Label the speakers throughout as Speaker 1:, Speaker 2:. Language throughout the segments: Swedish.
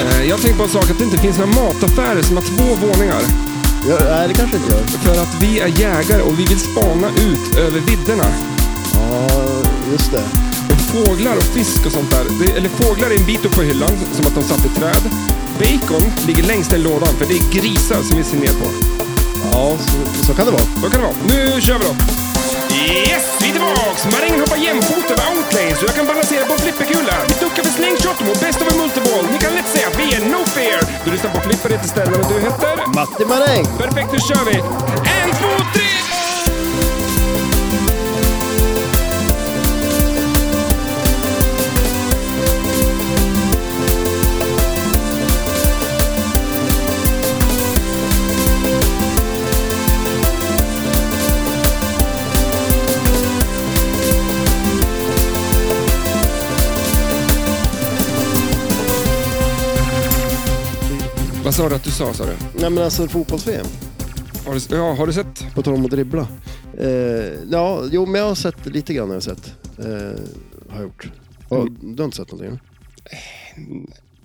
Speaker 1: Eh, Jag tänkte på en sak, att det inte finns några mataffärer som har två våningar.
Speaker 2: Ja, nej, det kanske inte gör.
Speaker 1: För att vi är jägare och vi vill spana ut över vidderna.
Speaker 2: Ja, just det.
Speaker 1: Och fåglar och fisk och sånt där. Det, eller fåglar är en bit upp på hyllan, som att de satt i träd. Bacon ligger längst ner i lådan, för det är grisar som vi ser ner på.
Speaker 2: Ja, så, så kan det vara.
Speaker 1: Så kan det vara. Nu kör vi då! Yes, vi är tillbaks! Marängen hoppar jämfota över outlane så jag kan balansera på en flipperkula. Vi duckar för slingshot och mår bäst av en multiball. Ni kan lätt säga att vi är no fear. Du lyssnar på Flipper heter Stellan och du heter?
Speaker 2: Matti Maräng!
Speaker 1: Perfekt, nu kör vi! En, två, tre! Vad sa du att du sa, sa du?
Speaker 2: Nej men alltså fotbolls-VM,
Speaker 1: Har du, ja, har du sett?
Speaker 2: på tal om att dribbla. Eh, ja, jo men jag har sett lite grann har jag sett. Eh, har jag gjort. Ja, du har inte sett någonting? eller?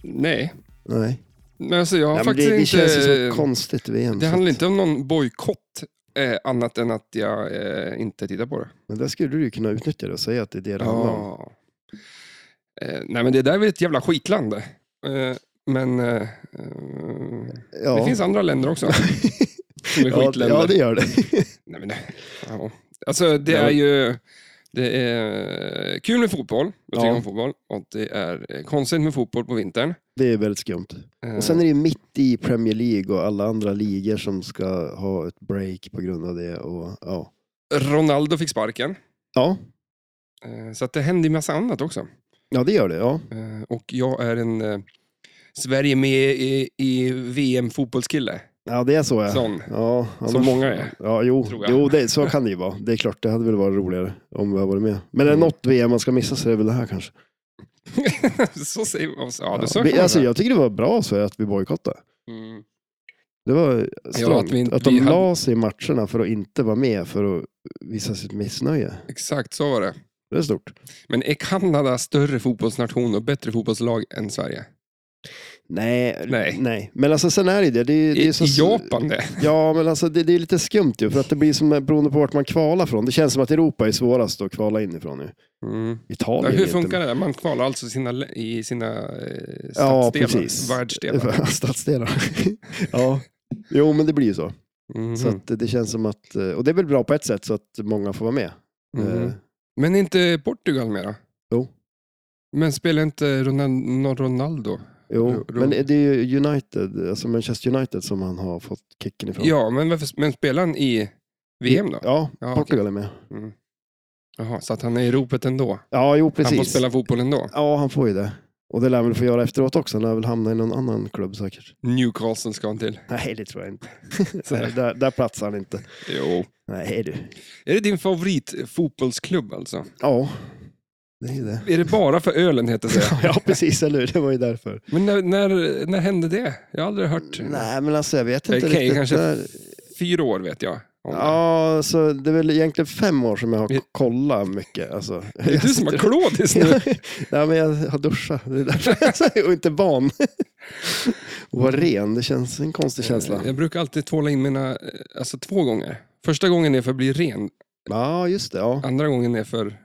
Speaker 1: Nej.
Speaker 2: Nej.
Speaker 1: Men alltså jag har
Speaker 2: Ja, men
Speaker 1: faktiskt
Speaker 2: det, det
Speaker 1: inte...
Speaker 2: känns ju som ett konstigt VM.
Speaker 1: det
Speaker 2: så
Speaker 1: handlar
Speaker 2: att-
Speaker 1: inte om någon bojkott eh, annat än att jag eh, inte tittar på det.
Speaker 2: Men där skulle du ju kunna utnyttja det och säga att det är det det handlar om.
Speaker 1: Ja. Eh, nej, men det där är väl ett jävla skitland. Eh, men eh, eh,
Speaker 2: Ja.
Speaker 1: det finns andra länder också. som är
Speaker 2: ja, det-
Speaker 1: skitländer.
Speaker 2: ja, det gör det.
Speaker 1: Nej, men, det- ja. Alltså, det är ju det är kul med fotboll. Jag tycker
Speaker 2: Ja.
Speaker 1: om fotboll. Och det är eh, konstigt med fotboll på vintern.
Speaker 2: det är väldigt skumt.
Speaker 1: Eh,
Speaker 2: Och sen är det ju mitt i Premier League och alla andra ligor som ska ha ett break på grund av det. Och, ja.
Speaker 1: Eh, Ronaldo fick sparken.
Speaker 2: Ja.
Speaker 1: Eh, så att det hände ju massa annat också.
Speaker 2: ja, det gör det. Ja.
Speaker 1: Eh, och jag är en eh, Sverige med i, i VM-fotbollskille.
Speaker 2: ja, det är så. Ja.
Speaker 1: Sån.
Speaker 2: Ja,
Speaker 1: Som
Speaker 2: annars-
Speaker 1: många är.
Speaker 2: Ja, jo,
Speaker 1: tror jag.
Speaker 2: jo det, så kan det ju vara. Det är klart, det hade väl varit roligare om vi hade varit med. Men är det
Speaker 1: Mm.
Speaker 2: något VM man ska missa så är det väl det här kanske.
Speaker 1: så säger man. Ja, det
Speaker 2: Ja,
Speaker 1: så kan
Speaker 2: vi,
Speaker 1: man
Speaker 2: alltså,
Speaker 1: säga.
Speaker 2: jag tycker det var bra så att vi bojkottade.
Speaker 1: Mm.
Speaker 2: Det var strångt. att,
Speaker 1: att vi inte-
Speaker 2: de
Speaker 1: vi hade-
Speaker 2: la sig i matcherna för att inte vara med för att visa sitt missnöje.
Speaker 1: Exakt så var det.
Speaker 2: Det är stort.
Speaker 1: Men är Kanada större fotbollsnation och bättre fotbollslag än Sverige?
Speaker 2: Nej,
Speaker 1: Nej.
Speaker 2: men alltså sen är det ju det. det, är, det
Speaker 1: I,
Speaker 2: är så,
Speaker 1: I Japan det?
Speaker 2: Ja, men alltså det, det är lite skumt ju. För att det blir som eh, beroende på vart man kvalar från. Det känns som att Europa är svårast att kvala inifrån nu.
Speaker 1: Mm. Ja,
Speaker 2: Italien
Speaker 1: hur
Speaker 2: är inte...
Speaker 1: funkar det? Man kvalar alltså sina, lä- i sina eh,
Speaker 2: Ja,
Speaker 1: stadsdelar,
Speaker 2: precis.
Speaker 1: världsdelar?
Speaker 2: Stadsdelar. ja. Jo, men det blir ju så.
Speaker 1: Mhm.
Speaker 2: Så att det- det känns som att, eh, och det är väl bra på ett sätt så att många får vara med.
Speaker 1: Mhm.
Speaker 2: Eh,
Speaker 1: Men är inte Portugal med då?
Speaker 2: Jo.
Speaker 1: Men spelar inte Ronal- Ronaldo?
Speaker 2: Jo,
Speaker 1: Jo, jo.
Speaker 2: men det är ju United, alltså Manchester United som han har fått kicken ifrån.
Speaker 1: Ja, men, varför, men spelar han i VM då?
Speaker 2: Ja,
Speaker 1: Ja,
Speaker 2: Portugal är med.
Speaker 1: Jaha, så att han är i ropet ändå?
Speaker 2: Ja, jo
Speaker 1: Han får
Speaker 2: precis.
Speaker 1: spela fotboll ändå?
Speaker 2: Ja, han får ju det. Och det lär han väl få göra efteråt också. Han lär väl hamna i någon annan klubb säkert.
Speaker 1: Newcastle ska han till.
Speaker 2: Nej, det tror jag inte.
Speaker 1: Så-
Speaker 2: Nej, där, där platsar han inte.
Speaker 1: Jo.
Speaker 2: Nej du.
Speaker 1: Är det din favoritfotbollsklubb alltså?
Speaker 2: Ja, det är ju det.
Speaker 1: Är det bara för ölen heter det?
Speaker 2: Ja, precis, eller hur? Det var ju därför.
Speaker 1: Men när, när, när hände det? Jag har aldrig hört.
Speaker 2: Nej, men alltså jag vet inte
Speaker 1: Okej,
Speaker 2: riktigt.
Speaker 1: kanske
Speaker 2: Där-
Speaker 1: Fyra år vet jag. om det.
Speaker 2: Ja, så det är väl egentligen fem år som jag har
Speaker 1: Vi-
Speaker 2: kollat mycket. Alltså.
Speaker 1: Det är du som har klådis nu.
Speaker 2: Nej, men jag har duschat. Det är därför jag säger, och inte van. Och vara ren, det känns en konstig känsla.
Speaker 1: Mm. Eh, Jag brukar alltid tvåla in mina, eh, alltså två gånger. Första gången är för att bli ren,
Speaker 2: Ja, just det. Ja,
Speaker 1: andra gången är för...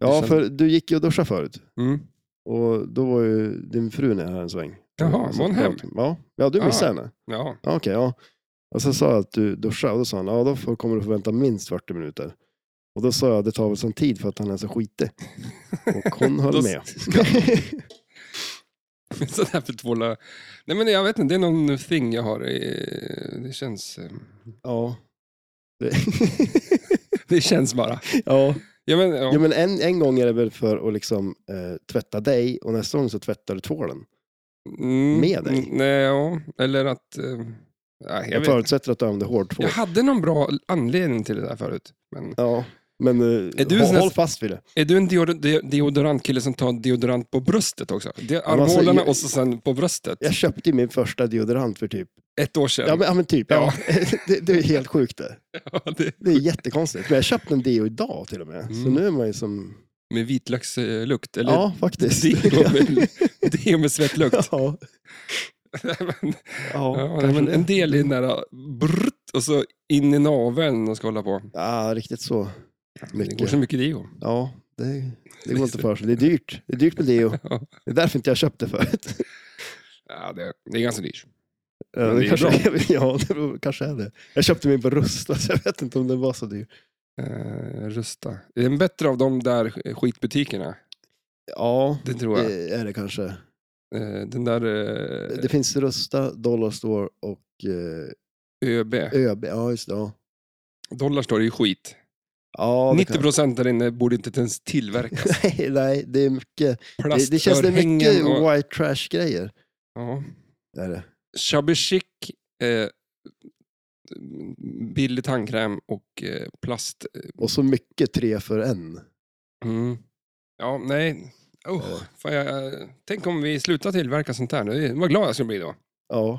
Speaker 2: ja för du gick ju och duschade förut.
Speaker 1: Mm.
Speaker 2: Och då var ju din fru nere här en sväng.
Speaker 1: Jaha,
Speaker 2: Så
Speaker 1: var hon hem?
Speaker 2: pratade- Ja, ja du missade
Speaker 1: Ah.
Speaker 2: henne.
Speaker 1: Ja.
Speaker 2: Ja, okej, ja. Och så sa jag att du duschade och då sa han, ja då får- kommer du få vänta minst 40 minuter. Och då sa jag, det tar väl sån tid för att han är så skitig. Och hon höll
Speaker 1: Då-
Speaker 2: med.
Speaker 1: Sådär för tvåla... Nej men jag vet inte, det är någon thing jag har. eh, Det känns, eh,
Speaker 2: ja. Det-
Speaker 1: det känns bara.
Speaker 2: ja.
Speaker 1: Ja, men, ja.
Speaker 2: Jo, men en, en gång är det väl för att liksom, eh, tvätta dig och nästa gång så tvättar du tvålen.
Speaker 1: Mm,
Speaker 2: med dig.
Speaker 1: mm, Nej, ja. Eller att... eh, nej, jag,
Speaker 2: Jag,
Speaker 1: vet. inte.
Speaker 2: förutsätter att du använder hård tvål.
Speaker 1: jag hade någon bra anledning till det där förut. Men
Speaker 2: Ja. Men eh,
Speaker 1: du
Speaker 2: håll,
Speaker 1: sån här-
Speaker 2: håll fast vid det.
Speaker 1: är du en deodor- de- deodorantkille som tar deodorant på bröstet också? Det,
Speaker 2: men alltså,
Speaker 1: armhålorna
Speaker 2: jag-
Speaker 1: och så sen på bröstet.
Speaker 2: Jag köpte ju min första deodorant för typ,
Speaker 1: Ett år sedan.
Speaker 2: ja men, ja, men typ, ja. det, det är helt sjukt det.
Speaker 1: Ja, det...
Speaker 2: Det är jättekonstigt. Men jag köpte en deo idag till och med. Så
Speaker 1: Mm.
Speaker 2: nu är man ju som
Speaker 1: Med vitlökslukt? Eller
Speaker 2: ja, faktiskt.
Speaker 1: deo med, deo med svettlukt?
Speaker 2: ja,
Speaker 1: Men-
Speaker 2: ja,
Speaker 1: Ja,
Speaker 2: kanske
Speaker 1: men
Speaker 2: det.
Speaker 1: en del är nära brrt, och så in i naveln och ska hålla på.
Speaker 2: ja, riktigt så.
Speaker 1: Det går
Speaker 2: Mycket.
Speaker 1: så mycket deo.
Speaker 2: Ja, det, det går inte för sig. Det är dyrt. Det är dyrt med deo.
Speaker 1: Ja.
Speaker 2: Det är därför inte jag köpte förut.
Speaker 1: Ja, det, det är ganska dyrt.
Speaker 2: Ja,
Speaker 1: Men
Speaker 2: det
Speaker 1: det är
Speaker 2: kanske, är, ja, det beror- kanske är det. Jag köpte min på Rusta, så jag vet inte om den var så dyr.
Speaker 1: Eh, rusta. Är den bättre av de där skitbutikerna?
Speaker 2: Ja,
Speaker 1: Det tror jag.
Speaker 2: det är det kanske.
Speaker 1: Eh, den där eh,
Speaker 2: Det finns Rusta, Dollar Store och eh,
Speaker 1: ÖB.
Speaker 2: ÖB. Ja, just det. Ja.
Speaker 1: Dollar står det ju skit.
Speaker 2: Ja, det
Speaker 1: 90 procent där inne borde inte ens tillverkas.
Speaker 2: Nej, nej, det är mycket. Det, det känns det är
Speaker 1: Plastörhängen
Speaker 2: mycket
Speaker 1: och...
Speaker 2: white trash-grejer.
Speaker 1: Ja.
Speaker 2: Är det.
Speaker 1: Shabby chic, eh, billig tandkräm och eh, plast.
Speaker 2: Och så mycket tre för en.
Speaker 1: Mm. Ja, nej. Oh,
Speaker 2: Eh.
Speaker 1: fan, jag, eh, tänk om vi slutar tillverka sånt här nu. Vad glad jag skulle bli då.
Speaker 2: Ja.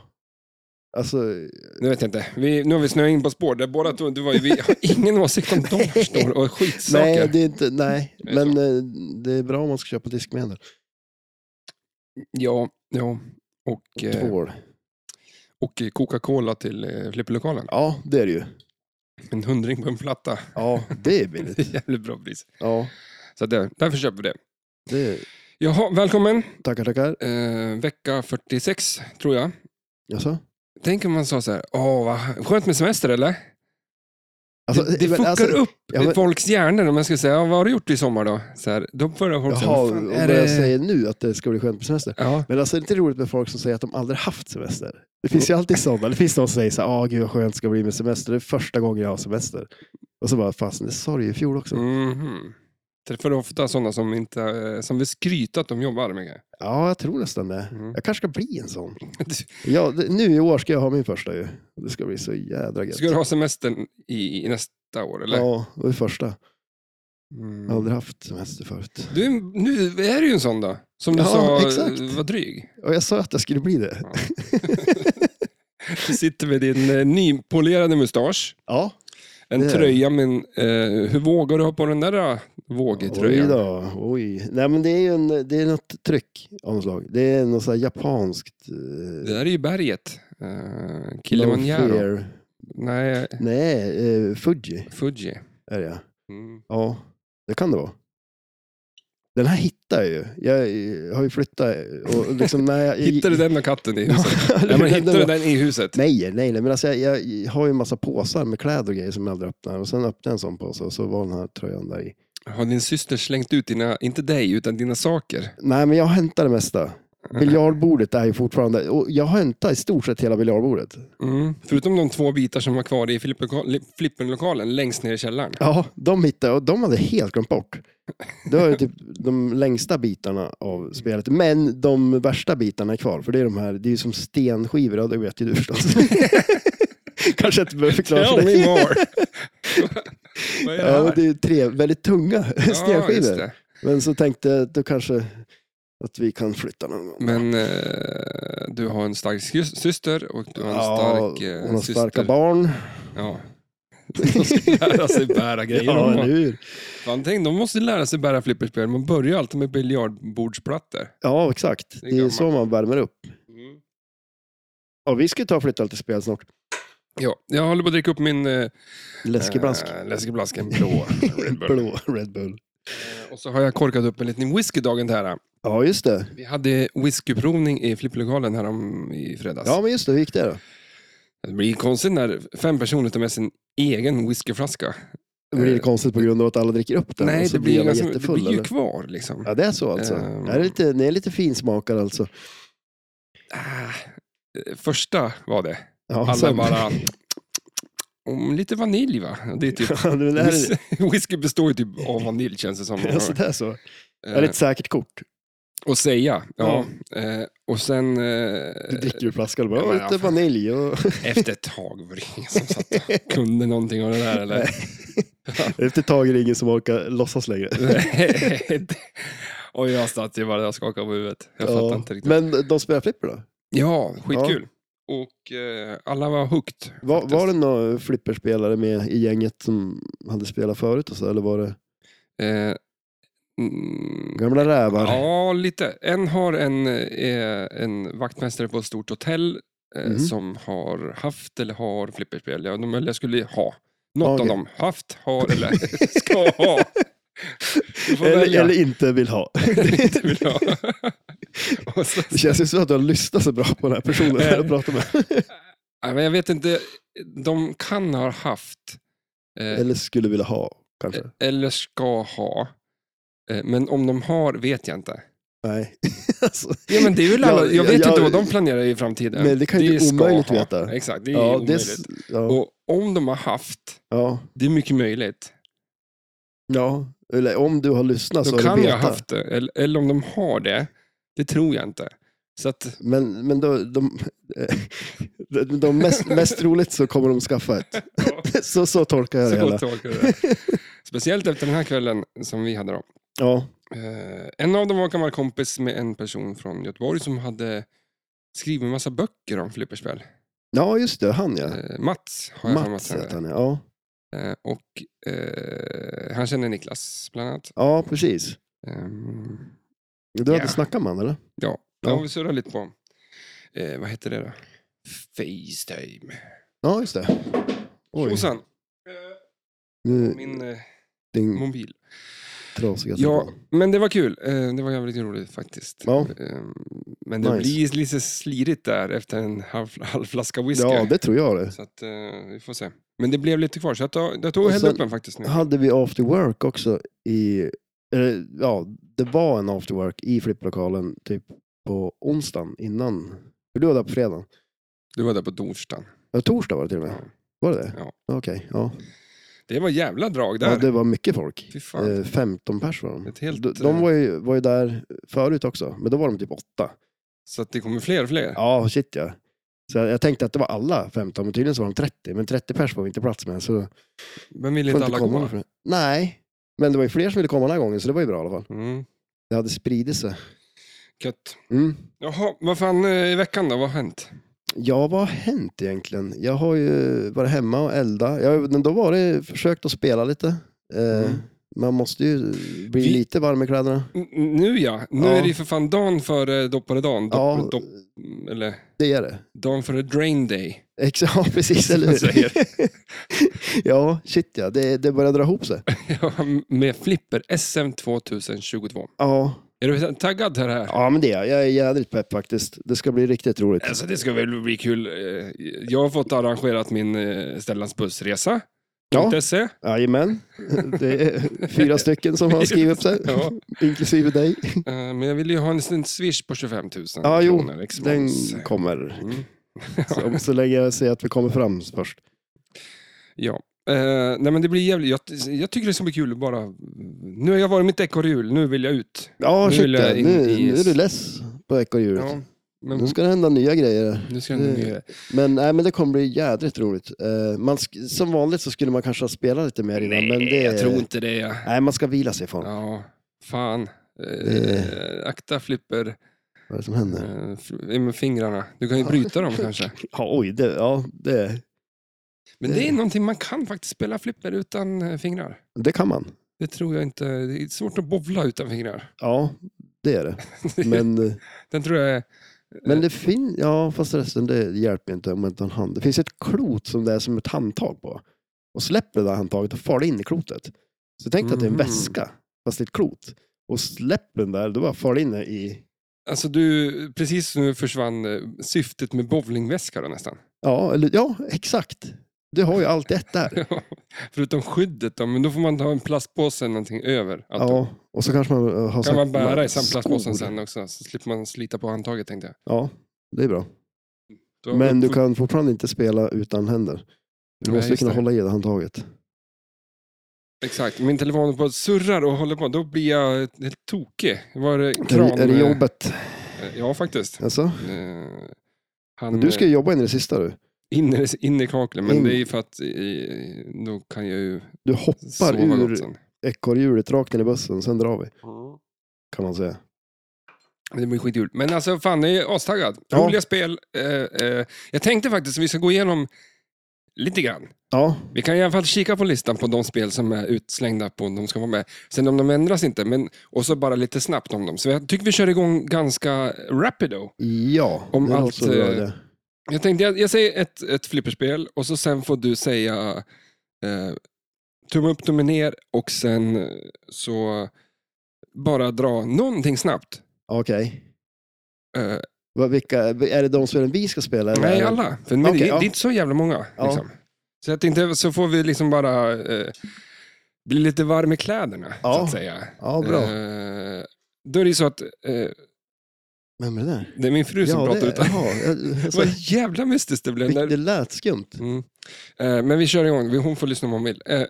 Speaker 2: Alltså,
Speaker 1: Nu vet jag inte. Vi, nu har vi snöat in på spår. Där båda två, du var, ju- vi har ingen åsikt om dollarstore och skitsaker.
Speaker 2: nej, det är inte, nej.
Speaker 1: Det är
Speaker 2: men eh, det är bra om man ska köpa diskmedel.
Speaker 1: Ja,
Speaker 2: ja
Speaker 1: ja. Och, eh,
Speaker 2: Tvål.
Speaker 1: och Coca-Cola till eh, flipperlokalen.
Speaker 2: Ja, det är det ju.
Speaker 1: En hundring på en platta.
Speaker 2: Ja, det är
Speaker 1: Det
Speaker 2: billigt.
Speaker 1: är jävligt bra pris.
Speaker 2: Ja,
Speaker 1: Så där, därför köper vi det.
Speaker 2: det är,
Speaker 1: Jaha, välkommen.
Speaker 2: tackar, tackar.
Speaker 1: Eh, vecka 46, tror jag.
Speaker 2: Jaså?
Speaker 1: Tänk om man sa så här, åh, vad skönt med semester eller?
Speaker 2: Alltså,
Speaker 1: det det
Speaker 2: men
Speaker 1: fuckar upp
Speaker 2: ja, men-
Speaker 1: folks hjärnor om man skulle säga, "Ja, vad har du gjort i sommar då? Så här, då börjar folk säga,
Speaker 2: Jaha,
Speaker 1: vad
Speaker 2: och
Speaker 1: fan
Speaker 2: vad
Speaker 1: är
Speaker 2: jag
Speaker 1: det?
Speaker 2: säger nu att det ska bli skönt på semester.
Speaker 1: Ja,
Speaker 2: Men alltså, det är inte roligt med folk som säger att de aldrig haft semester. Det finns ju alltid sådana. Det finns de som säger så här, ah, gud vad skönt det ska bli med semester. Det är första gången jag har semester. Och så bara, fasen det sa du ju i fjol också.
Speaker 1: mhm. Träffar du ofta sådana som, inte, eh, som vill skryta att de jobbar mycket?
Speaker 2: Ja, jag tror nästan det.
Speaker 1: Mm.
Speaker 2: Jag kanske ska bli en sån. Ja, det, nu i år ska jag ha min första ju. Det ska bli så jädra gött.
Speaker 1: Ska du ha semestern i, i nästa år eller?
Speaker 2: Ja, det var det första. Jag har
Speaker 1: Mm.
Speaker 2: aldrig haft semester förut.
Speaker 1: Du, nu är du ju en sån då, som du
Speaker 2: Ja,
Speaker 1: sa
Speaker 2: exakt.
Speaker 1: eh, var dryg.
Speaker 2: Och jag sa att jag skulle bli det.
Speaker 1: Ja. Du sitter med din eh, nypolerade mustasch.
Speaker 2: Ja.
Speaker 1: En
Speaker 2: Det är det.
Speaker 1: tröja, men eh, hur vågar du ha på den där eh, vågig
Speaker 2: Oj
Speaker 1: tröjan?
Speaker 2: då, oj. Nej men det är ju en, det är något tryck av något slag. Det är något så här japanskt.
Speaker 1: Det
Speaker 2: Eh,
Speaker 1: där är ju berget. Eh,
Speaker 2: no
Speaker 1: Kilimanjaro.
Speaker 2: fear.
Speaker 1: Nej,
Speaker 2: Nej, eh, Fuji
Speaker 1: Fuji.
Speaker 2: är det ja.
Speaker 1: Mm.
Speaker 2: Ja, det kan det vara. Den här hittar jag ju. Jag eh, har ju flyttat och liksom när jag...
Speaker 1: Hittar du den och katten i huset? Nej, men hittar du den i huset?
Speaker 2: Nej, nej, nej. Men alltså jag, jag har ju en massa påsar med kläder och grejer som jag aldrig öppnar. Och sen öppnade jag en sån påse och så var den här tröjan där i.
Speaker 1: Har din syster slängt ut dina, inte dig, utan dina saker?
Speaker 2: Nej, men jag hämtar det mesta.
Speaker 1: Mm.
Speaker 2: Biljardbordet är ju fortfarande... Och jag hämtar i stort sett hela biljardbordet.
Speaker 1: Mm. Förutom de två bitar som var kvar i flipperloka- flippenlokalen längst ner i källaren.
Speaker 2: Ja, de hittade och de hade helt glömt bort. Det var ju typ de längsta bitarna av spelet. Men de värsta bitarna är kvar. För det är de här, det är ju som stenskivor. Ja, det vet ju du förstås. Kanske inte behöver förklara för
Speaker 1: Tell
Speaker 2: dig.
Speaker 1: me more! Vad är det
Speaker 2: Ja, men
Speaker 1: här?
Speaker 2: det är ju tre väldigt tunga
Speaker 1: Ja, just
Speaker 2: stenskivor.
Speaker 1: det.
Speaker 2: Men så tänkte jag att då kanske att vi kan flytta någon gång.
Speaker 1: Men eh, du har en stark sys- syster och du har en stark eh,
Speaker 2: hon har
Speaker 1: syster.
Speaker 2: starka barn.
Speaker 1: Ja. De ska lära sig bära grejer.
Speaker 2: Ja,
Speaker 1: de,
Speaker 2: eller
Speaker 1: har-
Speaker 2: hur?
Speaker 1: fan, tänk, de måste lära sig bära flipperspel. Man börjar ju alltid med biljardbordsplattor.
Speaker 2: ja, exakt.
Speaker 1: Det
Speaker 2: Det
Speaker 1: är
Speaker 2: är ju
Speaker 1: gammalt.
Speaker 2: så man värmer upp. Ja, vi ska ta och flytta lite spel snart.
Speaker 1: Ja, jag håller på att dricka upp min eh,
Speaker 2: Läskeblask.
Speaker 1: eh, läskeblask, en blå Red Bull.
Speaker 2: Blå Red Bull.
Speaker 1: Eh, Och så har jag korkat upp en liten whisky dagen till här.
Speaker 2: Ja, just det.
Speaker 1: Vi hade whiskyprovning i flipplokalen här om i fredags.
Speaker 2: Ja, men just det. Hur gick det då?
Speaker 1: Det blir konstigt när fem personer tar med sin egen whiskyflaska.
Speaker 2: Det blir
Speaker 1: Eh,
Speaker 2: konstigt på grund av att alla dricker upp den. och
Speaker 1: Nej,
Speaker 2: så
Speaker 1: det blir,
Speaker 2: alla
Speaker 1: ganska, det
Speaker 2: jättefull,
Speaker 1: blir ju
Speaker 2: eller?
Speaker 1: kvar liksom.
Speaker 2: Ja, det är så alltså.
Speaker 1: Ehm.
Speaker 2: Det är lite, ni är lite finsmakare alltså.
Speaker 1: Ah, eh, Första var det.
Speaker 2: Ja,
Speaker 1: Alla
Speaker 2: sen-
Speaker 1: bara... Mm, lite vanilj va? Det är typ,
Speaker 2: ja, men det, här är,
Speaker 1: whis- whisky består ju typ av vanilj känns det som.
Speaker 2: alltså, det är så. Det är
Speaker 1: Eh,
Speaker 2: ett säkert kort.
Speaker 1: och säga, ja. Eh, Och sen eh,
Speaker 2: Du dricker ur flaskan och
Speaker 1: ja, men
Speaker 2: bara,
Speaker 1: ja,
Speaker 2: lite
Speaker 1: fan.
Speaker 2: vanilj och...
Speaker 1: efter ett tag var det ingen som satt och kunde någonting av det där. Eller?
Speaker 2: Efter ett tag är det ingen som orkar låtsas längre.
Speaker 1: och jag satt ju bara där och skakade på huvudet. Jag
Speaker 2: Ja,
Speaker 1: fattar inte riktigt.
Speaker 2: Men de spelar flipper då?
Speaker 1: Ja, skitkul. Och eh, alla var hooked.
Speaker 2: Var,
Speaker 1: faktiskt.
Speaker 2: var det några flipperspelare med i gänget som hade spelat förut? Och så, eller var det...
Speaker 1: Eh, Mm,
Speaker 2: Gamla rävar.
Speaker 1: ja, lite. En har en, eh, en vaktmästare på ett stort hotell eh,
Speaker 2: Mhm.
Speaker 1: som har haft eller har flipperspel. Ja, de, eller jag skulle ha. Något av
Speaker 2: Okej.
Speaker 1: dem. Haft, har eller ska ha. Du får
Speaker 2: eller,
Speaker 1: välja.
Speaker 2: eller inte vill ha.
Speaker 1: Inte vill ha. Och så-
Speaker 2: Det känns ju så att du har lyssnat så bra på den här personen när jag pratar med.
Speaker 1: Nej, men jag vet inte, de kan ha haft eh,
Speaker 2: Eller skulle vilja ha, kanske.
Speaker 1: eller ska ha. Eh, Men om de har vet jag inte.
Speaker 2: Nej. Alltså,
Speaker 1: Ja, men det är väl alla,
Speaker 2: Ja,
Speaker 1: jag vet
Speaker 2: ja,
Speaker 1: inte vad de planerar i framtiden.
Speaker 2: Nej, det kan ju
Speaker 1: är
Speaker 2: inte
Speaker 1: ska
Speaker 2: omöjligt
Speaker 1: ha.
Speaker 2: veta.
Speaker 1: Exakt, det är
Speaker 2: ja, det, är
Speaker 1: omöjligt.
Speaker 2: s- ja,
Speaker 1: Och om de har haft,
Speaker 2: ja,
Speaker 1: det är mycket möjligt.
Speaker 2: ja. Eller om du har lyssnat
Speaker 1: Då
Speaker 2: så har
Speaker 1: kan
Speaker 2: du
Speaker 1: jag ha
Speaker 2: vetat.
Speaker 1: haft det, eller, eller om de har det, det tror jag inte. Så att,
Speaker 2: Men, men då, de, de, de mest, mest roligt så kommer de skaffa ett.
Speaker 1: ja,
Speaker 2: Så, så tolkar jag det
Speaker 1: så
Speaker 2: hela.
Speaker 1: tolkar jag det. Speciellt efter den här kvällen som vi hade då.
Speaker 2: Ja,
Speaker 1: Eh, en av dem var gammal kompis med en person från Göteborg som hade skrivit en massa böcker om flipperspel.
Speaker 2: ja just det, han ja.
Speaker 1: Eh, Mats har jag för mig att
Speaker 2: Mats
Speaker 1: han
Speaker 2: heter
Speaker 1: heter.
Speaker 2: han ja.
Speaker 1: Eh, Och eh, han känner Niklas bland annat.
Speaker 2: Ja, precis.
Speaker 1: Ehm,
Speaker 2: Du hade
Speaker 1: Ja.
Speaker 2: snackat med honom eller?
Speaker 1: ja, det
Speaker 2: Ja.
Speaker 1: har vi surrat lite på. Eh, vad heter det då? Facetime.
Speaker 2: Ja, just det. Oj, mm.
Speaker 1: Jossan,
Speaker 2: nu
Speaker 1: min eh,
Speaker 2: din
Speaker 1: mobil.
Speaker 2: trasiga
Speaker 1: Ja,
Speaker 2: telefon.
Speaker 1: men det var kul. Eh, det var jävligt roligt faktiskt.
Speaker 2: Ja.
Speaker 1: Ehm, men det
Speaker 2: Nice.
Speaker 1: blir lite slirigt där efter en halv, halv flaska whisky.
Speaker 2: ja, det tror jag det.
Speaker 1: Så att, eh, vi får se. Men det blev lite kvar, så jag tog, jag tog och
Speaker 2: Och
Speaker 1: hällde
Speaker 2: sen-
Speaker 1: upp en faktiskt nu.
Speaker 2: Hade vi after work också i, eller, ja, det var en after work i flipplokalen typ på onsdagen innan. För du var där på fredagen.
Speaker 1: Du var där på torsdagen.
Speaker 2: Ja, torsdag var det till och med.
Speaker 1: Ja.
Speaker 2: Var det det?
Speaker 1: Ja.
Speaker 2: Okej, ja.
Speaker 1: Det var jävla drag där.
Speaker 2: ja. Det var mycket folk.
Speaker 1: Fy fan.
Speaker 2: Eh, 15 pers var de.
Speaker 1: Ett helt,
Speaker 2: de de
Speaker 1: eh,
Speaker 2: var, ju, var ju där förut också, men då var de typ åtta.
Speaker 1: Så att det kommer fler och fler.
Speaker 2: Ja, shit ja. Så jag jag tänkte att det var alla 15, men tydligen så var de 30. Men 30 pers var vi inte plats med, så får
Speaker 1: Men vill
Speaker 2: inte
Speaker 1: inte alla
Speaker 2: komma.
Speaker 1: komma?
Speaker 2: För... Nej, men det var ju fler som ville komma den här gången, så det var ju bra i alla fall.
Speaker 1: Mm.
Speaker 2: Det hade spridit sig.
Speaker 1: Gött.
Speaker 2: Mm.
Speaker 1: Jaha, vad fan eh, i veckan då? Vad har hänt?
Speaker 2: Ja, vad har hänt egentligen? Jag har ju varit hemma och elda. Jag, men då var det försökt att spela lite. Eh,
Speaker 1: Mm.
Speaker 2: Man måste ju bli
Speaker 1: Vi-
Speaker 2: lite varm i kläderna.
Speaker 1: N- nu ja, nu
Speaker 2: Ja.
Speaker 1: är det ju för fan dagen före dopparedagen. Dopp,
Speaker 2: Ja.
Speaker 1: dopp, eller
Speaker 2: Det är det.
Speaker 1: dagen före drain day.
Speaker 2: Exakt, ja, precis.
Speaker 1: Som
Speaker 2: Eller
Speaker 1: man säger.
Speaker 2: hur? ja, shit ja. Det, det börjar dra ihop sig.
Speaker 1: Ja, Med flipper SM 2022.
Speaker 2: Ja,
Speaker 1: Är du taggad här? här?
Speaker 2: ja men det är jag. Jag är jädrigt pepp faktiskt. Det ska bli riktigt roligt.
Speaker 1: Alltså det ska väl bli kul. Eh, Jag har fått arrangerat min eh, Stellans bussresa.
Speaker 2: Ja.
Speaker 1: .se. Eh,
Speaker 2: Jajamän. Det är fyra stycken som har skrivit upp sig,
Speaker 1: Ja.
Speaker 2: inklusive dig.
Speaker 1: Eh, Men jag ville ju ha en liten swish på 25 000
Speaker 2: Ja, jo,
Speaker 1: kronor. liksom. ex
Speaker 2: Den
Speaker 1: moms.
Speaker 2: kommer.
Speaker 1: Mm.
Speaker 2: Så, så länge jag ser att vi kommer fram först.
Speaker 1: Ja. Eh, nej men det blir jävligt, jag, jag tycker det ska bli kul att bara, nu har jag varit mitt ekorrhjul, nu vill jag ut.
Speaker 2: Ja,
Speaker 1: Nu
Speaker 2: shit
Speaker 1: vill jag
Speaker 2: ja.
Speaker 1: in
Speaker 2: Nu,
Speaker 1: i-
Speaker 2: nu är du less på ekorrhjulet.
Speaker 1: Ja, men
Speaker 2: Nu ska det hända nya grejer.
Speaker 1: nu ska jag inte ner.
Speaker 2: Men, nej, men det kommer bli jädrigt roligt. Eh, man sk- som vanligt så skulle man kanske ha spelat lite mer innan. men det,
Speaker 1: jag tror inte det. Ja,
Speaker 2: Nej, man ska vila sig ifrån.
Speaker 1: ja fan.
Speaker 2: Det-
Speaker 1: Eh, akta flipper
Speaker 2: Vad är det som händer?
Speaker 1: eh, f- med fingrarna. Du kan ju bryta dem kanske.
Speaker 2: Ja, oj, det, ja, det,
Speaker 1: Men det är någonting, man kan faktiskt spela flipper utan eh, fingrar.
Speaker 2: det kan man.
Speaker 1: Det tror jag inte, det är svårt att bowla utan fingrar.
Speaker 2: Ja, det är det. Men, eh,
Speaker 1: Den tror jag är,
Speaker 2: men det finns, ja fast resten det hjälper ju inte om man inte har en hand. Det finns ett klot som det är som ett handtag på. Och släpper det där handtaget och far det in i klotet. Så tänk dig att det är en
Speaker 1: Mhm.
Speaker 2: väska, fast det är ett klot. Och släpper den där, då bara far det in i,
Speaker 1: alltså du, precis nu försvann eh, syftet med bowlingväska då nästan.
Speaker 2: ja, eller, ja exakt. Du har ju allt i ett där.
Speaker 1: Ja, Förutom skyddet då, men då får man ta en plastpåse eller någonting över. Ja,
Speaker 2: Ja, och så kanske man eh, har
Speaker 1: kan
Speaker 2: sagt-
Speaker 1: man bära i
Speaker 2: skor.
Speaker 1: samma plastpåsen sen också, så slipper man slita på handtaget tänkte jag.
Speaker 2: Ja, det är bra.
Speaker 1: Då har
Speaker 2: Men
Speaker 1: vi-
Speaker 2: du kan fortfarande inte spela utan händer. Du
Speaker 1: Nej,
Speaker 2: måste
Speaker 1: just
Speaker 2: kunna
Speaker 1: det.
Speaker 2: hålla i det handtaget.
Speaker 1: Exakt, min telefon på surrar och håller på, då blir jag helt tokig. Var det
Speaker 2: Är,
Speaker 1: kran?
Speaker 2: det- är det jobbet?
Speaker 1: eh, Ja, faktiskt.
Speaker 2: Alltså?
Speaker 1: Eh, Han,
Speaker 2: Men du ska ju jobba in i det sista du.
Speaker 1: eh, in, i- in i kaklet, men
Speaker 2: In.
Speaker 1: det är ju för att i, då kan jag ju
Speaker 2: Du hoppar
Speaker 1: sova gott
Speaker 2: ur
Speaker 1: sen.
Speaker 2: ekorrhjulet rakt ner i bussen, sen drar vi. Kan man säga.
Speaker 1: Mm. Det blir skitkul. Men alltså fan, jag är astaggad.
Speaker 2: Ja.
Speaker 1: Roliga spel. Eh, eh, jag tänkte faktiskt att vi ska gå igenom Lite grann.
Speaker 2: Ja,
Speaker 1: Vi kan i alla fall kika på listan på de spel som är utslängda på om de ska vara med. Sen om de ändras inte, men, och så bara lite snabbt om dem. Så jag tycker vi kör igång ganska rapido.
Speaker 2: ja.
Speaker 1: Om
Speaker 2: det är
Speaker 1: allt,
Speaker 2: alltså bra
Speaker 1: eh,
Speaker 2: det.
Speaker 1: Jag tänkte, jag, jag säger ett, ett flipperspel och så sen får du säga eh, tumme upp, tumme ner och sen eh, så bara dra någonting snabbt.
Speaker 2: Okej.
Speaker 1: Eh,
Speaker 2: Vad- Vilka, är det de spelen vi ska spela? eller?
Speaker 1: nej, alla. För, men
Speaker 2: Okej,
Speaker 1: det,
Speaker 2: ja.
Speaker 1: det är inte så jävla många.
Speaker 2: Ja.
Speaker 1: Liksom. Så jag tänkte, så får vi liksom bara eh, bli lite varm i kläderna, så
Speaker 2: Ja.
Speaker 1: att säga.
Speaker 2: Ja, bra.
Speaker 1: Eh, då är det ju så att eh,
Speaker 2: Vem är det där?
Speaker 1: det är min fru som
Speaker 2: ja,
Speaker 1: pratar.
Speaker 2: det,
Speaker 1: utan,
Speaker 2: ja, jag- jag-
Speaker 1: vad jävla mystiskt det blev.
Speaker 2: vilk-
Speaker 1: När,
Speaker 2: det lät skumt.
Speaker 1: mm. eh, men vi kör igång, Vi- hon får lyssna om hon vill. Eh,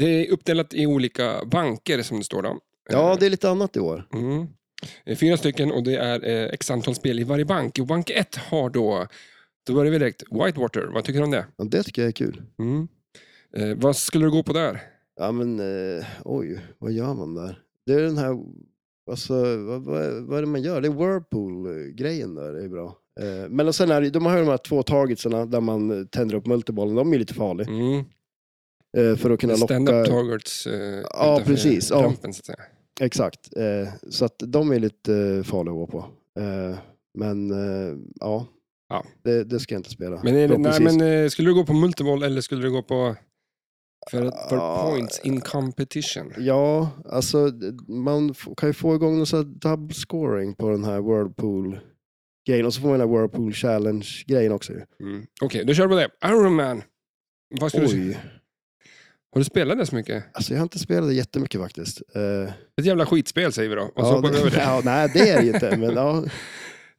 Speaker 1: det är uppdelat i olika banker som det står då. Eh,
Speaker 2: Ja, det är lite annat i år.
Speaker 1: mm. Det är Fyra stycken och det är eh, x antal spel i varje bank. Och bank ett har då, då börjar vi direkt, Whitewater. Vad tycker du om det?
Speaker 2: Ja, det tycker jag är kul.
Speaker 1: Mm. Eh, vad skulle du gå på där?
Speaker 2: Ja, men eh, oj, vad gör man där? Det är den här, alltså, vad, vad, vad är det man gör? Det är Whirlpool-grejen där, det är bra. Eh, men och sen är det, de har ju de här två targetsarna där man eh, tänder upp multibollen, de är ju lite farliga.
Speaker 1: Mm.
Speaker 2: Eh, för att kunna locka,
Speaker 1: Stand-up targets. Eh,
Speaker 2: Ja,
Speaker 1: utanför
Speaker 2: precis, ja.
Speaker 1: rampen, så att säga.
Speaker 2: exakt. Eh, så att de är lite eh, farliga att gå på. Eh, men eh, ja,
Speaker 1: Ja.
Speaker 2: Det, det ska jag inte spela.
Speaker 1: Men, är det, nej,
Speaker 2: Förhoppningsvis.
Speaker 1: men eh, skulle du gå på multivoll eller skulle du gå på för, att- för
Speaker 2: Ah.
Speaker 1: points in competition?
Speaker 2: Ja, alltså d- man f- kan ju få igång någon sån här double scoring på den här Whirlpool-grejen. Och så får man den här Whirlpool Challenge-grejen också. ju.
Speaker 1: Mm. Okej, då kör vi på det. Iron Man. Vad skulle du,
Speaker 2: Oj,
Speaker 1: har du spelat det så mycket?
Speaker 2: alltså jag har inte spelat det jättemycket faktiskt. Eh,
Speaker 1: Ett jävla skitspel säger vi då. Och så hoppar vi
Speaker 2: det,
Speaker 1: över det.
Speaker 2: Ja, nej, det är det ju inte. Men ja,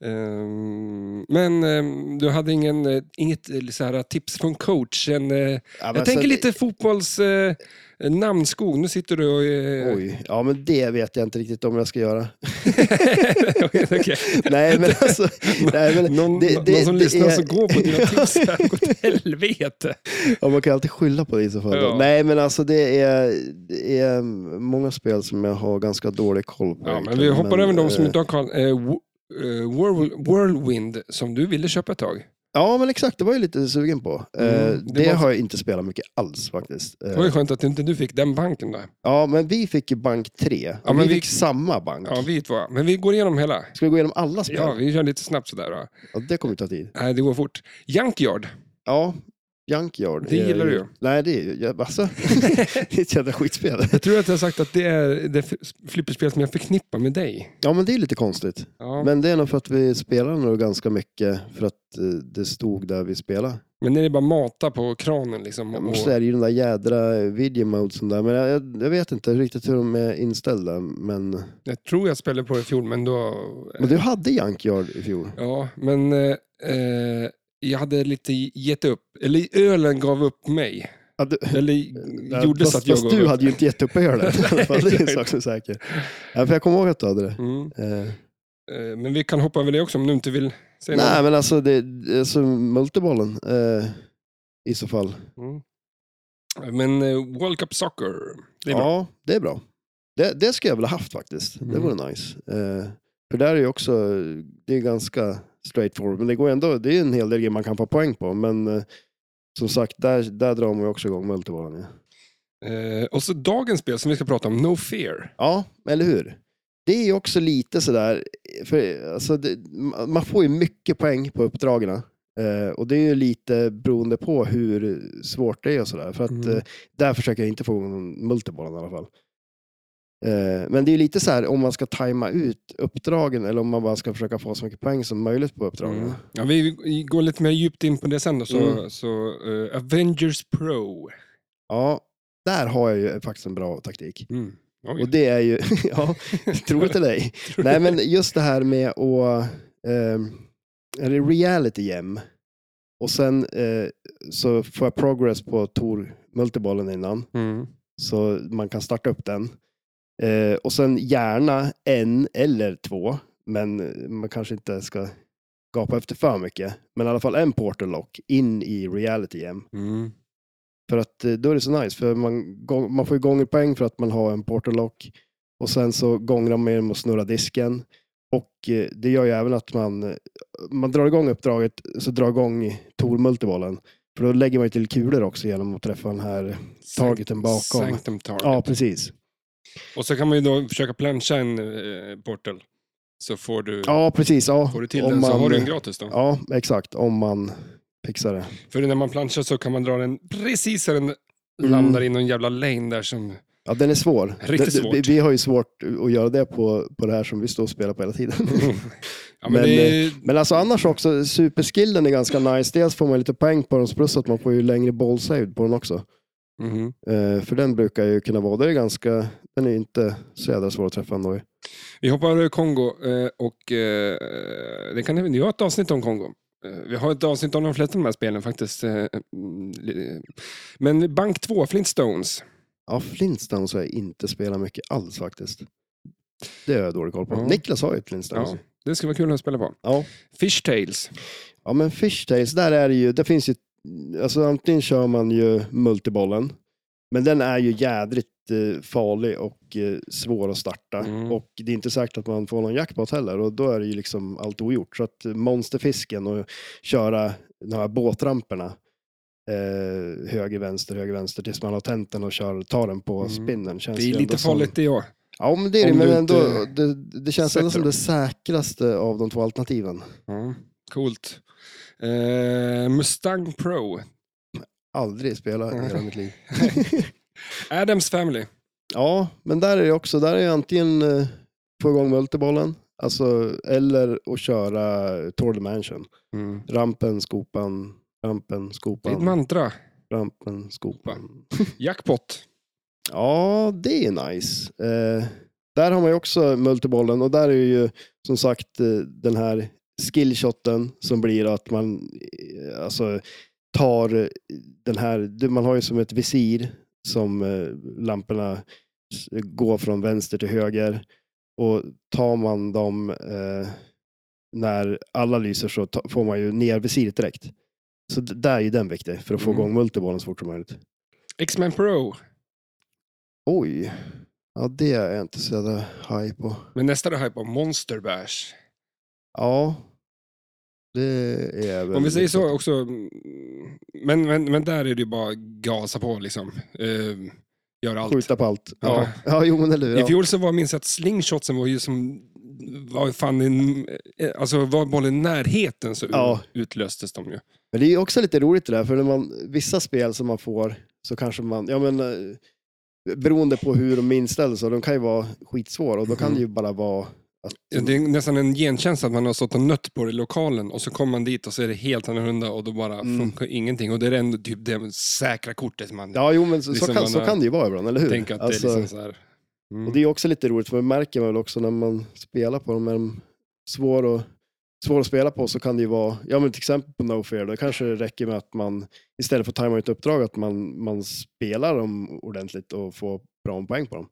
Speaker 1: Ehm, men ehm, du hade ingen, eh, inget eh, så här, tips från coachen? eh,
Speaker 2: ja, men
Speaker 1: jag tänker
Speaker 2: sen-
Speaker 1: lite fotbolls eh, namnskog. Nu sitter du och... eh,
Speaker 2: Oj, ja men det vet jag inte riktigt om jag ska göra.
Speaker 1: Okej.
Speaker 2: Nej men alltså, nej, men
Speaker 1: Någon,
Speaker 2: det- det-
Speaker 1: någon som
Speaker 2: det
Speaker 1: lyssnar
Speaker 2: är-
Speaker 1: så går på dina tips här. Gå till helvete.
Speaker 2: Ja, man kan alltid skylla på det i så fall.
Speaker 1: Ja.
Speaker 2: Nej, men alltså det är, det är många spel som jag har ganska dålig koll på.
Speaker 1: Ja, men vi
Speaker 2: egentligen,
Speaker 1: hoppar över de som
Speaker 2: eh,
Speaker 1: inte har koll. Eh, Wo- eh, Whirl- Whirlwind, som du ville köpa ett tag.
Speaker 2: Ja, men exakt. Det var jag lite sugen på.
Speaker 1: Mm,
Speaker 2: Eh,
Speaker 1: det
Speaker 2: det
Speaker 1: var-
Speaker 2: har jag inte spelat mycket alls faktiskt. Eh,
Speaker 1: Det var ju skönt att inte du fick den banken där.
Speaker 2: ja, men vi fick ju bank 3.
Speaker 1: Ja,
Speaker 2: vi,
Speaker 1: men vi-
Speaker 2: fick samma bank.
Speaker 1: Ja, vi två. Men vi går igenom hela.
Speaker 2: Ska vi gå igenom alla spel?
Speaker 1: Ja,
Speaker 2: Ja.
Speaker 1: vi kör lite snabbt sådär. Då.
Speaker 2: det kommer ju ta tid.
Speaker 1: Nej, det går fort. Junkyard.
Speaker 2: Ja, Junkyard.
Speaker 1: Det
Speaker 2: är
Speaker 1: gillar du ju.
Speaker 2: Nej, det är ju... jag- Alltså, det är ett jävla skitspel.
Speaker 1: Jag tror att jag har sagt att det är det f- flipperspel som jag förknippar med dig.
Speaker 2: Ja, men det är lite konstigt.
Speaker 1: Ja. Men...
Speaker 2: Men det är nog för att vi spelade nog ganska mycket för att eh, det stod där vi spelade.
Speaker 1: när det bara mata på kranen liksom.
Speaker 2: Ja,
Speaker 1: Och,
Speaker 2: men så är det ju den där jädra video modesen där. Men jag, jag, jag vet inte riktigt hur de är inställda. Men,
Speaker 1: jag tror jag spelade på det i fjol, men då...
Speaker 2: men du hade Junkyard i fjol.
Speaker 1: Ja, men eh, eh, jag hade lite gett upp. Eller ölen gav upp mig.
Speaker 2: Ja, du,
Speaker 1: Eller gjorde
Speaker 2: fast,
Speaker 1: så att jag
Speaker 2: fast
Speaker 1: gav
Speaker 2: du
Speaker 1: upp.
Speaker 2: hade ju inte gett upp ölen. det är en
Speaker 1: exakt.
Speaker 2: sak som är säker. Ja, för jag kommer ihåg att du hade det.
Speaker 1: Mm.
Speaker 2: Eh,
Speaker 1: Eh, Men vi kan hoppa över det också om du inte vill säga
Speaker 2: nej, men alltså, det, alltså multibollen eh, i så fall.
Speaker 1: något. Mm. Men eh, World Cup Soccer, det är bra.
Speaker 2: ja, det är bra. Det, det skulle jag väl ha haft faktiskt. Det
Speaker 1: Mm.
Speaker 2: vore nice. Eh, för där är ju också, det är ganska straightforward, men det går ändå, det är en hel del grejer man kan få poäng på. Men eh, som sagt, där, där drar man ju också igång multibollen. Ja.
Speaker 1: Eh, och så dagens spel som vi ska prata om, No Fear.
Speaker 2: Ja, eller hur? Det är ju också lite sådär, för alltså det, man får ju mycket poäng på uppdragen. Eh, och det är ju lite beroende på hur svårt det är och sådär. För att
Speaker 1: Mm.
Speaker 2: eh, där försöker jag inte få igång någon multibollen i alla fall. Eh, men det är ju lite så här om man ska tajma ut uppdragen eller om man bara ska försöka få så mycket poäng som möjligt på uppdragen.
Speaker 1: Mm. Ja, vi går lite mer djupt in på det sen då. Så,
Speaker 2: Mm.
Speaker 1: så eh, Avengers Pro.
Speaker 2: Ja, där har jag ju faktiskt en bra taktik.
Speaker 1: Mm. Oj.
Speaker 2: Och det är ju, ja, troligt eller ej. Nej, men just det här med att... ehm, är det reality gem? Och sen eh, så får jag progress på Tor multibollen innan.
Speaker 1: Mm.
Speaker 2: Så man kan starta upp den. Eh, och sen gärna en eller två. Men man kanske inte ska gapa efter för mycket. Men i alla fall en portal lock in i reality gem.
Speaker 1: Mm.
Speaker 2: För att eh, då är det så nice, för man, gång- man får ju gånger poäng för att man har en portal lock. Och sen så gångrar man genom att snurra disken. Och eh, det gör ju även att man, man drar igång uppdraget, så drar igång Tor multibollen. För då lägger man ju till kulor också genom att träffa den här targeten bakom.
Speaker 1: Sanctum target.
Speaker 2: Ja, precis.
Speaker 1: Och så kan man ju då försöka plancha en eh, portal. Så får du,
Speaker 2: Ja, precis. Ja.
Speaker 1: får du till
Speaker 2: Om
Speaker 1: den så
Speaker 2: man-
Speaker 1: har du en gratis då.
Speaker 2: Ja, exakt. Om man fixar det.
Speaker 1: För när man planchar så kan man dra den precis där den
Speaker 2: Mm.
Speaker 1: landar i någon jävla lane där som...
Speaker 2: Ja, den är svår.
Speaker 1: Riktigt
Speaker 2: Den-
Speaker 1: svårt.
Speaker 2: Vi, vi har ju svårt att göra det på, på det här som vi står och spelar på hela tiden.
Speaker 1: ja, men
Speaker 2: Men,
Speaker 1: det är,
Speaker 2: Men alltså annars också, superskillen är ganska nice. Dels får man lite poäng på den, plus att man får ju längre bollsaved på den också.
Speaker 1: Mhm.
Speaker 2: Eh, för den brukar ju kunna vara, det är ganska, den är ju inte så jädra svår att träffa ändå. ju.
Speaker 1: Vi hoppar över Kongo eh, och eh, det kan även, vi har ett avsnitt om Kongo. Eh, Vi har ett avsnitt om de flesta av de här spelen faktiskt. eh, mm, li- Men Bank 2, Flintstones.
Speaker 2: Ja, Flintstones har jag inte spelat mycket alls faktiskt. Det har jag dålig koll på.
Speaker 1: Ja.
Speaker 2: Niklas har ju ett Flintstones.
Speaker 1: Ja,
Speaker 2: Ja.
Speaker 1: det skulle vara kul att spela på.
Speaker 2: Ja.
Speaker 1: Fish Tales.
Speaker 2: ja, men Fishtails, där är det ju, det finns ju, alltså antingen kör man ju multibollen, men den är ju jädrigt eh, farlig och eh, svår att starta.
Speaker 1: Mm.
Speaker 2: Och det är inte säkert att man får någon jackpot heller och då är det ju liksom allt ogjort. Så att eh, monsterfisken och köra de här båtramperna eh, höger, vänster, höger, vänster tills man har tänt den och kör, tar den på
Speaker 1: Mm.
Speaker 2: spinnen. Känns
Speaker 1: Det
Speaker 2: ju
Speaker 1: är
Speaker 2: ändå
Speaker 1: lite
Speaker 2: som-
Speaker 1: farligt det ja.
Speaker 2: Ja, men det är det,
Speaker 1: Om
Speaker 2: men
Speaker 1: du
Speaker 2: ändå,
Speaker 1: inte
Speaker 2: det, det känns ändå
Speaker 1: sätter
Speaker 2: som det säkraste av de två alternativen.
Speaker 1: ja. Coolt. Eh, Mustang Pro.
Speaker 2: Aldrig spela i
Speaker 1: Nej.
Speaker 2: hela mitt liv.
Speaker 1: Adams Family.
Speaker 2: Ja, men där är det också, där är jag antingen eh, få igång multibollen, alltså, eller att köra Tour de Mansion. Rampen, skopan, rampen,
Speaker 1: Det är ett
Speaker 2: skopan,
Speaker 1: mantra.
Speaker 2: rampen, skopan.
Speaker 1: Jackpot.
Speaker 2: Ja, det är nice. Eh, där har man ju också multibollen och där är ju som sagt eh, den här skillshoten som blir att man eh, alltså, tar eh, den här, du, man har ju som ett visir som eh, lamporna s- går från vänster till höger och tar man dem eh, när alla lyser så ta, får man ju ner visiret direkt. Så d- där är ju den viktig för att få
Speaker 1: Mm.
Speaker 2: igång multibollen så fort som möjligt.
Speaker 1: X-Men Pro.
Speaker 2: Oj. Ja, det är jag inte så jävla haj på.
Speaker 1: Men nästa du hype om Monster Bash.
Speaker 2: Ja. Det är jag väl. liksom
Speaker 1: Om vi säger
Speaker 2: lite-
Speaker 1: så också. mm, Men, men, men där är det ju bara gasa på liksom. Eh, gör allt.
Speaker 2: Skjuta på allt. Ja,
Speaker 1: Ja.
Speaker 2: ja jo men eller hur.
Speaker 1: I
Speaker 2: Ja.
Speaker 1: fjol så var, minns jag att slingshotsen var ju som var fan en, eh, alltså var bollen i närheten så
Speaker 2: Ja.
Speaker 1: utlöstes de ju.
Speaker 2: Men det är ju också lite roligt det där, för när man, vissa spel som man får så kanske man, ja men eh, beroende på hur de är inställda så, de kan ju vara skitsvåra och då kan
Speaker 1: Mhm.
Speaker 2: det ju bara vara att,
Speaker 1: Ja, Det är nästan en gentjänst att man har stått och nött på det i lokalen och så kommer man dit och så är det helt annorlunda och då bara
Speaker 2: Mm.
Speaker 1: funkar ingenting. Och det är ändå typ det säkra kortet man
Speaker 2: Ja, jo men så,
Speaker 1: Liksom
Speaker 2: så, kan,
Speaker 1: man
Speaker 2: så
Speaker 1: har-
Speaker 2: kan det ju vara ibland, eller hur?
Speaker 1: tänker att
Speaker 2: Alltså,
Speaker 1: det är liksom så här. Mm.
Speaker 2: Och det är också lite roligt, för man märker väl också när man spelar på dem, är de svår att, svår att spela på så kan det ju vara, ja men till exempel på No Fear, då kanske det räcker med att man istället för att tajma ett uppdrag, att man, man spelar dem ordentligt och får bra poäng på dem.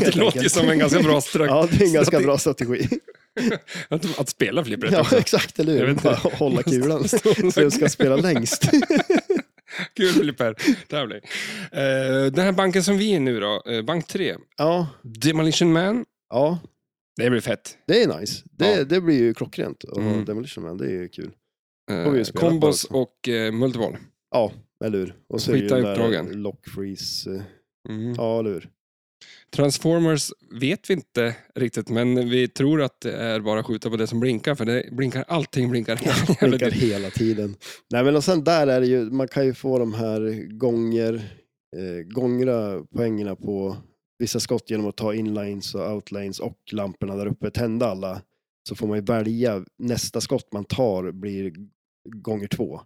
Speaker 1: det låter ju som en ganska bra strategi
Speaker 2: Ja, det är en ganska bra strategi.
Speaker 1: att, att spela flippret
Speaker 2: Ja,
Speaker 1: också.
Speaker 2: exakt, eller
Speaker 1: Jag
Speaker 2: hur?
Speaker 1: vet inte.
Speaker 2: Bara hålla kulan så den ska spela längst.
Speaker 1: Kul flipper-tävling. Eh, den här banken som vi är i nu då, eh, bank 3.
Speaker 2: Ja,
Speaker 1: Demolition Man.
Speaker 2: ja
Speaker 1: Det blir fett.
Speaker 2: det är nice. Det,
Speaker 1: Ja.
Speaker 2: det blir ju klockrent. Och
Speaker 1: Mm.
Speaker 2: Demolition Man, det är ju kul. Kommer
Speaker 1: Eh,
Speaker 2: vi spela på
Speaker 1: combos
Speaker 2: också.
Speaker 1: och eh, multiboll.
Speaker 2: Ja, eller hur? Och så
Speaker 1: Skita
Speaker 2: är
Speaker 1: i
Speaker 2: det ju den där
Speaker 1: uppdragen.
Speaker 2: lock freeze. eh,
Speaker 1: Mm.
Speaker 2: Ja, eller hur?
Speaker 1: Transformers vet vi inte riktigt, men vi tror att det är bara att skjuta på det som blinkar, för det blinkar, allting blinkar. hela jävla
Speaker 2: blinkar
Speaker 1: tiden.
Speaker 2: hela tiden. Nej, men och sen där är det ju, man kan ju få de här gånger, eh, gångra poängerna på vissa skott genom att ta inlines och outlines och lamporna där uppe, tända alla. Så får man ju välja, nästa skott man tar blir gånger två.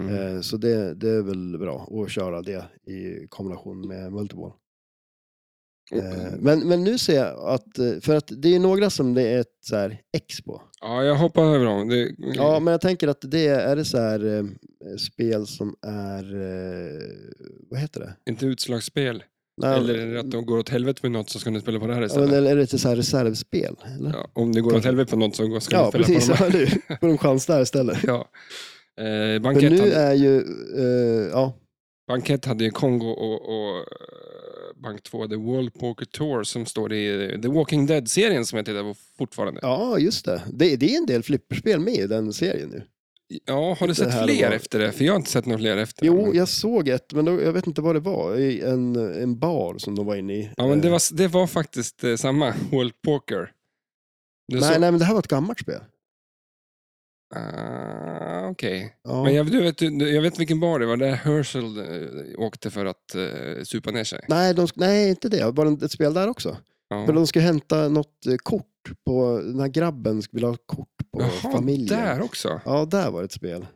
Speaker 1: Mm.
Speaker 2: Eh, så det, det är väl bra att köra det i kombination med multiball. Eh, men, men nu ser jag att, eh, för att det är ju några som det är ett så här X på.
Speaker 1: Ja, jag hoppar över dem. Det,
Speaker 2: Ja, men jag tänker att det är det så här eh, spel som är, eh, vad heter det?
Speaker 1: Inte utslagsspel.
Speaker 2: Nej,
Speaker 1: Eller att de går åt helvete med något så ska ni spela på det här
Speaker 2: ja, men
Speaker 1: istället.
Speaker 2: eller är det inte så här reservspel? Eller?
Speaker 1: Ja, om det går åt helvete på något så ska ni
Speaker 2: Ja,
Speaker 1: spela
Speaker 2: precis.
Speaker 1: på de här.
Speaker 2: Ja, nu får de chans där istället.
Speaker 1: Ja. Eh,
Speaker 2: Men
Speaker 1: bankett,
Speaker 2: nu
Speaker 1: hade,
Speaker 2: är ju, eh, ja,
Speaker 1: bankett hade ju Kongo och, och eh, Bank 2, The World Poker Tour, som står i eh, The Walking Dead-serien som jag tittar på fortfarande.
Speaker 2: ja, just det. det. Det är en del flipperspel med i den serien nu.
Speaker 1: Ja, har du
Speaker 2: Det här
Speaker 1: sett fler
Speaker 2: var-
Speaker 1: efter det? För jag har inte sett några fler efter
Speaker 2: Jo,
Speaker 1: det.
Speaker 2: jag såg ett, men då, jag vet inte vad det var. I en, en bar som de var inne i.
Speaker 1: Ja, men det
Speaker 2: Eh,
Speaker 1: var, det var faktiskt eh, samma, World Poker. Du
Speaker 2: nej,
Speaker 1: så-
Speaker 2: nej, men det här var ett gammalt spel.
Speaker 1: Ah, Okej.
Speaker 2: Ja.
Speaker 1: Men jag, du vet, du, jag vet vilken bar det var, där Herschel eh, åkte för att eh, supa ner sig.
Speaker 2: Nej, de, sk- nej, inte det. Var det ett spel där också?
Speaker 1: Ja.
Speaker 2: Men de skulle hämta något eh, kort på, den här grabben skulle ha kort på familjen.
Speaker 1: där också?
Speaker 2: Ja, där var ett spel.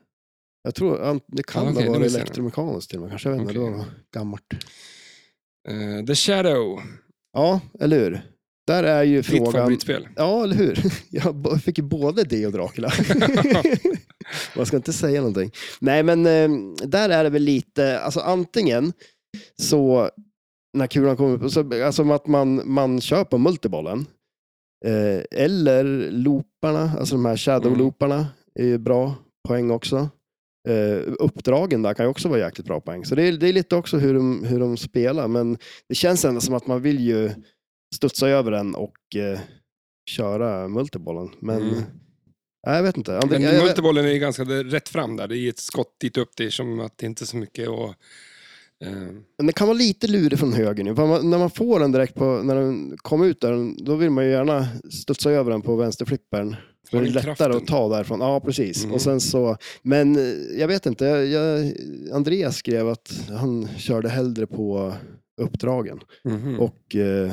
Speaker 2: Jag tror, an- det kan
Speaker 1: Ja, okej,
Speaker 2: ha
Speaker 1: då
Speaker 2: varit
Speaker 1: missade jag det.
Speaker 2: elektromekaniskt till och med, kanske, jag vet inte,
Speaker 1: Okej.
Speaker 2: det var något gammalt.
Speaker 1: Eh, The Shadow,
Speaker 2: Ja, eller hur? Där är ju
Speaker 1: ditt
Speaker 2: frågan...
Speaker 1: favoritspel.
Speaker 2: Ja, eller hur? Jag b- fick ju både det och Dracula. Man ska inte säga någonting. Nej, men eh, där är det väl lite, alltså antingen så när kulan kommer upp, så, alltså att man, man kör på multibollen. Eh, eller looparna, alltså de här shadow-looparna är ju bra poäng också. Eh, uppdragen där kan ju också vara jäkligt bra poäng. Så det är, det är lite också hur de, hur de spelar, men det känns ändå som att man vill ju studsa över den och eh, köra multibollen. Men
Speaker 1: Mm.
Speaker 2: nej, jag vet inte.
Speaker 1: Men
Speaker 2: Antingen- jag- jag-
Speaker 1: multibollen är ju ganska rätt fram där, det är ett skott dit upp, det är som att det inte är så mycket och, eh,
Speaker 2: Men det kan vara lite lurig från höger nu. för Man, när man får den direkt på, när den kommer ut där, då vill man ju gärna studsa över den på vänsterflippern. Då är
Speaker 1: Har
Speaker 2: det
Speaker 1: den
Speaker 2: lättare
Speaker 1: kraften?
Speaker 2: att ta därifrån. Ja, precis.
Speaker 1: Mm.
Speaker 2: Och sen så, men eh, jag vet inte. Jag, jag, Andreas skrev att han körde hellre på uppdragen.
Speaker 1: Mhm.
Speaker 2: Och eh,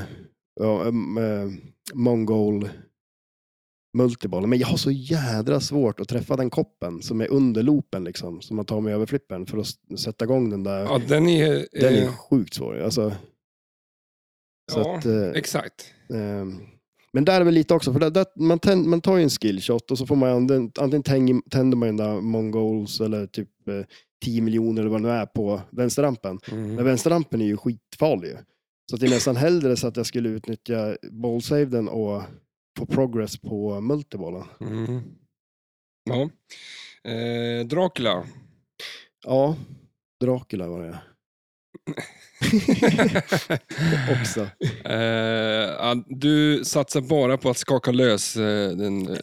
Speaker 2: ja, em, eh, Mongol Multiball. Men jag har så jädra svårt att träffa den koppen som är under loopen, liksom, som man tar med över flippern för att s- sätta igång den där.
Speaker 1: ja, den är... Eh,
Speaker 2: Den är sjukt svår. Alltså, så
Speaker 1: Ja,
Speaker 2: att, eh,
Speaker 1: Exakt.
Speaker 2: ehm, men där är väl lite också, för där, där, man, tän- man tar ju en skillshot och så får man antingen, antingen tänger, tänder man den där mongols eller typ eh, 10 miljoner eller vad det nu är på vänsterrampen.
Speaker 1: Mm.
Speaker 2: Men vänsterrampen är ju skitfarlig. ju. Så att det är nästan hellre så att jag skulle utnyttja ballsaven och få progress på multibollen.
Speaker 1: Mhm.
Speaker 2: Mm.
Speaker 1: Ja. Eh, Dracula.
Speaker 2: Ja, Dracula var det också.
Speaker 1: Eh, ja, du satsar bara på att skaka lös eh, den eh,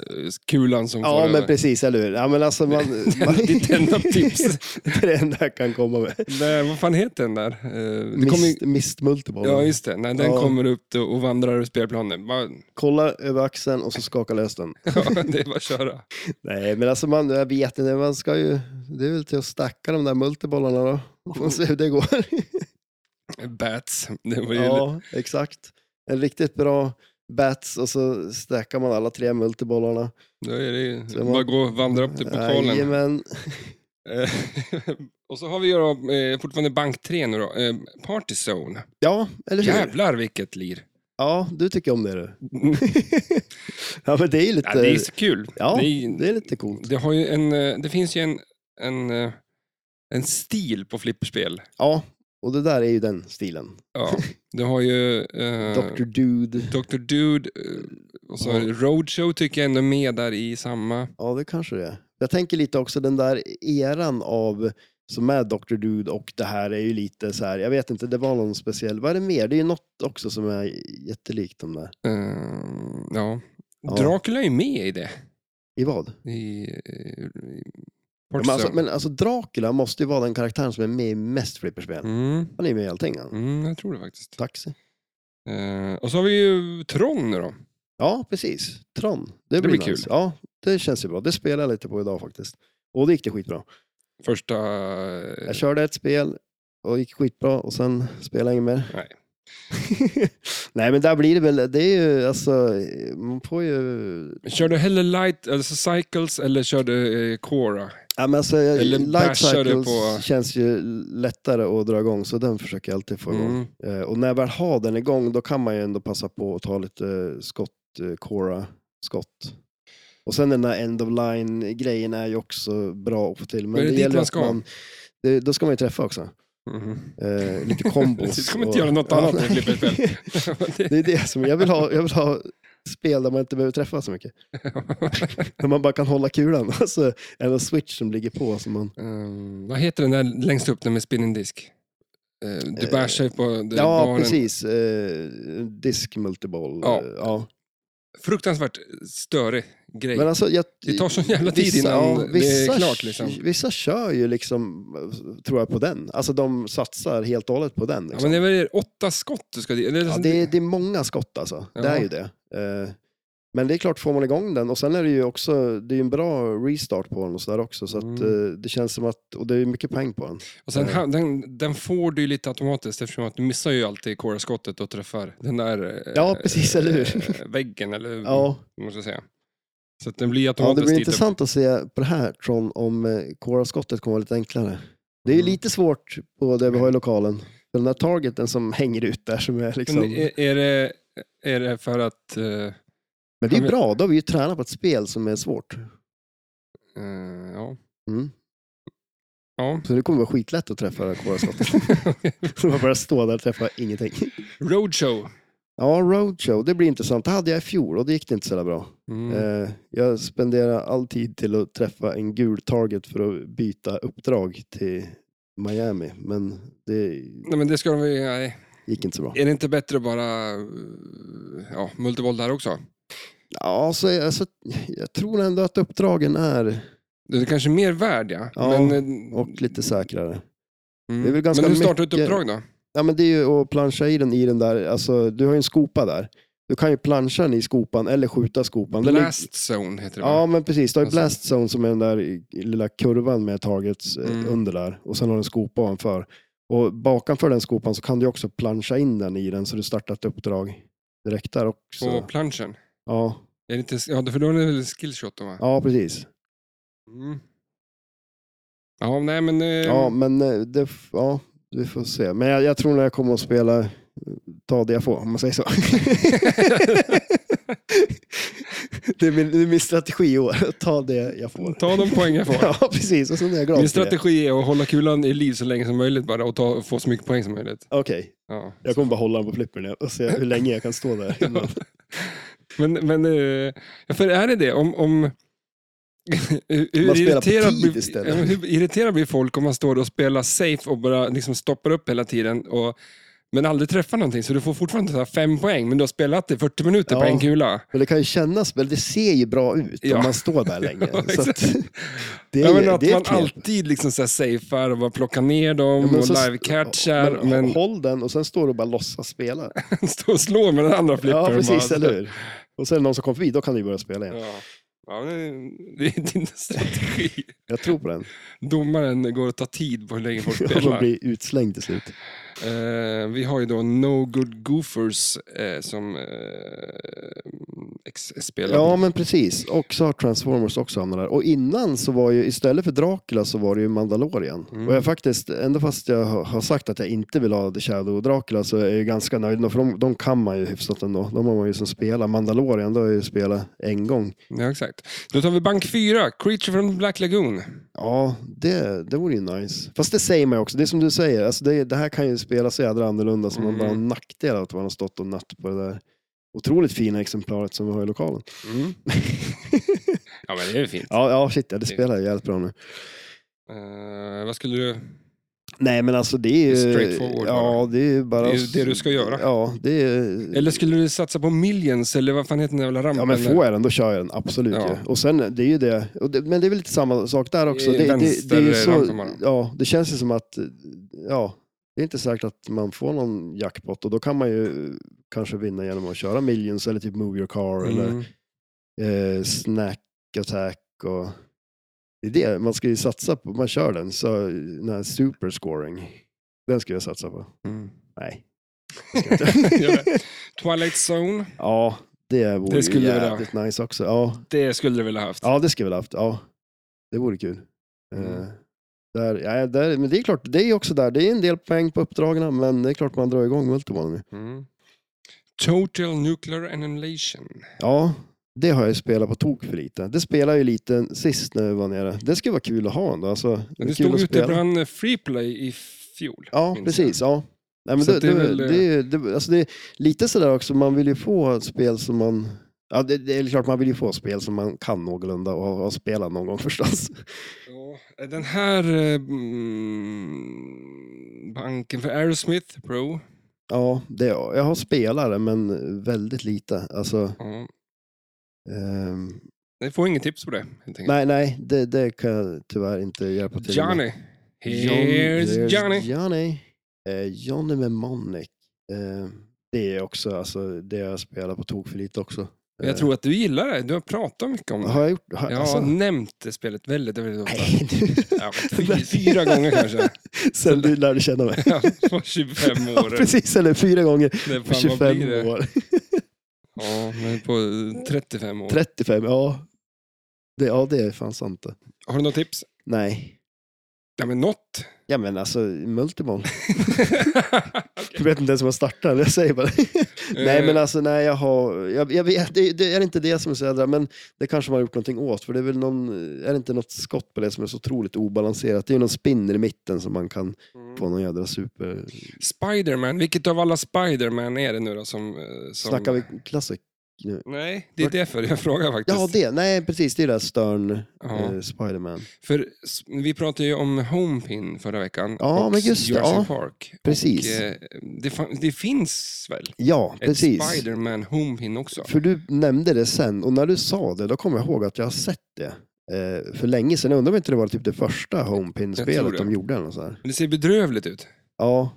Speaker 1: kulan som
Speaker 2: Ja,
Speaker 1: går
Speaker 2: men
Speaker 1: över.
Speaker 2: precis, eller hur? Ja, men alltså, man, man,
Speaker 1: Ditt enda tips.
Speaker 2: det är det enda jag kan komma med.
Speaker 1: Nej, vad fan heter den där? Eh, det
Speaker 2: Mist,
Speaker 1: kommer ju-
Speaker 2: mist multibollen.
Speaker 1: ja, just det. När den
Speaker 2: Ja.
Speaker 1: kommer upp då och vandrar över spelplanen. Bara,
Speaker 2: Kolla över axeln och så skaka lös den.
Speaker 1: ja, det är bara att köra.
Speaker 2: Nej, men alltså man, jag vet inte, man ska ju, det är väl till att stacka de där multibollarna då. Man får se hur det går.
Speaker 1: Bats. Det var ju
Speaker 2: ja, exakt. En riktigt bra bats och så stackar man alla tre multibollarna.
Speaker 1: Då är det ju
Speaker 2: Så man-
Speaker 1: bara gå och vandra upp till pokalen.
Speaker 2: Jajamän.
Speaker 1: Eh, och så har vi ju då, eh, fortfarande bank 3 nu då. Eh, Partyzone.
Speaker 2: Ja, eller hur?
Speaker 1: Jävlar vilket lir.
Speaker 2: Ja, du tycker om det du. ja, men det är ju lite,
Speaker 1: Ja, det är så kul.
Speaker 2: Ja,
Speaker 1: det, är,
Speaker 2: det är lite coolt.
Speaker 1: det, har ju en, eh, det finns ju en, en, eh, en stil på flipperspel.
Speaker 2: Ja, och det där är ju den stilen.
Speaker 1: Ja, du har ju eh,
Speaker 2: Dr. Dude.
Speaker 1: Dr. Dude eh, och så har du Roadshow tycker jag ändå är med där i samma.
Speaker 2: Ja, det kanske det är. Jag tänker lite också den där eran av som är Dr. Dude och det här är ju lite så här, jag vet inte, det var någon speciell, vad är det mer? Det är ju något också som är jättelikt de där.
Speaker 1: Eh, ja.
Speaker 2: Ja.
Speaker 1: Dracula är ju med i det.
Speaker 2: I vad?
Speaker 1: I, eh, i
Speaker 2: Ja, Men alltså, men alltså Dracula måste ju vara den karaktären som är med i mest flipperspel.
Speaker 1: mm,
Speaker 2: Han är ju med i allting. Han.
Speaker 1: mm, jag tror det faktiskt.
Speaker 2: Taxi.
Speaker 1: Eh, och så har vi ju Tron nu då.
Speaker 2: Ja, precis. Tron. Det,
Speaker 1: blir
Speaker 2: blir
Speaker 1: kul.
Speaker 2: nice. Ja, det känns ju bra. Det spelar jag lite på idag faktiskt. Och det gick det skitbra.
Speaker 1: Första... eh,
Speaker 2: Jag körde ett spel och gick skitbra och sen spelade jag inget mer.
Speaker 1: Nej.
Speaker 2: Nej men där blir det väl, det är ju alltså, man får ju...
Speaker 1: Kör du hellre light, alltså cycles eller kör du eh, Cora?
Speaker 2: Ja, men alltså,
Speaker 1: Eller
Speaker 2: light
Speaker 1: bashar du
Speaker 2: cycles
Speaker 1: på-
Speaker 2: känns ju lättare att dra igång så den försöker jag alltid få igång.
Speaker 1: Mm.
Speaker 2: Eh, Och när jag väl har den igång då kan man ju ändå passa på att ta lite skott, eh, Cora, skott. Och sen den där end of line-grejen är ju också bra att få till.
Speaker 1: Men
Speaker 2: Men
Speaker 1: är det
Speaker 2: det
Speaker 1: dit
Speaker 2: gäller
Speaker 1: man
Speaker 2: att
Speaker 1: ska?
Speaker 2: man, det, då ska man ju träffa också.
Speaker 1: Mhm.
Speaker 2: Eh, lite kombos.
Speaker 1: Du kommer inte
Speaker 2: och-
Speaker 1: göra något annat än flipperspel.
Speaker 2: Det är det som, jag vill ha, jag vill ha spel där man inte behöver träffa så mycket. Där man bara kan hålla kulan. Alltså, eller switch som ligger på. Som man,
Speaker 1: Ehm, vad heter den där längst upp, den med spinning disk? Eh, du
Speaker 2: Eh,
Speaker 1: bärsar ju på den
Speaker 2: ja,
Speaker 1: baren.
Speaker 2: precis. Eh, disk multiball.
Speaker 1: Ja.
Speaker 2: Eh, ja.
Speaker 1: Fruktansvärt störig grej.
Speaker 2: Men alltså, jag,
Speaker 1: det tar sån jävla tid innan det är klart, liksom.
Speaker 2: Vissa kör ju liksom, tror jag, på den. Alltså de satsar helt och hållet på den.
Speaker 1: ja,
Speaker 2: Liksom.
Speaker 1: men det är väl åtta skott du ska... Eller,
Speaker 2: Ja, det, är, det är många skott alltså. Det är
Speaker 1: Ja.
Speaker 2: ju det. Eh, Men det är klart, får man igång den och sen är det ju också, det är ju en bra restart på den och sådär också. Så att
Speaker 1: Mm.
Speaker 2: eh, det känns som att, och det är ju mycket poäng på den.
Speaker 1: och sen, han- den, den får du ju lite automatiskt eftersom att du missar ju alltid kårskottet och träffar den där eh,
Speaker 2: Ja, precis, eller hur?
Speaker 1: eh, väggen. Eller,
Speaker 2: Ja,
Speaker 1: måste jag säga. Så att den blir
Speaker 2: ja det
Speaker 1: automatiskt
Speaker 2: blir
Speaker 1: lite-
Speaker 2: intressant att se på det här Tron om Cora-skottet kommer vara lite enklare. Det är ju
Speaker 1: Mm.
Speaker 2: lite svårt på det vi har i lokalen. Den där targeten som hänger ut där som är liksom...
Speaker 1: Men är, är, det, är det för att... eh,
Speaker 2: Men det är
Speaker 1: men-
Speaker 2: ju bra, då har vi ju tränat på ett spel som är svårt.
Speaker 1: eh, ja.
Speaker 2: Mm.
Speaker 1: ja.
Speaker 2: Så det kommer vara skitlätt att träffa Cora-skottet. Så man bara står där och träffar ingenting.
Speaker 1: Roadshow.
Speaker 2: Ja, roadshow, det blir intressant. Det hade jag i fjol och det gick det inte så där bra.
Speaker 1: Mm.
Speaker 2: Eh, Jag spenderade all tid till att träffa en gul target för att byta uppdrag till Miami, men det
Speaker 1: Nej, men det ska de ju... Nej.
Speaker 2: gick inte så bra.
Speaker 1: Är det inte bättre att bara... eh, Ja, multiboll där också?
Speaker 2: Ja, så, jag- alltså, jag tror ändå att uppdragen är
Speaker 1: Det är kanske mer värd, ja.
Speaker 2: Ja,
Speaker 1: men, eh,
Speaker 2: och lite säkrare.
Speaker 1: mm.
Speaker 2: det är väl ganska
Speaker 1: men hur startar du ett
Speaker 2: mycket-
Speaker 1: uppdrag då?
Speaker 2: Ja, men det är ju att plancha i den i den där, alltså, du har ju en skopa där. Du kan ju plancha den i skopan eller skjuta skopan. Den är-
Speaker 1: Blast zone heter det va?
Speaker 2: Ja, men precis. Du har ju
Speaker 1: Alltså-
Speaker 2: Blast Zone som är den där lilla kurvan med targets eh,
Speaker 1: Mm.
Speaker 2: under där. Och sen har du en skopa ovanför. Och bakanför den skopan så kan du också plancha in den i den så du startar ett uppdrag direkt där också.
Speaker 1: På planschen?
Speaker 2: Ja.
Speaker 1: Är det inte, ja, för då är det väl skillshot då va?
Speaker 2: ja, precis.
Speaker 1: Mm. Ja, nej men... eh,
Speaker 2: Ja, men eh, det, f- ja, vi får se. Men jag, jag tror när jag kommer att spela, eh, ta det jag får om man säger så. det, är min, det är min strategi i år, ta det jag får.
Speaker 1: Ta de poäng jag får.
Speaker 2: Ja, precis. Och sen är jag glad
Speaker 1: Min
Speaker 2: för det.
Speaker 1: strategi är att hålla kulan i liv så länge som möjligt bara och ta, få så mycket poäng som möjligt.
Speaker 2: Okej.
Speaker 1: Ja.
Speaker 2: Jag kommer bara hålla den på flippern och se hur länge jag kan stå där. innan.
Speaker 1: Men, men eh, ja, för är det det? Om, om, hur,
Speaker 2: Man spelar på
Speaker 1: irriterad
Speaker 2: tid
Speaker 1: blir,
Speaker 2: istället.
Speaker 1: ja, men hur irriterad blir folk om man står och spelar safe och bara liksom stoppar upp hela tiden och, men aldrig träffar någonting? Så du får fortfarande så här fem poäng, men du har spelat i 40 minuter på
Speaker 2: Ja.
Speaker 1: en kula.
Speaker 2: Men det kan ju kännas, men det ser ju bra ut
Speaker 1: Ja.
Speaker 2: om man står där länge.
Speaker 1: Ja,
Speaker 2: så att,
Speaker 1: exakt.
Speaker 2: det är,
Speaker 1: ja,
Speaker 2: ju-
Speaker 1: men att
Speaker 2: det är
Speaker 1: man
Speaker 2: ett knep.
Speaker 1: alltid liksom så här safear och bara plockar ner dem
Speaker 2: Ja, men
Speaker 1: och
Speaker 2: så-
Speaker 1: live-catchar,
Speaker 2: men,
Speaker 1: men,
Speaker 2: Håll den och sen står du och bara låtsas spela.
Speaker 1: står och slår med den andra flippern.
Speaker 2: Ja,
Speaker 1: bara
Speaker 2: precis,
Speaker 1: så här.
Speaker 2: eller hur? Och sen någon som kommer förbi, då kan du börja spela igen.
Speaker 1: Ja. Ja, men det är din strategi.
Speaker 2: Jag tror på den.
Speaker 1: Domaren går och tar tid på hur länge folk
Speaker 2: Och då
Speaker 1: spelar.
Speaker 2: blir utslängd till slut.
Speaker 1: Eh, vi har ju då No Good Goofers eh, som eh, ex- spelar.
Speaker 2: Ja, men precis. Och så har Transformers också hamnat där. Och innan så var ju, istället för Dracula så var det ju Mandalorian.
Speaker 1: Mm.
Speaker 2: Och jag faktiskt, ändå fast jag har har sagt att jag inte vill ha The Shadow och Dracula så är jag ju ganska nöjd. med- För de, de kan man ju hyfsat ändå. De har man ju som spelar. Mandalorian, då har jag ju spelat en gång.
Speaker 1: ja, exakt. Då tar vi bank 4, Creature from Black Lagoon.
Speaker 2: Ja, det, det vore ju nice. Fast det säger man ju också, det är som du säger, alltså det, det här kan ju spela så jädra annorlunda så man
Speaker 1: Mm.
Speaker 2: bara har en nackdel av att man har stått och natt på det där otroligt fina exemplaret som vi har i lokalen.
Speaker 1: Mm. ja, men det är ju fint.
Speaker 2: Ja, ja shit, ja, det spelar ju jävligt bra nu.
Speaker 1: Eh, vad skulle du...
Speaker 2: Nej men alltså det är ju...
Speaker 1: Det är straightforward bara.
Speaker 2: Ja, det är ju bara...
Speaker 1: Det är ju det du ska göra.
Speaker 2: Ja, det är...
Speaker 1: Eller skulle du satsa på Millions, eller vad fan heter den jävla rampen?
Speaker 2: Ja men
Speaker 1: där?
Speaker 2: får jag den, då kör jag den. Absolut
Speaker 1: Ja.
Speaker 2: ju. Och sen, det är ju det. Och det. Men det är väl lite samma sak där också.
Speaker 1: Det är
Speaker 2: Det, det, det, är ju
Speaker 1: vänsterrampen
Speaker 2: så,
Speaker 1: bara.
Speaker 2: ja, det känns ju som att, ja, det är inte säkert att man får någon jackpot och då kan man ju kanske vinna genom att köra millions eller typ move your car
Speaker 1: Mm.
Speaker 2: eller eh, snack attack och det är det man ska ju satsa på. Man kör den, så den här super scoring, den ska jag satsa på.
Speaker 1: Mm.
Speaker 2: Nej.
Speaker 1: Gör det. Twilight Zone,
Speaker 2: Ja, det vore
Speaker 1: Det skulle
Speaker 2: ju
Speaker 1: jag vilja ha.
Speaker 2: jävligt nice också. Ja,
Speaker 1: det skulle du vilja haft.
Speaker 2: ja det skulle jag vilja haft. Ja, det vore kul.
Speaker 1: Mm.
Speaker 2: Eh, Där, ja, där, men det är klart, det är ju också där. Det är en del poäng på uppdragen, men det är klart man drar igång multiball nu.
Speaker 1: Mm. Total Nuclear Annihilation.
Speaker 2: Ja, det har jag ju spelat på tok för lite. Det spelade jag ju lite sist när vi var nere. Det skulle vara kul att ha ändå. Alltså, det är
Speaker 1: Det
Speaker 2: kul
Speaker 1: stod
Speaker 2: att
Speaker 1: ute
Speaker 2: spela.
Speaker 1: bland eh, Freeplay i fjol.
Speaker 2: Ja,
Speaker 1: minns
Speaker 2: precis. Ja. Nej, men
Speaker 1: Så
Speaker 2: det,
Speaker 1: det är
Speaker 2: det,
Speaker 1: väl, eh,
Speaker 2: det, är- det, alltså det är lite sådär också, man vill ju få spel som man... Ja, det, det är klart man vill ju få spel som man kan någorlunda och har har spelat någon gång förstås.
Speaker 1: Ja, den här eh, mm, banken för Aerosmith Pro.
Speaker 2: Ja, det, jag har spelare men väldigt lite. Alltså,
Speaker 1: Ja.
Speaker 2: ehm,
Speaker 1: Jag får inget tips på det. Helt enkelt.
Speaker 2: Nej, nej, det, det kan jag tyvärr inte göra på tiden.
Speaker 1: Johnny. Here's Johnny.
Speaker 2: Johnny. Eh, Johnny med Monic. Eh, det är också, alltså, det jag spelar på tok för lite också. Eh,
Speaker 1: Jag tror att du gillar det. Du har pratat mycket om det.
Speaker 2: Har jag gjort har,
Speaker 1: Jag
Speaker 2: alltså,
Speaker 1: har nämnt det spelet väldigt, väldigt ofta.
Speaker 2: Nej, du,
Speaker 1: Ja, fyra, fyra gånger kanske.
Speaker 2: sen du lärde känna mig.
Speaker 1: Ja, på 25
Speaker 2: Ja,
Speaker 1: år.
Speaker 2: precis, eller fyra gånger
Speaker 1: Det är
Speaker 2: på
Speaker 1: fan, vad
Speaker 2: 25
Speaker 1: blir det?
Speaker 2: år.
Speaker 1: Ja, men på 35 år.
Speaker 2: 35, ja. Det, ja, det är fan sant det.
Speaker 1: Har du något tips?
Speaker 2: Nej.
Speaker 1: Ja, men något.
Speaker 2: Ja men alltså, multiball. Jag vet inte ens om jag startar, men jag säger bara Nej
Speaker 1: Eh,
Speaker 2: men alltså, nej jag har, jag, jag vet, det, det är inte det som är så jädra, men det kanske man har gjort någonting åt, för det är väl någon, är det inte något skott på det som är så otroligt obalanserat? Det är ju någon spinner i mitten som man kan få någon jädra super...
Speaker 1: Spiderman, vilket av alla Spiderman är det nu då som... eh, som...
Speaker 2: Snackar vi klassik?
Speaker 1: Nej, det är därför jag frågar faktiskt.
Speaker 2: Ja det, nej precis, det är det där Stern,
Speaker 1: Ja.
Speaker 2: eh, Spiderman.
Speaker 1: För s- vi pratade ju om Homepin förra veckan.
Speaker 2: Ja,
Speaker 1: och
Speaker 2: men just det,
Speaker 1: Jurassic
Speaker 2: ja.
Speaker 1: Park.
Speaker 2: Precis.
Speaker 1: Och, eh, det, fan- det finns väl
Speaker 2: Ja,
Speaker 1: ett
Speaker 2: precis.
Speaker 1: Spiderman Homepin också?
Speaker 2: För du nämnde det sen, och när du sa det, då kommer jag ihåg att jag har sett det. eh, För länge sedan, jag undrar om inte det var typ det första
Speaker 1: Jag tror
Speaker 2: Homepin-spelet
Speaker 1: det.
Speaker 2: de gjorde. Eller något så här.
Speaker 1: Men det ser bedrövligt ut.
Speaker 2: Ja,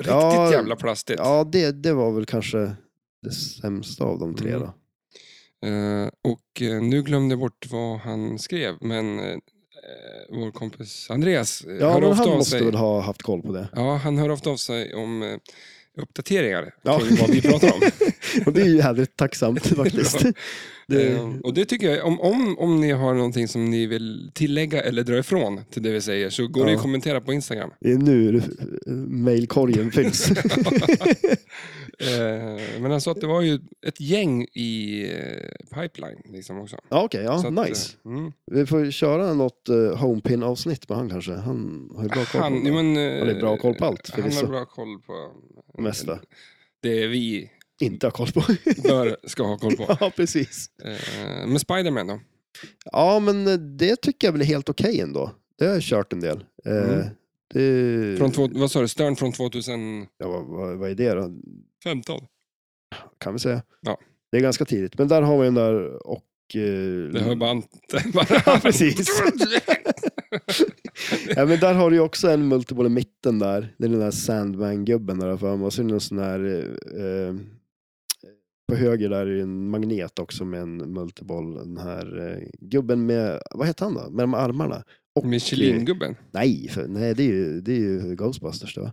Speaker 1: Riktigt
Speaker 2: Ja,
Speaker 1: jävla plastigt.
Speaker 2: Ja, det, det var väl kanske det sämsta av de tre
Speaker 1: Mm.
Speaker 2: då.
Speaker 1: Eh, och eh, nu glömde jag bort vad han skrev, men eh, vår kompis Andreas eh,
Speaker 2: Ja,
Speaker 1: hör
Speaker 2: men
Speaker 1: ofta
Speaker 2: han
Speaker 1: av
Speaker 2: måste
Speaker 1: sig.
Speaker 2: väl ha haft koll på det.
Speaker 1: Ja, han hör ofta av sig om eh, uppdateringar
Speaker 2: Ja.
Speaker 1: kring vad vi pratar om.
Speaker 2: Och det är ju jävligt tacksamt faktiskt. Det,
Speaker 1: Eh, och det tycker jag, om, om, om ni har någonting som ni vill tillägga eller dra ifrån till det vi säger så går det ju
Speaker 2: Ja.
Speaker 1: att kommentera på Instagram.
Speaker 2: det är nu det- mailkorgen fylls.
Speaker 1: Eh, men han sa att det var ju ett gäng i eh, pipeline liksom också.
Speaker 2: ja, okej.
Speaker 1: Så
Speaker 2: ja,
Speaker 1: att,
Speaker 2: nice.
Speaker 1: eh, mm.
Speaker 2: Vi får köra något eh, Homepin-avsnitt med han kanske. Han har ju bra koll på
Speaker 1: Han,
Speaker 2: det.
Speaker 1: jo, men, eh,
Speaker 2: Han har ju bra koll på allt
Speaker 1: Han har
Speaker 2: förvisso.
Speaker 1: bra koll på
Speaker 2: Det mesta.
Speaker 1: det vi
Speaker 2: Inte har koll på.
Speaker 1: bör ska ha koll på.
Speaker 2: ja, precis.
Speaker 1: Eh, Men Spiderman då?
Speaker 2: Ja, men eh, det tycker jag väl är helt okej ändå. Det har jag kört en del. Eh,
Speaker 1: Mm.
Speaker 2: det,
Speaker 1: Från två, vad sa du, Stern från 2015?
Speaker 2: ja, vad, vad, vad är det då? kan vi säga.
Speaker 1: Ja.
Speaker 2: Det är ganska tidigt, men där har vi den där och... eh,
Speaker 1: Det hör bara inte.
Speaker 2: Ja, precis. ja, men där har du ju också en multiple i mitten där. Det är den där Sandman-gubben där för mig. Och så är det någon sån där... eh, eh, på höger där är ju en magnet också med en multiboll. Den här eh, gubben med, vad heter han då? Med de armarna? Och,
Speaker 1: Michelin-gubben.
Speaker 2: Nej, för, nej det, är ju, det är ju Ghostbusters det va?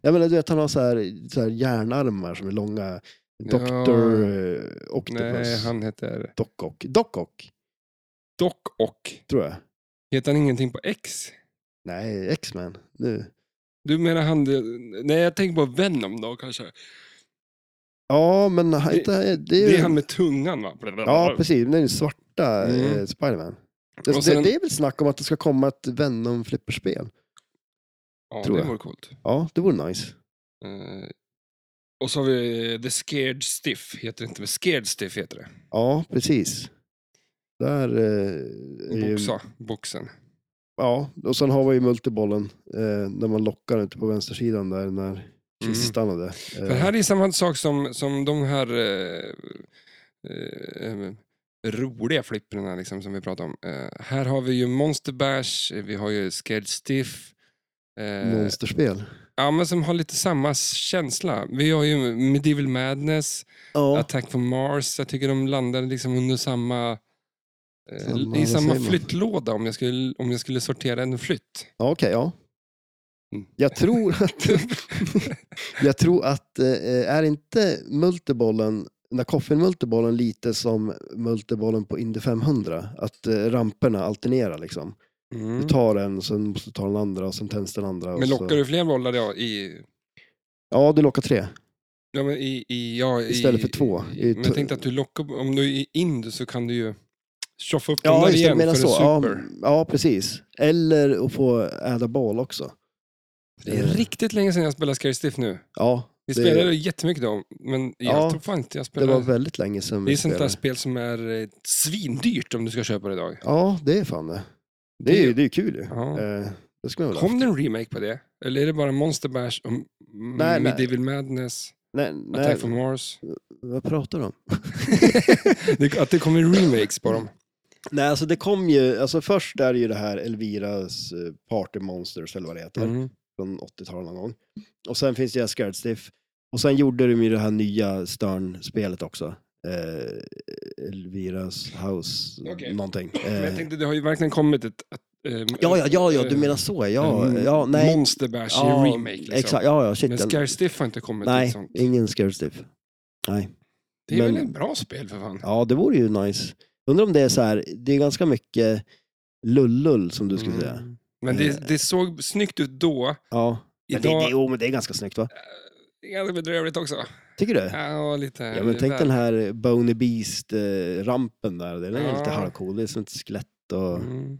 Speaker 2: Jag menar du vet han har så här, så här järnarmar som är långa.
Speaker 1: Ja.
Speaker 2: Dr. eh, Octopus.
Speaker 1: Nej, han heter
Speaker 2: Dockock. Dockock,
Speaker 1: Doc och.
Speaker 2: tror jag.
Speaker 1: Heter han ingenting på X?
Speaker 2: Nej, X-Men. Nu.
Speaker 1: Du menar han... eh, Nej, jag tänker på Venom då kanske.
Speaker 2: Ja, men han,
Speaker 1: Det-
Speaker 2: inte, det, är ju...
Speaker 1: Det är han med tungan va?
Speaker 2: Ja, precis. Det är den svarta
Speaker 1: Mm.
Speaker 2: eh, Spiderman. Det,
Speaker 1: Och sen-
Speaker 2: det, det är väl snack om att det ska komma ett Venom-flipperspel.
Speaker 1: Ja,
Speaker 2: tror
Speaker 1: det
Speaker 2: jag.
Speaker 1: vore coolt.
Speaker 2: Ja, det vore nice.
Speaker 1: Eh, Och så har vi eh, The Scared Stiff. Heter det inte, men Scared Stiff heter det.
Speaker 2: Ja, precis. Där... Eh, är ju-
Speaker 1: Boxa, boxen.
Speaker 2: ja, och sen har vi ju multibollen. Eh, när man lockar ute på vänstersidan där, när kistan och Mm, det.
Speaker 1: Det
Speaker 2: Eh,
Speaker 1: Mm. här är samma sak som, som de här eh, eh, roliga flipprarna liksom, som vi pratade om. Eh, här har vi ju Monster Bash, eh, vi har ju Scared Stiff. Eh,
Speaker 2: monsterspel.
Speaker 1: ja, men som har lite samma känsla. Vi har ju Medieval Madness,
Speaker 2: Ja,
Speaker 1: Attack from Mars. Jag tycker de landar liksom under samma, eh,
Speaker 2: Samma-
Speaker 1: i
Speaker 2: vad
Speaker 1: samma
Speaker 2: säger man?
Speaker 1: flyttlåda om jag, skulle, om jag skulle sortera en flytt.
Speaker 2: ja okej, ja.
Speaker 1: Mm.
Speaker 2: Jag tror att... Jag tror att, eh, är inte multibollen, den där koffeinmultibollen lite som multibollen på Indy 500? Att eh, ramperna alternerar liksom.
Speaker 1: Mm.
Speaker 2: Du tar alltså- en, sen måste du ta den andra och sen tänds den andra. och
Speaker 1: Men
Speaker 2: så...
Speaker 1: lockar du fler bollar då i
Speaker 2: Ja, du lockar tre.
Speaker 1: Ja, men i, i, ja, i,
Speaker 2: Istället för två.
Speaker 1: I,
Speaker 2: I
Speaker 1: men
Speaker 2: to-
Speaker 1: jag tänkte att du lockar, om du är in så kan du ju tjoffa upp den
Speaker 2: Ja,
Speaker 1: där
Speaker 2: just det,
Speaker 1: igen för
Speaker 2: menar
Speaker 1: en
Speaker 2: så. Ja,
Speaker 1: super.
Speaker 2: ja, precis. Eller att få äda bal också.
Speaker 1: Det är riktigt länge sedan jag spelade Scary Stiff nu.
Speaker 2: Ja,
Speaker 1: Vi
Speaker 2: Det-
Speaker 1: spelade jättemycket då, men jag
Speaker 2: Ja,
Speaker 1: tror fan inte jag
Speaker 2: det var
Speaker 1: spelade. Det,
Speaker 2: väldigt länge sedan
Speaker 1: är
Speaker 2: vi
Speaker 1: ett sånt där
Speaker 2: spelade.
Speaker 1: spel som är eh, svindyrt om du ska köpa det idag.
Speaker 2: Ja, det är fan det. Det är ju det är kul ju.
Speaker 1: Ja.
Speaker 2: Eh, det ska man väl ha.
Speaker 1: Kom det en remake på det? Eller är det bara Monster Bash och
Speaker 2: nej.
Speaker 1: nej, Medieval Madness,
Speaker 2: Nej,
Speaker 1: Attack
Speaker 2: nej,
Speaker 1: from Mars?
Speaker 2: vad pratar du om?
Speaker 1: Det, att det kommer remakes på dem.
Speaker 2: Nej, alltså det kom ju, alltså först är det ju det här Elviras eh, Party Monsters eller vad det heter,
Speaker 1: Mm.
Speaker 2: från 80-talet någon gång. Och sen finns det ju Scared Stiff. Och sen gjorde de ju det här nya Stern-spelet också. Eh, Elviras House,
Speaker 1: Okej.
Speaker 2: någonting.
Speaker 1: Men jag
Speaker 2: Eh,
Speaker 1: tänkte, det har ju verkligen kommit ett... ett, eh,
Speaker 2: ja, ja, ja, ja, du
Speaker 1: eh,
Speaker 2: menar så, ja.
Speaker 1: Mm.
Speaker 2: ja nej.
Speaker 1: Monster Bash i
Speaker 2: ja,
Speaker 1: remake. Liksom.
Speaker 2: Exakt, ja, ja, shit.
Speaker 1: Men
Speaker 2: den-
Speaker 1: Scare Stiff har inte kommit ett
Speaker 2: nej,
Speaker 1: sånt.
Speaker 2: ingen Scared Stiff. Nej.
Speaker 1: Det är väl
Speaker 2: men-
Speaker 1: ett bra spel för fan.
Speaker 2: Ja, det vore ju nice. Undrar om det är så här, det är ganska mycket lullull som du skulle
Speaker 1: Mm.
Speaker 2: säga.
Speaker 1: Men
Speaker 2: Eh.
Speaker 1: det, det såg snyggt ut då.
Speaker 2: Ja. Men det,
Speaker 1: Idag
Speaker 2: det, jo, men det är ganska snyggt va?
Speaker 1: det är ganska bedrövligt också.
Speaker 2: Tycker du?
Speaker 1: Ja, lite.
Speaker 2: Ja, men tänk den här eh, Bony Beast-rampen där. Den är
Speaker 1: Ja.
Speaker 2: lite halvcool. Det är som ett skelett och...
Speaker 1: Mm.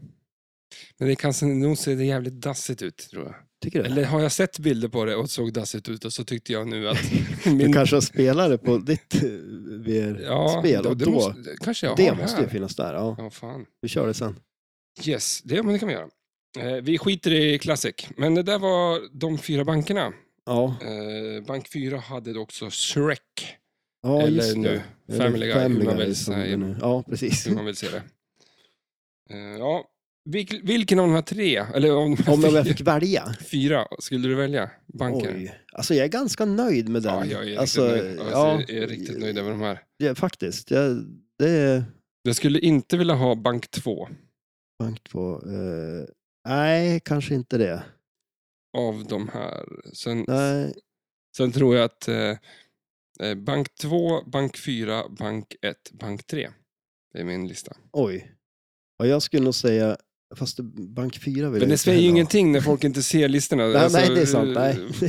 Speaker 1: Men det kan se- nog se det jävligt dassigt ut, tror jag.
Speaker 2: Tycker du?
Speaker 1: Eller har jag sett bilder på det och såg dassigt ut och så tyckte jag nu att...
Speaker 2: Du
Speaker 1: min-
Speaker 2: kanske har spelare på ditt eh, VR-spel?
Speaker 1: ja,
Speaker 2: och
Speaker 1: det
Speaker 2: då,
Speaker 1: måste, det kanske jag
Speaker 2: det
Speaker 1: har
Speaker 2: måste
Speaker 1: här.
Speaker 2: ju finnas där. Ja,
Speaker 1: Ja, fan.
Speaker 2: vi kör det sen.
Speaker 1: Yes, det, men det kan vi göra. Eh, vi skiter i Classic, men det där var de fyra bankerna.
Speaker 2: Ja,
Speaker 1: Eh, bank 4 hade då också Shrek,
Speaker 2: ja
Speaker 1: Eller
Speaker 2: just det.
Speaker 1: nu, Family Guy, hur man vill
Speaker 2: som
Speaker 1: säga.
Speaker 2: det nu- Ja, precis.
Speaker 1: hur man vill se det. Eh, ja, vilk, vilken av de här tre, eller om de här
Speaker 2: Om jag
Speaker 1: fyra,
Speaker 2: fick välja.
Speaker 1: skulle du välja banken?
Speaker 2: Oj. Alltså jag är ganska nöjd med den.
Speaker 1: Ja, jag är,
Speaker 2: alltså,
Speaker 1: riktigt, nöjd.
Speaker 2: ja,
Speaker 1: Alltså, jag är riktigt nöjd över de här.
Speaker 2: Ja, faktiskt. Jag, det är
Speaker 1: Jag skulle inte vilja ha bank 2
Speaker 2: bank på. eh, nej, kanske inte det.
Speaker 1: av de här. Sen,
Speaker 2: Nej,
Speaker 1: sen tror jag att eh, eh, bank 2, bank 4, bank 1, bank 3. Det är min lista.
Speaker 2: oj. Ja, jag skulle nog säga, fast bank 4 vill
Speaker 1: Men
Speaker 2: jag
Speaker 1: det
Speaker 2: inte
Speaker 1: säger ju
Speaker 2: heller ha.
Speaker 1: ingenting när folk inte ser listorna.
Speaker 2: Nej,
Speaker 1: Alltså,
Speaker 2: nej, det är sant. Nej.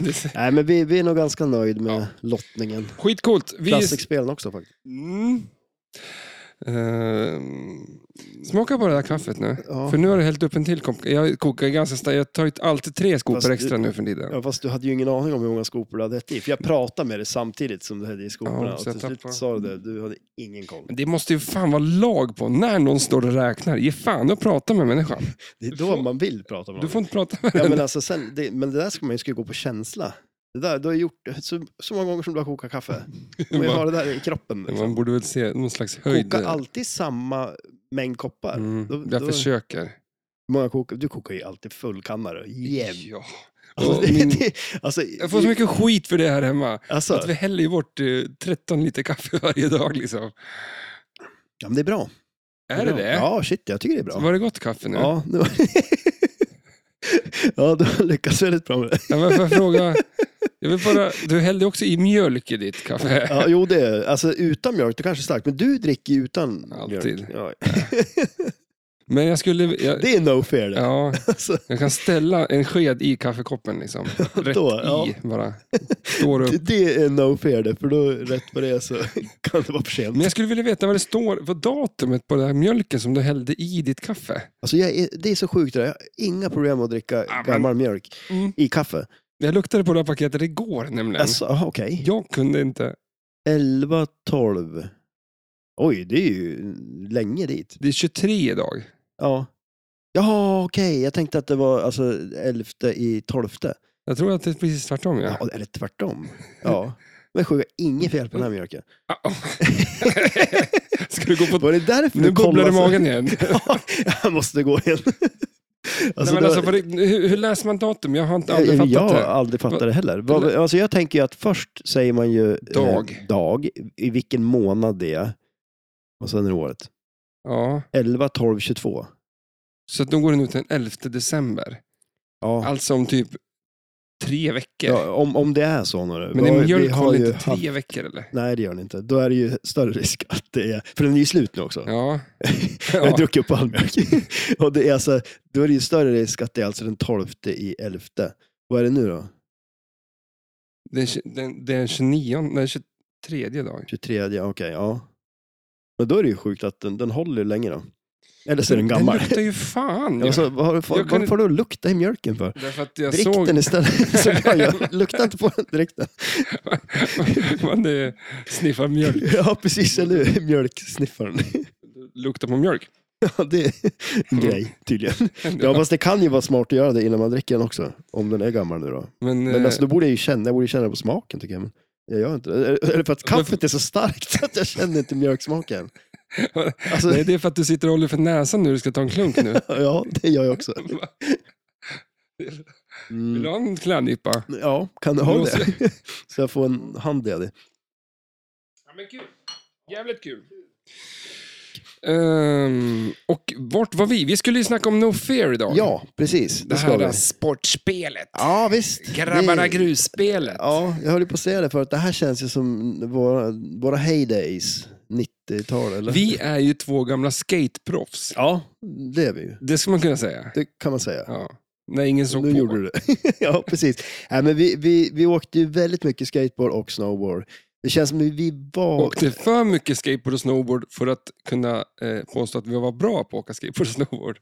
Speaker 1: det är-
Speaker 2: nej, men vi, vi är nog ganska nöjd med
Speaker 1: Ja.
Speaker 2: lottningen.
Speaker 1: Skitcoolt. Vi...
Speaker 2: Klassikspelen också faktiskt.
Speaker 1: Mm. Ehm, smaka på det där kaffet nu.
Speaker 2: Ja.
Speaker 1: För nu har du hällt upp en till kopp. Jag kokar ganska starkt. Jag tar ut alltid tre skopor
Speaker 2: Fast-
Speaker 1: extra nu för tiden.
Speaker 2: Ja, fast du hade ju ingen aning om hur många skopor du hade ätit i, för jag pratade med dig samtidigt som du hade i skoporna.
Speaker 1: Ja,
Speaker 2: och
Speaker 1: så jag
Speaker 2: till slut
Speaker 1: tappar.
Speaker 2: sa du det, du hade ingen koll.
Speaker 1: Men det måste ju fan vara lag på när någon står och räknar. Ge fan och prata med människan.
Speaker 2: Det är då
Speaker 1: Du får-
Speaker 2: man vill prata med
Speaker 1: Du
Speaker 2: någon.
Speaker 1: får inte prata med
Speaker 2: Ja, men, alltså, sen, det, men det där ska man ju ska ju gå på känsla. Det där, du har gjort det så, så många gånger som du har kokat kaffe. Man vill ha det där i kroppen. liksom.
Speaker 1: Man borde väl se någon slags höjd.
Speaker 2: Koka alltid samma mängd koppar.
Speaker 1: Mm,
Speaker 2: Då-
Speaker 1: jag
Speaker 2: då-
Speaker 1: försöker.
Speaker 2: Hur Många kokar, du kokar ju alltid fullkammare. Jämt.
Speaker 1: Ja.
Speaker 2: Alltså,
Speaker 1: Och
Speaker 2: det-
Speaker 1: min,
Speaker 2: det- alltså,
Speaker 1: jag får så mycket skit för det här hemma.
Speaker 2: alltså,
Speaker 1: Att vi häller ju bort eh, 13 liter kaffe varje dag liksom.
Speaker 2: ja, men det är bra.
Speaker 1: Är det
Speaker 2: bra.
Speaker 1: det?
Speaker 2: Ja, shit, jag tycker det är bra.
Speaker 1: Så var det gott kaffe nu?
Speaker 2: Ja, nu... ja, du har lyckats väldigt bra med det.
Speaker 1: Ja, men får jag fråga? Jag vill bara, du hällde också i mjölk i ditt kaffe.
Speaker 2: Ja, jo, det är Alltså utan mjölk, det kanske är starkt, men du dricker ju utan
Speaker 1: Alltid.
Speaker 2: mjölk. Ja.
Speaker 1: Men jag skulle... Jag,
Speaker 2: Det är no fair det.
Speaker 1: ja,
Speaker 2: Alltså,
Speaker 1: jag kan ställa en sked i kaffekoppen liksom. Rätt
Speaker 2: Då, ja.
Speaker 1: i bara. Står upp.
Speaker 2: det, det är no fair det, för då rätt på det är så kan det vara för sent.
Speaker 1: Men jag skulle vilja veta vad det står, vad datumet på den här mjölken som du hällde i ditt kaffe.
Speaker 2: Alltså, jag är, det är så sjukt det där. Jag har inga problem att dricka
Speaker 1: Ja, men-
Speaker 2: gammal mjölk
Speaker 1: Mm.
Speaker 2: i kaffe.
Speaker 1: Jag luktade på det här paketet igår nämligen.
Speaker 2: Alltså, aha, okej.
Speaker 1: Jag kunde inte.
Speaker 2: 11, 12. Oj, det är ju länge dit.
Speaker 1: Det är 23 idag.
Speaker 2: Ja. Ja, okej. Jag tänkte att det var alltså 11 i 12.
Speaker 1: Jag tror att det är precis tvärtom. Ja.
Speaker 2: Ja, eller tvärtom. Ja. Men sjuka, inget fel på den här mjölken.
Speaker 1: Ah, oh. Ska du gå på...
Speaker 2: Var det därför
Speaker 1: Mm. Nu
Speaker 2: du
Speaker 1: bubblar det
Speaker 2: kollade?
Speaker 1: i magen igen.
Speaker 2: Ja, jag måste gå igen.
Speaker 1: Nej,
Speaker 2: Alltså,
Speaker 1: men
Speaker 2: det
Speaker 1: alltså,
Speaker 2: var-
Speaker 1: vad det, hur, hur läser man datum? Jag har inte aldrig
Speaker 2: jag
Speaker 1: fattat
Speaker 2: jag har
Speaker 1: det.
Speaker 2: Eh, aldrig fattat det heller. Vad- Alltså jag tänker ju att först säger man ju eh,
Speaker 1: Dag.
Speaker 2: dag i vilken månad det är. Och sen är det året.
Speaker 1: Ja.
Speaker 2: 11, 12, 22.
Speaker 1: Så att då går den ut den 11 december.
Speaker 2: Ja.
Speaker 1: Alltså om typ tre veckor.
Speaker 2: Ja, om, om det är så nu.
Speaker 1: Men
Speaker 2: Vad-
Speaker 1: är
Speaker 2: vi
Speaker 1: mjölk
Speaker 2: har
Speaker 1: håller
Speaker 2: ju
Speaker 1: inte tre
Speaker 2: haft-
Speaker 1: veckor eller?
Speaker 2: Nej, det gör den inte. Då är det ju större risk att det är... För den är ju slut nu också.
Speaker 1: Ja.
Speaker 2: Jag har
Speaker 1: ja.
Speaker 2: druckit upp all mjölk. och det är alltså, då är det ju större risk att det är alltså den 12 i 11. Vad är det nu då?
Speaker 1: Den, tj- den, den 29, den 23 dag.
Speaker 2: 23, okej, ja. Men då är det ju sjukt att den, den håller ju länge då. Eller så är den
Speaker 1: Den
Speaker 2: gammal.
Speaker 1: luktar ju fan. Ja.
Speaker 2: Alltså, vad har du, vad,
Speaker 1: Mm, Jag kunde-
Speaker 2: vad får du att lukta i mjölken för?
Speaker 1: Därför att jag
Speaker 2: Drick
Speaker 1: såg...
Speaker 2: den istället. som jag gör. Lukta inte på den, drick den.
Speaker 1: man eh, sniffar mjölk.
Speaker 2: Ja, precis, eller hur? Mjölksniffaren.
Speaker 1: Luktar på mjölk.
Speaker 2: Ja, det är en grej
Speaker 1: Mm.
Speaker 2: tydligen. Ja, fast det kan ju vara smart att göra det innan man dricker den också. Om den är gammal nu då.
Speaker 1: Men,
Speaker 2: Men
Speaker 1: eh,
Speaker 2: alltså, då borde jag ju känna, jag borde ju känna på smaken tycker jag. Men jag gör inte det. Eller för att kaffet är så starkt att jag känner inte mjölksmaken. Alltså,
Speaker 1: Nej, det är för att du sitter och håller för näsan nu du ska ta en klunk nu.
Speaker 2: ja, det gör jag också.
Speaker 1: Va? Vill du
Speaker 2: Mm.
Speaker 1: ha en klädnypa?
Speaker 2: Ja, kan du
Speaker 1: Du
Speaker 2: ha
Speaker 1: måste-
Speaker 2: det? Så jag får en hand i det.
Speaker 1: Ja, men kul. Jävligt kul. Ehm, och vart var vi? Vi skulle ju snacka om No Fear idag.
Speaker 2: Ja, precis.
Speaker 1: det
Speaker 2: Det ska vi.
Speaker 1: här sportspelet.
Speaker 2: Ja, visst.
Speaker 1: Grabbarna
Speaker 2: Det-
Speaker 1: grus-spelet.
Speaker 2: Ja, jag höll ju på att säga det för att det här känns ju som våra, våra heydays, 90-tal eller?
Speaker 1: Vi är ju två gamla skateproffs.
Speaker 2: Ja, det är vi ju.
Speaker 1: Det ska man kunna säga.
Speaker 2: Det kan man säga.
Speaker 1: Ja. När ingen såg
Speaker 2: nu
Speaker 1: på.
Speaker 2: gjorde du det. ja, precis. Nej, men vi, vi, vi åkte ju väldigt mycket skateboard och snowboard. Det känns som att vi var...
Speaker 1: Åkte för mycket skateboard och snowboard för att kunna eh, påstå att vi var bra på att åka skateboard och snowboard.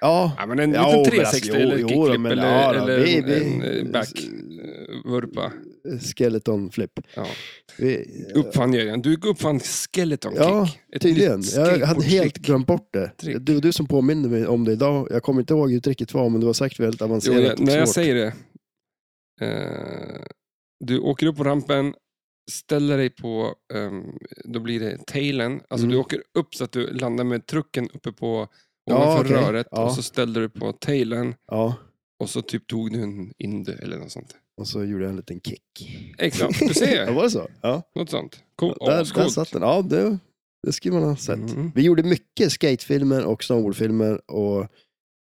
Speaker 2: Ja,
Speaker 1: Ja, men en
Speaker 2: Ja, men
Speaker 1: liten
Speaker 2: alltså,
Speaker 1: 360
Speaker 2: jo,
Speaker 1: eller
Speaker 2: jo
Speaker 1: kickflip
Speaker 2: då, men
Speaker 1: eller,
Speaker 2: ja då,
Speaker 1: eller
Speaker 2: vi-
Speaker 1: en,
Speaker 2: vi-
Speaker 1: en eh, back, eh, vurpa.
Speaker 2: skeleton flip.
Speaker 1: Ja.
Speaker 2: Vi,
Speaker 1: Uppfann jag igen. Du uppfann skeleton kick.
Speaker 2: Eh, ja,
Speaker 1: Ett
Speaker 2: tydligen.
Speaker 1: nytt
Speaker 2: Jag hade helt
Speaker 1: skateboardtrick.
Speaker 2: glömt bort det.
Speaker 1: Trick.
Speaker 2: Det var du som påminde mig om det idag. Jag kommer inte ihåg hur tricket var, men det var säkert väldigt
Speaker 1: Jo,
Speaker 2: avancerat
Speaker 1: jag,
Speaker 2: och
Speaker 1: när jag
Speaker 2: svårt.
Speaker 1: säger det. Eh, du åker upp på rampen, ställer dig på, ehm, då blir det tailen. Alltså
Speaker 2: Mm.
Speaker 1: du åker upp så att du landar med trucken uppe på
Speaker 2: Ja,
Speaker 1: ovanför
Speaker 2: okej.
Speaker 1: röret
Speaker 2: Ja.
Speaker 1: och så ställde du på tailen
Speaker 2: Ja,
Speaker 1: och så typ tog du en indu eller något sånt.
Speaker 2: och så gjorde jag en liten kick.
Speaker 1: Exakt, du
Speaker 2: Ja,
Speaker 1: ser.
Speaker 2: var det så? Ja,
Speaker 1: Något sånt. Cool.
Speaker 2: där, där
Speaker 1: Oh, Ascoolt.
Speaker 2: satt den. Ja, det, det skulle man ha sett.
Speaker 1: Mm.
Speaker 2: Vi gjorde mycket skatefilmer och snowboardfilmer och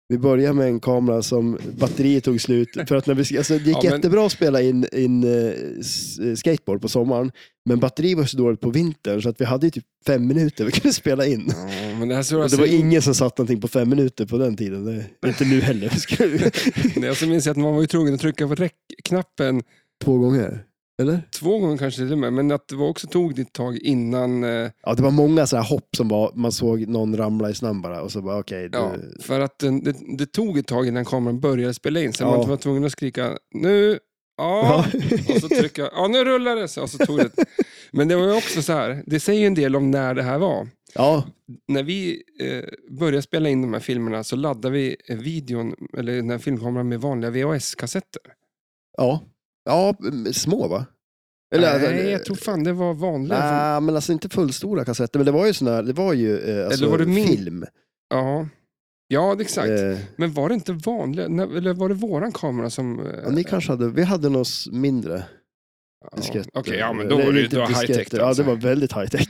Speaker 2: vi började med en kamera som batteriet tog slut. För att när vi, alltså, det gick
Speaker 1: Ja, men-
Speaker 2: jättebra att spela in, in eh, s- eh, skateboard på sommaren, men batteriet var så dåligt på vintern så att vi hade ju typ fem minuter vi kunde spela in.
Speaker 1: Ja, men det här ser
Speaker 2: Och
Speaker 1: jag
Speaker 2: det var
Speaker 1: som-
Speaker 2: ingen som satt någonting på fem minuter på den tiden. Det, inte nu heller. Vi skulle-
Speaker 1: Nej, alltså minns jag att man var ju tvungen att trycka på räckknappen
Speaker 2: Två gånger. Eller?
Speaker 1: två gånger kanske till och med, men att det var också tog ditt tag innan. Eh,
Speaker 2: Ja, det var många så här hopp som var, man såg någon ramla i snön bara och så bara okej.
Speaker 1: ja,
Speaker 2: du-
Speaker 1: för att den, det, det tog ett tag innan kameran började spela in, så
Speaker 2: Ja.
Speaker 1: man var tvungen att skrika nu, ja, och så trycka, ja nu rullar det, så- och så tog det. Men det var ju också så här, det säger ju en del om när det här var.
Speaker 2: ja.
Speaker 1: När vi eh, började spela in de här filmerna så laddade vi eh, videon, eller den här filmkameran med vanliga VHS-kassetter.
Speaker 2: Ja. Ja, m- små va? Eller, alltså,
Speaker 1: Nej, jag tror fan det var vanliga.
Speaker 2: Nej, men alltså inte fullstora kassetter, men det var ju sån här, det var ju eh, alltså,
Speaker 1: Eller var det min-
Speaker 2: film.
Speaker 1: Ja, ja det- exakt.
Speaker 2: Eh,
Speaker 1: Men var det inte vanliga, när- eller var det våran kamera som... eh,
Speaker 2: ja, ni kanske hade, vi hade något s- mindre
Speaker 1: ja,
Speaker 2: diskett. eh,
Speaker 1: Okej, ja men då alltså. var
Speaker 2: Eller
Speaker 1: det,
Speaker 2: inte
Speaker 1: det var high
Speaker 2: disketter.
Speaker 1: tech.
Speaker 2: Ja, det var väldigt high tech.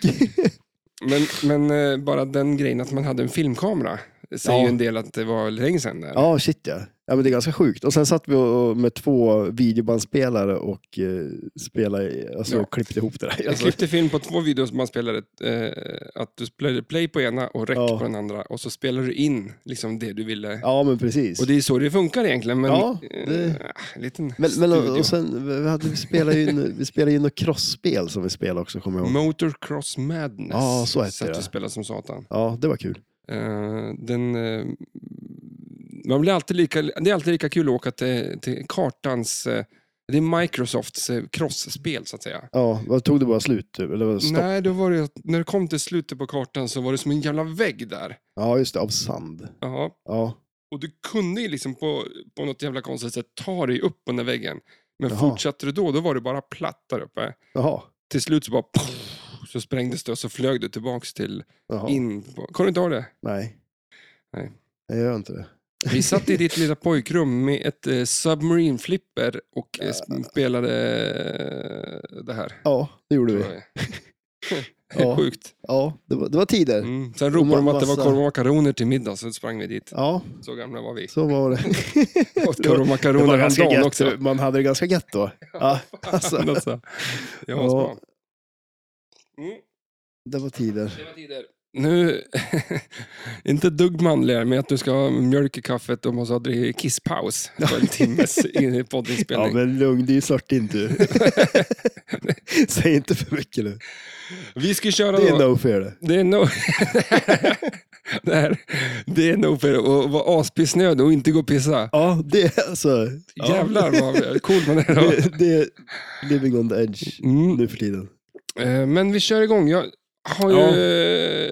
Speaker 1: Men, men eh, bara den grejen att man hade en filmkamera säger
Speaker 2: Ja.
Speaker 1: ju en del att det var länge sedan. Där.
Speaker 2: ja, shit ja. Ja, men det är ganska sjukt. Och sen satt vi och, med två videobandspelare och eh, spelade, i- alltså
Speaker 1: Ja.
Speaker 2: klippte ihop det där.
Speaker 1: Jag
Speaker 2: Alltså,
Speaker 1: klippte film på två videos man spelade, eh, att du spelade play på ena och rec
Speaker 2: Ja.
Speaker 1: på den andra och så spelade du in liksom, det du ville.
Speaker 2: ja, men precis.
Speaker 1: Och det är så det funkar egentligen, men
Speaker 2: Ja,
Speaker 1: eh,
Speaker 2: det-
Speaker 1: en liten
Speaker 2: Men, men och,
Speaker 1: studio.
Speaker 2: och sen, vi, hade, vi spelade ju, en- vi spelade ju något crossspel som vi spelade också, kommer jag ihåg.
Speaker 1: Motocross Madness
Speaker 2: Ja, så hette
Speaker 1: satt
Speaker 2: det.
Speaker 1: du spelade som satan.
Speaker 2: Ja, det var kul.
Speaker 1: Eh, den, eh, man blir alltid lika, det är alltid lika kul att åka till, till kartans... eh, Det är Microsofts eh, crossspel, så att säga.
Speaker 2: Ja, vad tog det bara slut? typ? Eller var det stopp?
Speaker 1: Nej, då var det, att när det kom till slutet på kartan så var det som en jävla vägg där.
Speaker 2: Ja, just det, av sand.
Speaker 1: Ja.
Speaker 2: Ja,
Speaker 1: Och du kunde ju liksom på, på något jävla konstigt sätt ta dig upp på den där väggen. Men
Speaker 2: Jaha.
Speaker 1: fortsatte du då, då var det bara platt där uppe.
Speaker 2: jaha.
Speaker 1: Till slut så bara... Poff, så sprängdes det och så flög du tillbaks till...
Speaker 2: jaha.
Speaker 1: In på, kan du inte ha det?
Speaker 2: Nej.
Speaker 1: Nej.
Speaker 2: Jag gör inte det.
Speaker 1: Vi satt i ditt lilla pojkrum med ett eh, submarine flipper och eh, sp- spelade eh, det här.
Speaker 2: Ja, det gjorde vi.
Speaker 1: tror jag.
Speaker 2: Ja,
Speaker 1: Sjukt.
Speaker 2: ja det, var, det var tider.
Speaker 1: Mm. Sen
Speaker 2: Och
Speaker 1: ropade de att det
Speaker 2: massa-
Speaker 1: var korv och makaroner till middag, så sprang vi dit.
Speaker 2: Ja,
Speaker 1: Så gamla var vi.
Speaker 2: så var det.
Speaker 1: Åt korv och
Speaker 2: Det
Speaker 1: makaroner
Speaker 2: var
Speaker 1: om
Speaker 2: ganska
Speaker 1: dagen
Speaker 2: gött.
Speaker 1: också.
Speaker 2: Man hade det ganska gött då. Ja, alltså,
Speaker 1: Alltså, jag
Speaker 2: Ja.
Speaker 1: var ja. mm,
Speaker 2: det var tider.
Speaker 1: det var tider. Nu, inte ett dugg manligare med att du ska ha mjölk i kaffet och måste ha dri- kisspaus på en timmes in- poddinspelning.
Speaker 2: Ja, men lugn, det är ju snart din tur. Säg inte för mycket nu.
Speaker 1: Vi ska köra
Speaker 2: Det
Speaker 1: då.
Speaker 2: är no fear det.
Speaker 1: Det är nog... det, här, det är nog för att vara aspissnödig och inte gå och pissa.
Speaker 2: Ja, det är alltså... Ja.
Speaker 1: Jävlar vad cool man är då.
Speaker 2: Det, det är living on the edge
Speaker 1: Mm.
Speaker 2: nu för tiden.
Speaker 1: Eh, Men vi kör igång. Jag har ju
Speaker 2: Ja.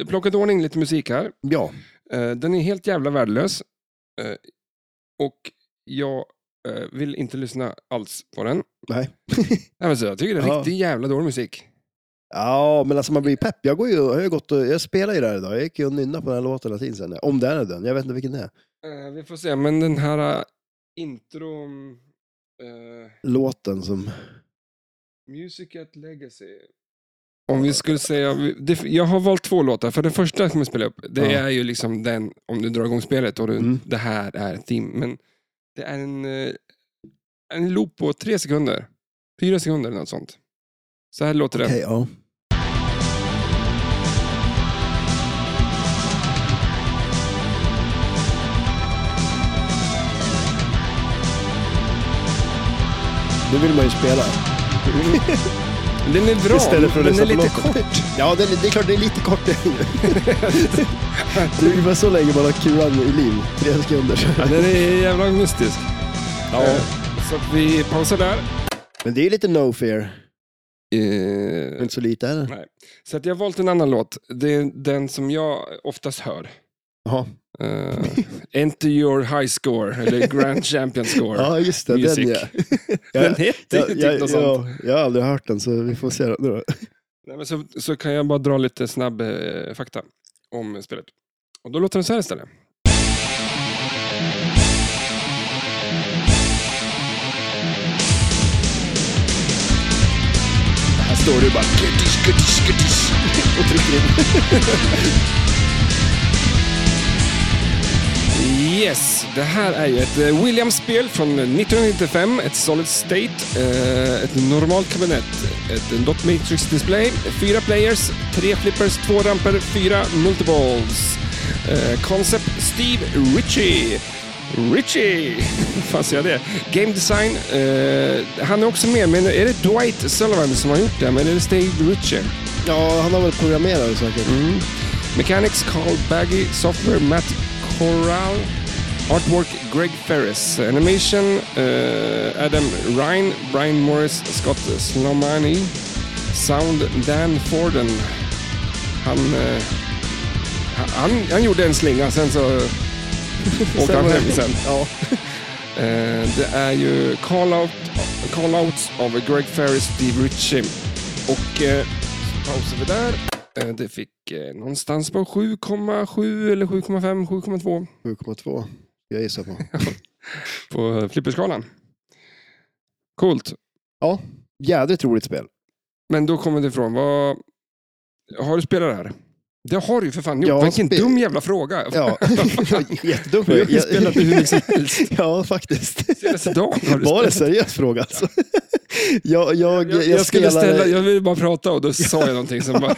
Speaker 1: eh, plockat ordning lite musik här.
Speaker 2: Ja.
Speaker 1: Eh, Den är helt jävla värdelös. Eh, Och jag eh, vill inte lyssna alls på den.
Speaker 2: Nej.
Speaker 1: Nej, men så Jag tycker det är
Speaker 2: Ja.
Speaker 1: riktigt jävla dålig musik.
Speaker 2: Ja, men alltså man blir pepp. Jag, går ju, jag, har ju gått och, jag spelar ju där idag. Jag gick ju och nynnade på den här låten hela tiden sen. Om det är den. Jag vet inte vilken det är.
Speaker 1: Eh, vi får se, men den här eh, intron... eh,
Speaker 2: Låten som...
Speaker 1: Music at Legacy. Om vi skulle säga, det, jag har valt två låtar, för den första som jag spelar upp, det
Speaker 2: Ja.
Speaker 1: är ju liksom den, om du drar igång spelet, och du,
Speaker 2: Mm.
Speaker 1: det här är ett team, men det är en, eh, en loop på tre sekunder, fyra sekunder eller något sånt. Så här låter
Speaker 2: Okej,
Speaker 1: det.
Speaker 2: ja. Nu vill man ju spela.
Speaker 1: Den är bra,
Speaker 2: Istället för att
Speaker 1: men den är
Speaker 2: lyssna på
Speaker 1: lite
Speaker 2: låten.
Speaker 1: kort.
Speaker 2: Ja, det, är- det är klart det är lite kort det är ju. Det är ungefär så länge man har kulan i liv. Tre sekunder.
Speaker 1: Den är jävla mystisk. Eh, Så att vi pausar där.
Speaker 2: Men det är ju lite no fear.
Speaker 1: Eh,
Speaker 2: Inte så lite heller.
Speaker 1: Så att jag har valt en annan låt. Det är den som jag oftast hör.
Speaker 2: Jaha.
Speaker 1: Eh, enter your high score, eller grand champion score.
Speaker 2: Ja, just det.
Speaker 1: Music.
Speaker 2: Den ja.
Speaker 1: Den heter ju
Speaker 2: Jag,
Speaker 1: typ
Speaker 2: jag,
Speaker 1: något sånt.
Speaker 2: jag, jag har aldrig hört den, så vi får se. då. Då.
Speaker 1: Nej, men så, så kan jag bara dra lite snabb eh, fakta om spelet. Och då låter den så här istället.
Speaker 2: Här står du bara "Guttis, guttis, guttis", och trycker in.
Speaker 1: Yes, det här är ju ett eh, Williams-spel från 1995, ett Solid State, eh, ett normalt kabinett, ett dot matrix display, fyra players, tre flippers, två ramper, fyra multiballs. Eh, Concept Steve Ritchie. Ritchie! Fan säger jag det? Game design. Eh, han är också med, men är det Dwight Sullivan som har gjort det? Men är det Steve Ritchie?
Speaker 2: Ja, han har väl programmerat säkert.
Speaker 1: Mm, Mechanics Carl Baggy, Software Matt Corral, Artwork Greg Ferris, Animation eh, Adam Ryan, Brian Morris, Scott Slomani, Sound Dan Forden. Han, eh, han, han gjorde en slinga, sen så åkte han
Speaker 2: var det-
Speaker 1: hem sen.
Speaker 2: Ja.
Speaker 1: Eh, det är ju call-out, call-outs av Greg Ferris, Steve Ritchie. Och eh, så pausar vi där. Eh, det fick eh, någonstans på 7,7 eller 7,5, 7,2
Speaker 2: 7,2. Jag gissar på.
Speaker 1: på eh, flipperskalan. Coolt.
Speaker 2: Ja, jädrigt roligt spel.
Speaker 1: Men då kommer det ifrån, vad... Har du spelat det här? Det har du ju för fan gjort.
Speaker 2: Jag har
Speaker 1: Vilken
Speaker 2: spe-
Speaker 1: dum jävla fråga.
Speaker 2: Ja, jättedumt.
Speaker 1: Jag har spelat det hur mycket som helst.
Speaker 2: Ja, faktiskt.
Speaker 1: Senast idag har du
Speaker 2: Var det
Speaker 1: spelat.
Speaker 2: en seriös fråga alltså? Jag, jag,
Speaker 1: Jag,
Speaker 2: jag,
Speaker 1: jag skulle
Speaker 2: spelade-
Speaker 1: ställa, jag ville bara prata och då sa jag någonting som bara...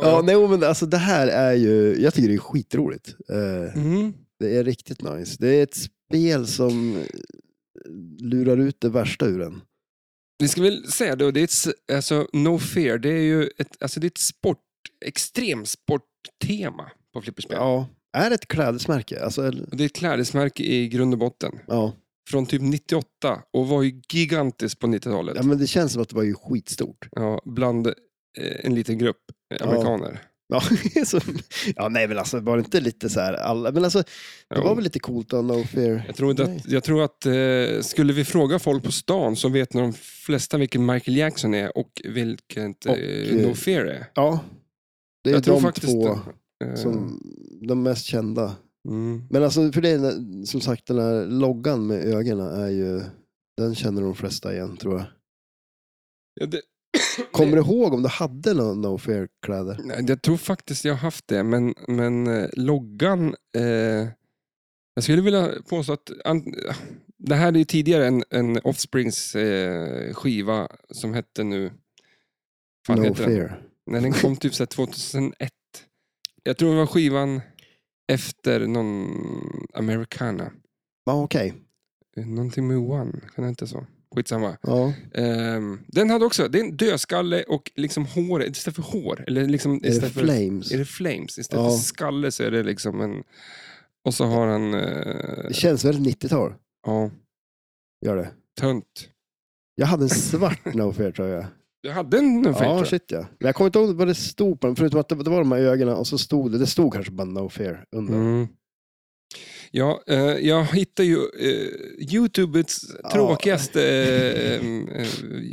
Speaker 2: Ja, nej, men alltså det här är ju, jag tycker det är skitroligt. Eh,
Speaker 1: Mm.
Speaker 2: Det är riktigt nice. Det är ett spel som eh, lurar ut det värsta ur en.
Speaker 1: Vi ska väl säga då, det är ett, s- alltså, No Fear, det är ju ett, alltså, det är ett sport, extremsporttema på flipperspel.
Speaker 2: Ja. Är det ett klädesmärke? Alltså, eller-
Speaker 1: Och Det är ett klädesmärke i grund och botten.
Speaker 2: ja.
Speaker 1: Från typ 98 och var ju gigantiskt på 90-talet.
Speaker 2: ja,
Speaker 1: Ja.
Speaker 2: men det känns som att det var ju skitstort.
Speaker 1: bland eh, en liten grupp eh,
Speaker 2: Ja.
Speaker 1: amerikaner.
Speaker 2: Ja, så, ja nej men alltså var det inte lite så här, alla, men alltså det
Speaker 1: Jo.
Speaker 2: var väl lite coolt av No Fear?
Speaker 1: Jag tror, inte
Speaker 2: Nej.
Speaker 1: att, jag tror att eh, skulle vi fråga folk på stan så vet nog de flesta vilken Michael Jackson är och vilket
Speaker 2: Och,
Speaker 1: eh, No
Speaker 2: eh,
Speaker 1: Fear är.
Speaker 2: Ja. Det är
Speaker 1: Jag tror
Speaker 2: de
Speaker 1: faktiskt
Speaker 2: två
Speaker 1: Eh,
Speaker 2: som, de mest kända.
Speaker 1: mm.
Speaker 2: Men alltså för det är, som sagt den här loggan med ögonen är ju, den känner de flesta igen tror jag.
Speaker 1: ja, det,
Speaker 2: Kommer du ihåg om du hade någon No Fear-kläder?
Speaker 1: Nej, jag tror faktiskt jag har haft det, men, men eh, loggan... Eh, jag skulle vilja påstå att... An, det här är ju tidigare en, en Offsprings eh, skiva som hette nu... Fan
Speaker 2: no
Speaker 1: heter den?
Speaker 2: Fear.
Speaker 1: Nej, den kom typ så här 2001. Jag tror det var skivan efter någon Americana.
Speaker 2: Ja, okej.
Speaker 1: Eh, Någonting med One, kan det inte så? Skitsamma.
Speaker 2: Ja.
Speaker 1: Ehm, den hade också, det är en dödskalle och liksom hår, istället för hår, eller liksom
Speaker 2: Är det
Speaker 1: istället för
Speaker 2: Flames?
Speaker 1: är det Flames? Istället
Speaker 2: Ja.
Speaker 1: för skalle så är det liksom en... Och så har han... Eh,
Speaker 2: Det känns väldigt 90-tal.
Speaker 1: ja,
Speaker 2: Gör det.
Speaker 1: tönt.
Speaker 2: Jag hade en svart No Fear tror jag.
Speaker 1: Du hade en no
Speaker 2: ja,
Speaker 1: fear, tror jag.
Speaker 2: shit ja. Men jag kommer inte ihåg vad det stod på den, förutom att det, det var de här ögonen och så stod det, det stod kanske bara No Fear under.
Speaker 1: Mm. Ja, eh, jag hittar ju eh, Youtubes
Speaker 2: Ja.
Speaker 1: tråkigaste eh, eh,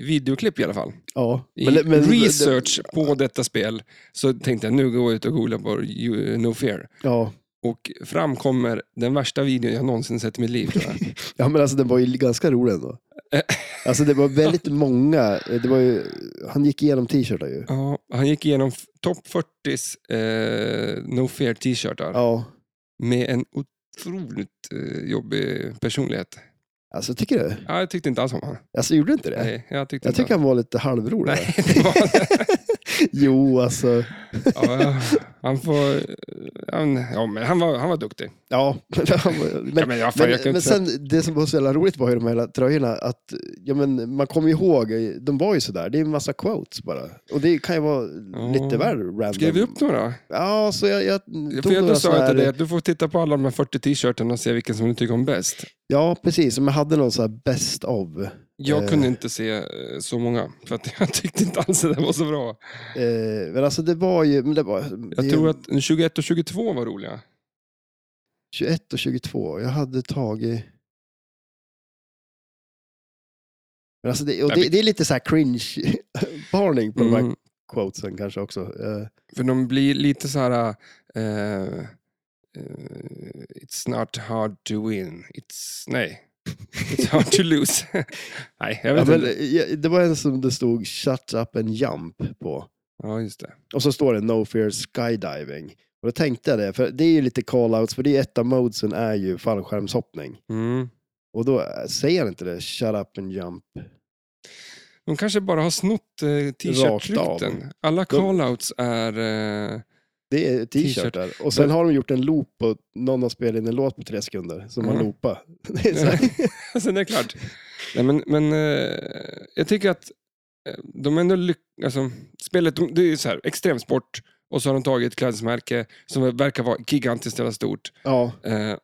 Speaker 1: videoklipp i alla fall.
Speaker 2: Ja.
Speaker 1: I
Speaker 2: Men, men,
Speaker 1: research på detta spel så tänkte jag nu går jag ut och googlar på You- No Fear.
Speaker 2: Ja.
Speaker 1: Och fram kommer den värsta videon jag någonsin sett i mitt liv. Tror jag.
Speaker 2: ja, men alltså den var ju ganska rolig ändå. Alltså det var väldigt många, det var ju, han gick igenom t-shirtar ju.
Speaker 1: ja, han gick igenom f- topp 40s eh, No Fear t-shirtar
Speaker 2: Ja.
Speaker 1: med en otroligt eh, jobbig personlighet.
Speaker 2: Alltså tycker du?
Speaker 1: Ja, jag tyckte inte alls om honom.
Speaker 2: Alltså gjorde du inte det?
Speaker 1: Nej, jag tyckte
Speaker 2: Jag
Speaker 1: inte
Speaker 2: tycker han var lite halvrolig.
Speaker 1: alls. Nej, det var
Speaker 2: Jo, alltså.
Speaker 1: Ja, han får... Han, ja, men han, var, han var duktig.
Speaker 2: Ja. Han var-
Speaker 1: ja, men jag, fan, jag kan
Speaker 2: men
Speaker 1: inte säga-
Speaker 2: sen, det som var så jävla roligt var ju de här hela tröjorna, att ja, men, man kommer ju ihåg, de var ju sådär, det är en massa quotes bara. Och det kan ju vara lite väl random.
Speaker 1: Skrev vi upp några?
Speaker 2: Ja, så jag, jag tog
Speaker 1: För jag då
Speaker 2: några
Speaker 1: sa jag till
Speaker 2: sådana
Speaker 1: dig
Speaker 2: här,
Speaker 1: att du får titta på alla de här 40 t-shirtarna och se vilken som du tycker om bäst.
Speaker 2: Ja, precis. Men jag hade någon så här best of.
Speaker 1: Jag
Speaker 2: Eh.
Speaker 1: kunde inte se eh, så många, för att jag tyckte inte alls att det var så bra.
Speaker 2: Eh, men alltså det var ju... Men det var,
Speaker 1: Jag
Speaker 2: det-
Speaker 1: tror att 21 och 22 var roliga.
Speaker 2: 21 och 22. Jag hade tagit... Men alltså det, och
Speaker 1: Nej,
Speaker 2: det,
Speaker 1: men-
Speaker 2: det är lite så här cringe-varning på de här
Speaker 1: Mm,
Speaker 2: quotesen kanske också. Eh,
Speaker 1: för de blir lite så här... eh, eh, it's not hard to win. It's... Nej. It's hard to lose. nej, jag
Speaker 2: ja,
Speaker 1: vet
Speaker 2: men,
Speaker 1: inte.
Speaker 2: eh, det var en som det stod shut up and jump på.
Speaker 1: Ja, just det.
Speaker 2: Och så står det no fear skydiving. Och då tänkte jag det, för det är ju lite call-outs, för det är ett av modesen är ju fallskärmshoppning.
Speaker 1: Mm.
Speaker 2: Och då eh, säger han inte det, shut up and jump.
Speaker 1: De kanske bara har snott eh,
Speaker 2: Rakt
Speaker 1: t-shirt-rykten. Alla
Speaker 2: De-
Speaker 1: callouts är... Eh,
Speaker 2: Det är t-shirtar. Och sen
Speaker 1: Men-
Speaker 2: har de gjort en loop och någon har spelat in en låt på tre sekunder som har
Speaker 1: Mm.
Speaker 2: loopat. Det Alltså, är så här.
Speaker 1: sen är det klart. Nej, men men eh, jag tycker att eh, de ändå lyck- alltså, spelet, de, det är ju så här, extremsport och så har de tagit ett klädesmärke som verkar vara gigantiskt jävla stort.
Speaker 2: Ja,
Speaker 1: Eh,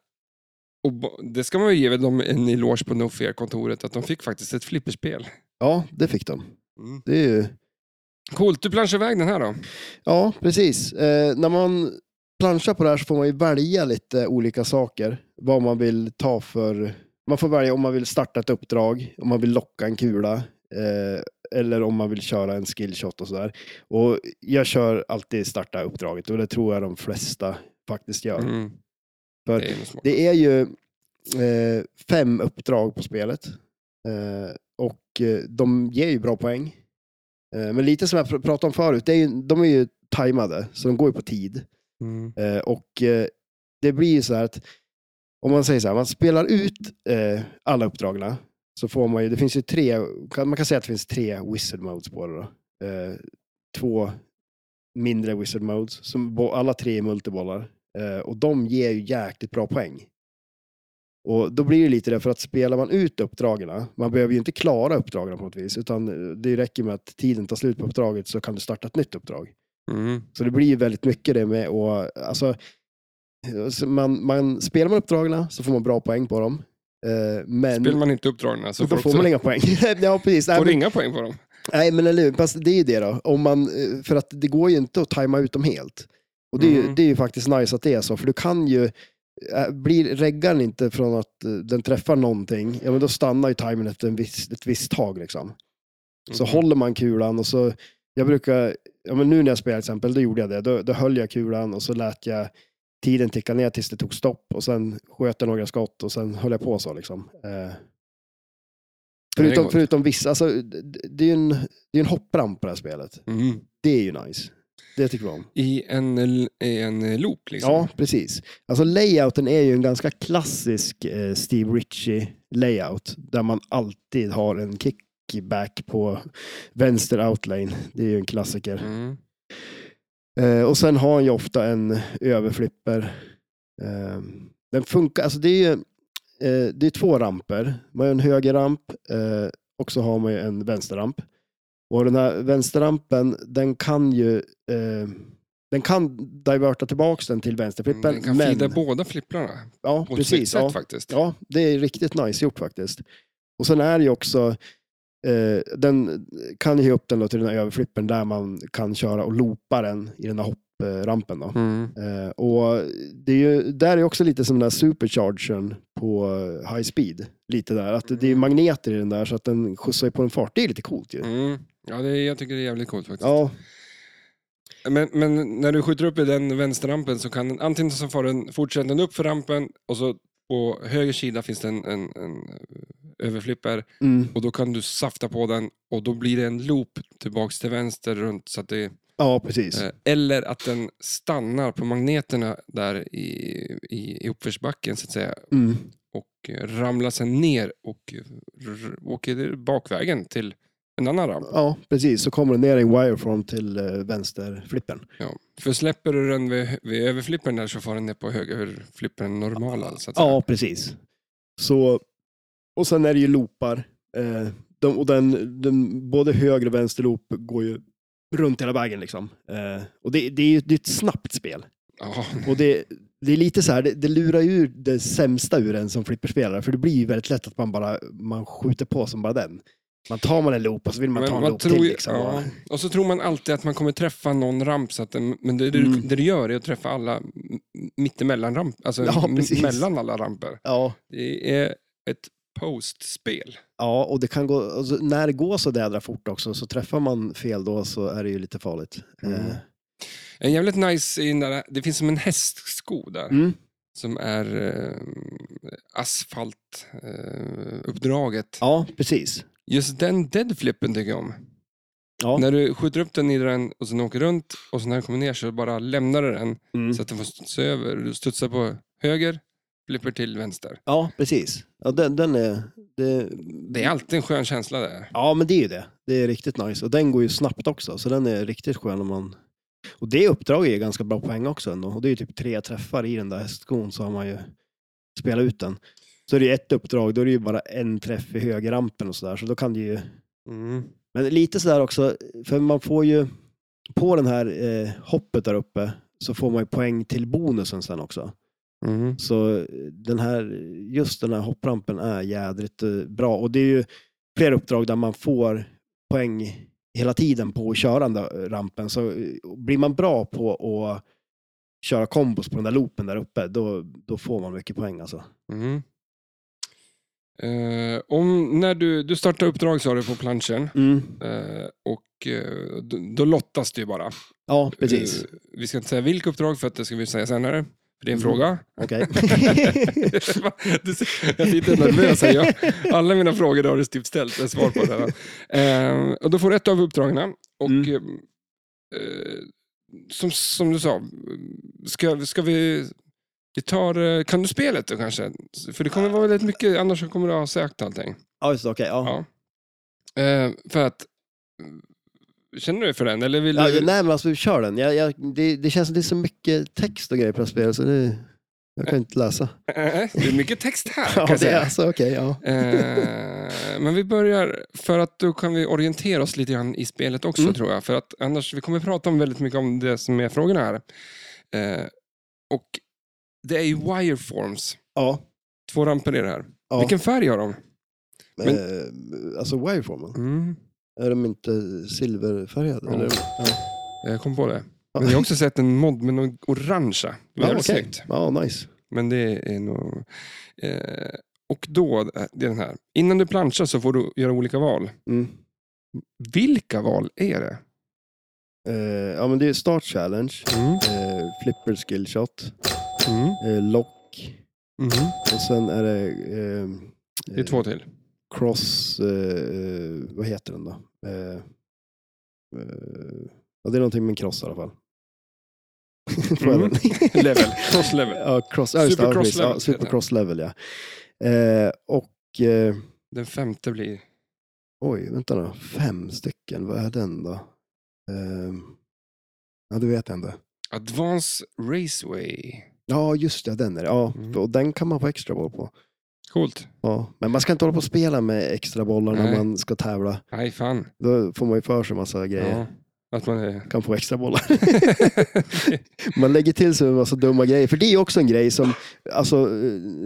Speaker 1: och bo- det ska man ju ge dem en eloge på No Fear-kontoret, att de fick faktiskt ett flipperspel.
Speaker 2: ja, det fick de.
Speaker 1: Mm.
Speaker 2: Det är ju...
Speaker 1: Coolt, du planschar iväg den här då.
Speaker 2: Ja, precis. Eh, när man planschar på det här så får man ju välja lite olika saker. Vad man vill ta för... Man får välja om man vill starta ett uppdrag, om man vill locka en kula eh, eller om man vill köra en skillshot och sådär. Och jag kör alltid starta uppdraget och det tror jag de flesta faktiskt gör.
Speaker 1: Mm.
Speaker 2: För-
Speaker 1: Det är nog smart.
Speaker 2: Det är ju eh, fem uppdrag på spelet. Eh, och eh, de ger ju bra poäng. Eh, men lite som jag pr- pratade om förut, det är ju, de är ju tajmade, så de går ju på tid.
Speaker 1: Mm.
Speaker 2: Eh, och eh, det blir ju så här att om man säger så här, man spelar ut eh, alla uppdragna så får man ju, det finns ju tre, kan- man kan säga att det finns tre wizard modes på det då. Eh, två mindre wizard modes, som bo- alla tre är multibollar. Eh, och de ger ju jäkligt bra poäng. Och då blir det lite det, för att spelar man ut uppdragen, man behöver ju inte klara uppdragen på något vis, utan eh, det räcker med att tiden tar slut på uppdraget så kan du starta ett nytt uppdrag.
Speaker 1: Mm.
Speaker 2: Så det blir ju väldigt mycket det med och alltså, så man, man, spelar man uppdragen så får man bra poäng på dem. Eh, men
Speaker 1: Spelar man inte uppdragen så
Speaker 2: då
Speaker 1: folk
Speaker 2: får
Speaker 1: så-
Speaker 2: man inga poäng. ja, precis. Nej,
Speaker 1: får
Speaker 2: men,
Speaker 1: inga poäng på dem.
Speaker 2: nej, men eller hur? Fast det är ju det då. Om man, eh, för att det går ju inte att tajma ut dem helt. Och det är, ju,
Speaker 1: Mm.
Speaker 2: det är ju faktiskt nice att det är så, för du kan ju eh, blir reggan inte från att eh, den träffar någonting, ja men då stannar ju timern efter en viss, ett visst tag liksom. Så
Speaker 1: Mm.
Speaker 2: håller man kulan och så, jag brukar, ja men nu när jag spelar till exempel, då gjorde jag det. Då, då höll jag kulan och så lät jag tiden ticka ner tills det tog stopp och sen sköt jag några skott och sen höll jag på så liksom. Eh. Förutom,
Speaker 1: gott.
Speaker 2: förutom vissa, alltså, d- d- det är ju en, det är en hoppramp på det här spelet.
Speaker 1: Mm.
Speaker 2: Det är ju nice. Det tycker jag om.
Speaker 1: I en, i en loop liksom?
Speaker 2: Ja, precis. Alltså layouten är ju en ganska klassisk eh, Steve Ritchie layout där man alltid har en kickback på vänster outlane. Det är ju en klassiker.
Speaker 1: Mm.
Speaker 2: Eh, och sen har han ju ofta en överflipper. Eh, den funkar, alltså det är ju eh, det är två ramper. Man har en höger ramp eh, och så har man ju en vänsterramp. Och den här vänsterrampen, den kan ju eh, den kan diverta tillbaka den till vänsterflippen.
Speaker 1: Den Mm, kan
Speaker 2: men,
Speaker 1: feeda båda flipprarna.
Speaker 2: ja,
Speaker 1: På ett snyggt
Speaker 2: precis.
Speaker 1: sätt
Speaker 2: Ja,
Speaker 1: faktiskt.
Speaker 2: ja, det är riktigt nice gjort faktiskt. Och sen är det ju också, eh, den kan ju ge upp den då till den här överflippen där man kan köra och loopa den i den här hopp, rampen. Då.
Speaker 1: Mm.
Speaker 2: Eh, och det är ju, där är också lite som den där superchargern på eh, high speed. Lite där, att det- det är magneter i den där så att den skjutsar på en fart. Det är lite coolt ju.
Speaker 1: Mm. Ja, det, är- jag tycker det är jävligt coolt faktiskt.
Speaker 2: Ja,
Speaker 1: Men, men när du skjuter upp i den vänsterrampen så kan den, antingen så far den, fortsätter den upp för rampen och så på höger sida finns det en, en, en överflipper
Speaker 2: mm.
Speaker 1: och då kan du safta på den och då blir det en loop tillbaks till vänster runt så att det,
Speaker 2: ja precis.
Speaker 1: eh, eller att den stannar på magneterna där i, i, i uppförsbacken så att säga
Speaker 2: Mm.
Speaker 1: och eh, ramlar sen ner och r- r- åker bakvägen till en annan ramp.
Speaker 2: Ja, precis. Så kommer den ner i wireform till eh, vänsterflippen.
Speaker 1: Ja. För släpper du den vid, vid överflippen där så får den ner på högerflippen normala. alltså, Så att säga.
Speaker 2: Ja, precis. Så, och sen är det ju loopar. Eh, de, och den, den, både höger och vänster loop går ju runt hela vägen. Liksom. Eh, och det, det är ju det är ett snabbt spel.
Speaker 1: Ja.
Speaker 2: Och det, det är lite så här, det, det lurar ju ur det sämsta ur en som flipperspelare. För det blir ju väldigt lätt att man bara man skjuter på som bara den. Man tar man en loop och så vill man
Speaker 1: Men
Speaker 2: ta en
Speaker 1: man
Speaker 2: loop
Speaker 1: tror
Speaker 2: till.
Speaker 1: ju-
Speaker 2: Liksom.
Speaker 1: ja. Och så tror man alltid att man kommer träffa någon ramp, så att den, men det, det,
Speaker 2: Mm.
Speaker 1: det du gör är att träffa alla m- mittemellan ramp, alltså
Speaker 2: Ja,
Speaker 1: m-
Speaker 2: precis.
Speaker 1: mellan alla ramper.
Speaker 2: ja.
Speaker 1: Det är ett postspel.
Speaker 2: Ja, och det kan gå, alltså, när det går så jädra fort också, så träffar man fel då så är det ju lite farligt.
Speaker 1: Mm.
Speaker 2: Eh,
Speaker 1: En jävligt nice, i den där, det finns som en hästsko där,
Speaker 2: Mm.
Speaker 1: som är eh, asfaltuppdraget. Eh, uppdraget.
Speaker 2: Ja, precis.
Speaker 1: Just den deadflippen tycker jag om.
Speaker 2: Ja.
Speaker 1: När du skjuter upp den i den och sen åker runt och sen när den kommer ner så bara lämnar du den
Speaker 2: Mm.
Speaker 1: så att den får studsa över. Du studsar på höger, flipper till vänster.
Speaker 2: Ja, precis. Ja, den, den är, det,
Speaker 1: Det
Speaker 2: Mm.
Speaker 1: är alltid en skön känsla där.
Speaker 2: ja, men det är ju det. Det är riktigt nice. Och den går ju snabbt också, så den är riktigt skön om man... Och det uppdraget är ganska bra poäng också ändå. Och det är ju typ tre träffar i den där hästskon så har man ju spelat ut den. Så är det ju ett uppdrag, då är det ju bara en träff i högerrampen och sådär. Så då kan det ju...
Speaker 1: Mm.
Speaker 2: Men lite sådär också, för man får ju på den här eh, hoppet där uppe så får man ju poäng till bonusen sen också.
Speaker 1: Mm.
Speaker 2: Så eh, den här, just den här hopprampen är jädrigt eh, bra och det är ju flera uppdrag där man får poäng hela tiden på att köra den där rampen. Så eh, blir man bra på att köra kombos på den där loopen där uppe, då, då får man mycket poäng alltså.
Speaker 1: Mm. Eh, om, när du, du startar uppdrag sa du på planschen.
Speaker 2: Mm.
Speaker 1: Eh, och eh, då, då lottas det ju bara.
Speaker 2: Ja, precis.
Speaker 1: Eh, vi ska inte säga vilka uppdrag för att det ska vi säga senare. För det är en
Speaker 2: Mm.
Speaker 1: fråga.
Speaker 2: Okej.
Speaker 1: Du ser- jag sitter nervös här. Jag, alla mina frågor har du typ ställt ett svar på. Det här. Eh, och då får du ett av uppdragen. Och,
Speaker 2: Mm.
Speaker 1: eh, som, som du sa, ska, ska vi... Vi tar, eh, kan du spelet då kanske? För det kommer vara väldigt mycket, annars så kommer du ha sökt allting.
Speaker 2: Ja, just det. Okej. ja.
Speaker 1: Eh, för att, mm, känner du dig för den? Eller vill
Speaker 2: Ja,
Speaker 1: du...
Speaker 2: nej men alltså kör den. Jag, jag, det, det känns som det är så mycket text och grejer på det här spelet så det, jag kan inte läsa.
Speaker 1: Eh, det är mycket text här. kan
Speaker 2: Ja,
Speaker 1: jag
Speaker 2: det är
Speaker 1: säga.
Speaker 2: alltså okej. ja.
Speaker 1: Eh, men vi börjar, för att då kan vi orientera oss lite grann i spelet också
Speaker 2: Mm.
Speaker 1: tror jag. För att annars, vi kommer prata om väldigt mycket om det som är frågorna här. Eh, och det är ju wireforms,
Speaker 2: Ja.
Speaker 1: två ramper är det här.
Speaker 2: ja.
Speaker 1: Vilken färg har de? men-
Speaker 2: Eh, alltså wireformen,
Speaker 1: Mm.
Speaker 2: är de inte silverfärgade?
Speaker 1: Ja.
Speaker 2: Eller? Ja.
Speaker 1: Jag kom på det. Men jag har också sett en mod med någon orangea. Det var
Speaker 2: Ja,
Speaker 1: jävligt
Speaker 2: okej.
Speaker 1: snyggt.
Speaker 2: ja, nice.
Speaker 1: Men det är nog... Eh, och då, eh, det är den här. Innan du planchar så får du göra olika val.
Speaker 2: Mm.
Speaker 1: Vilka val är det?
Speaker 2: Eh, ja, men det är start challenge, eh, flipper skill shot,
Speaker 1: Mm.
Speaker 2: eh, lock
Speaker 1: Mm.
Speaker 2: och sen är det eh,
Speaker 1: Det är två till.
Speaker 2: cross, eh, eh, vad heter den då? Eh, eh, ja, det är någonting med en cross i alla fall. Får jag
Speaker 1: Mm.
Speaker 2: den?
Speaker 1: Level. Cross level.
Speaker 2: ja, cross, ja, just det, ja,
Speaker 1: Supercross
Speaker 2: precis.
Speaker 1: level.
Speaker 2: ja, supercross level. Ja. Eh, och, eh,
Speaker 1: Den femte blir...
Speaker 2: oj, vänta nu, fem stycken, vad är den då? Eh, ja, du vet jag inte.
Speaker 1: Advance Raceway.
Speaker 2: Ja, just det, den är det. Ja,
Speaker 1: Mm.
Speaker 2: och den kan man få extra boll på.
Speaker 1: Coolt.
Speaker 2: Ja. Men man ska inte hålla på och spela med extra bollar när
Speaker 1: Nej.
Speaker 2: man ska tävla.
Speaker 1: Nej, fan.
Speaker 2: Då får man ju för sig massa grejer.
Speaker 1: Ja. Att man är...
Speaker 2: Kan få extra bollar. Man lägger till sig en massa dumma grejer. För det är ju också en grej som, alltså eh,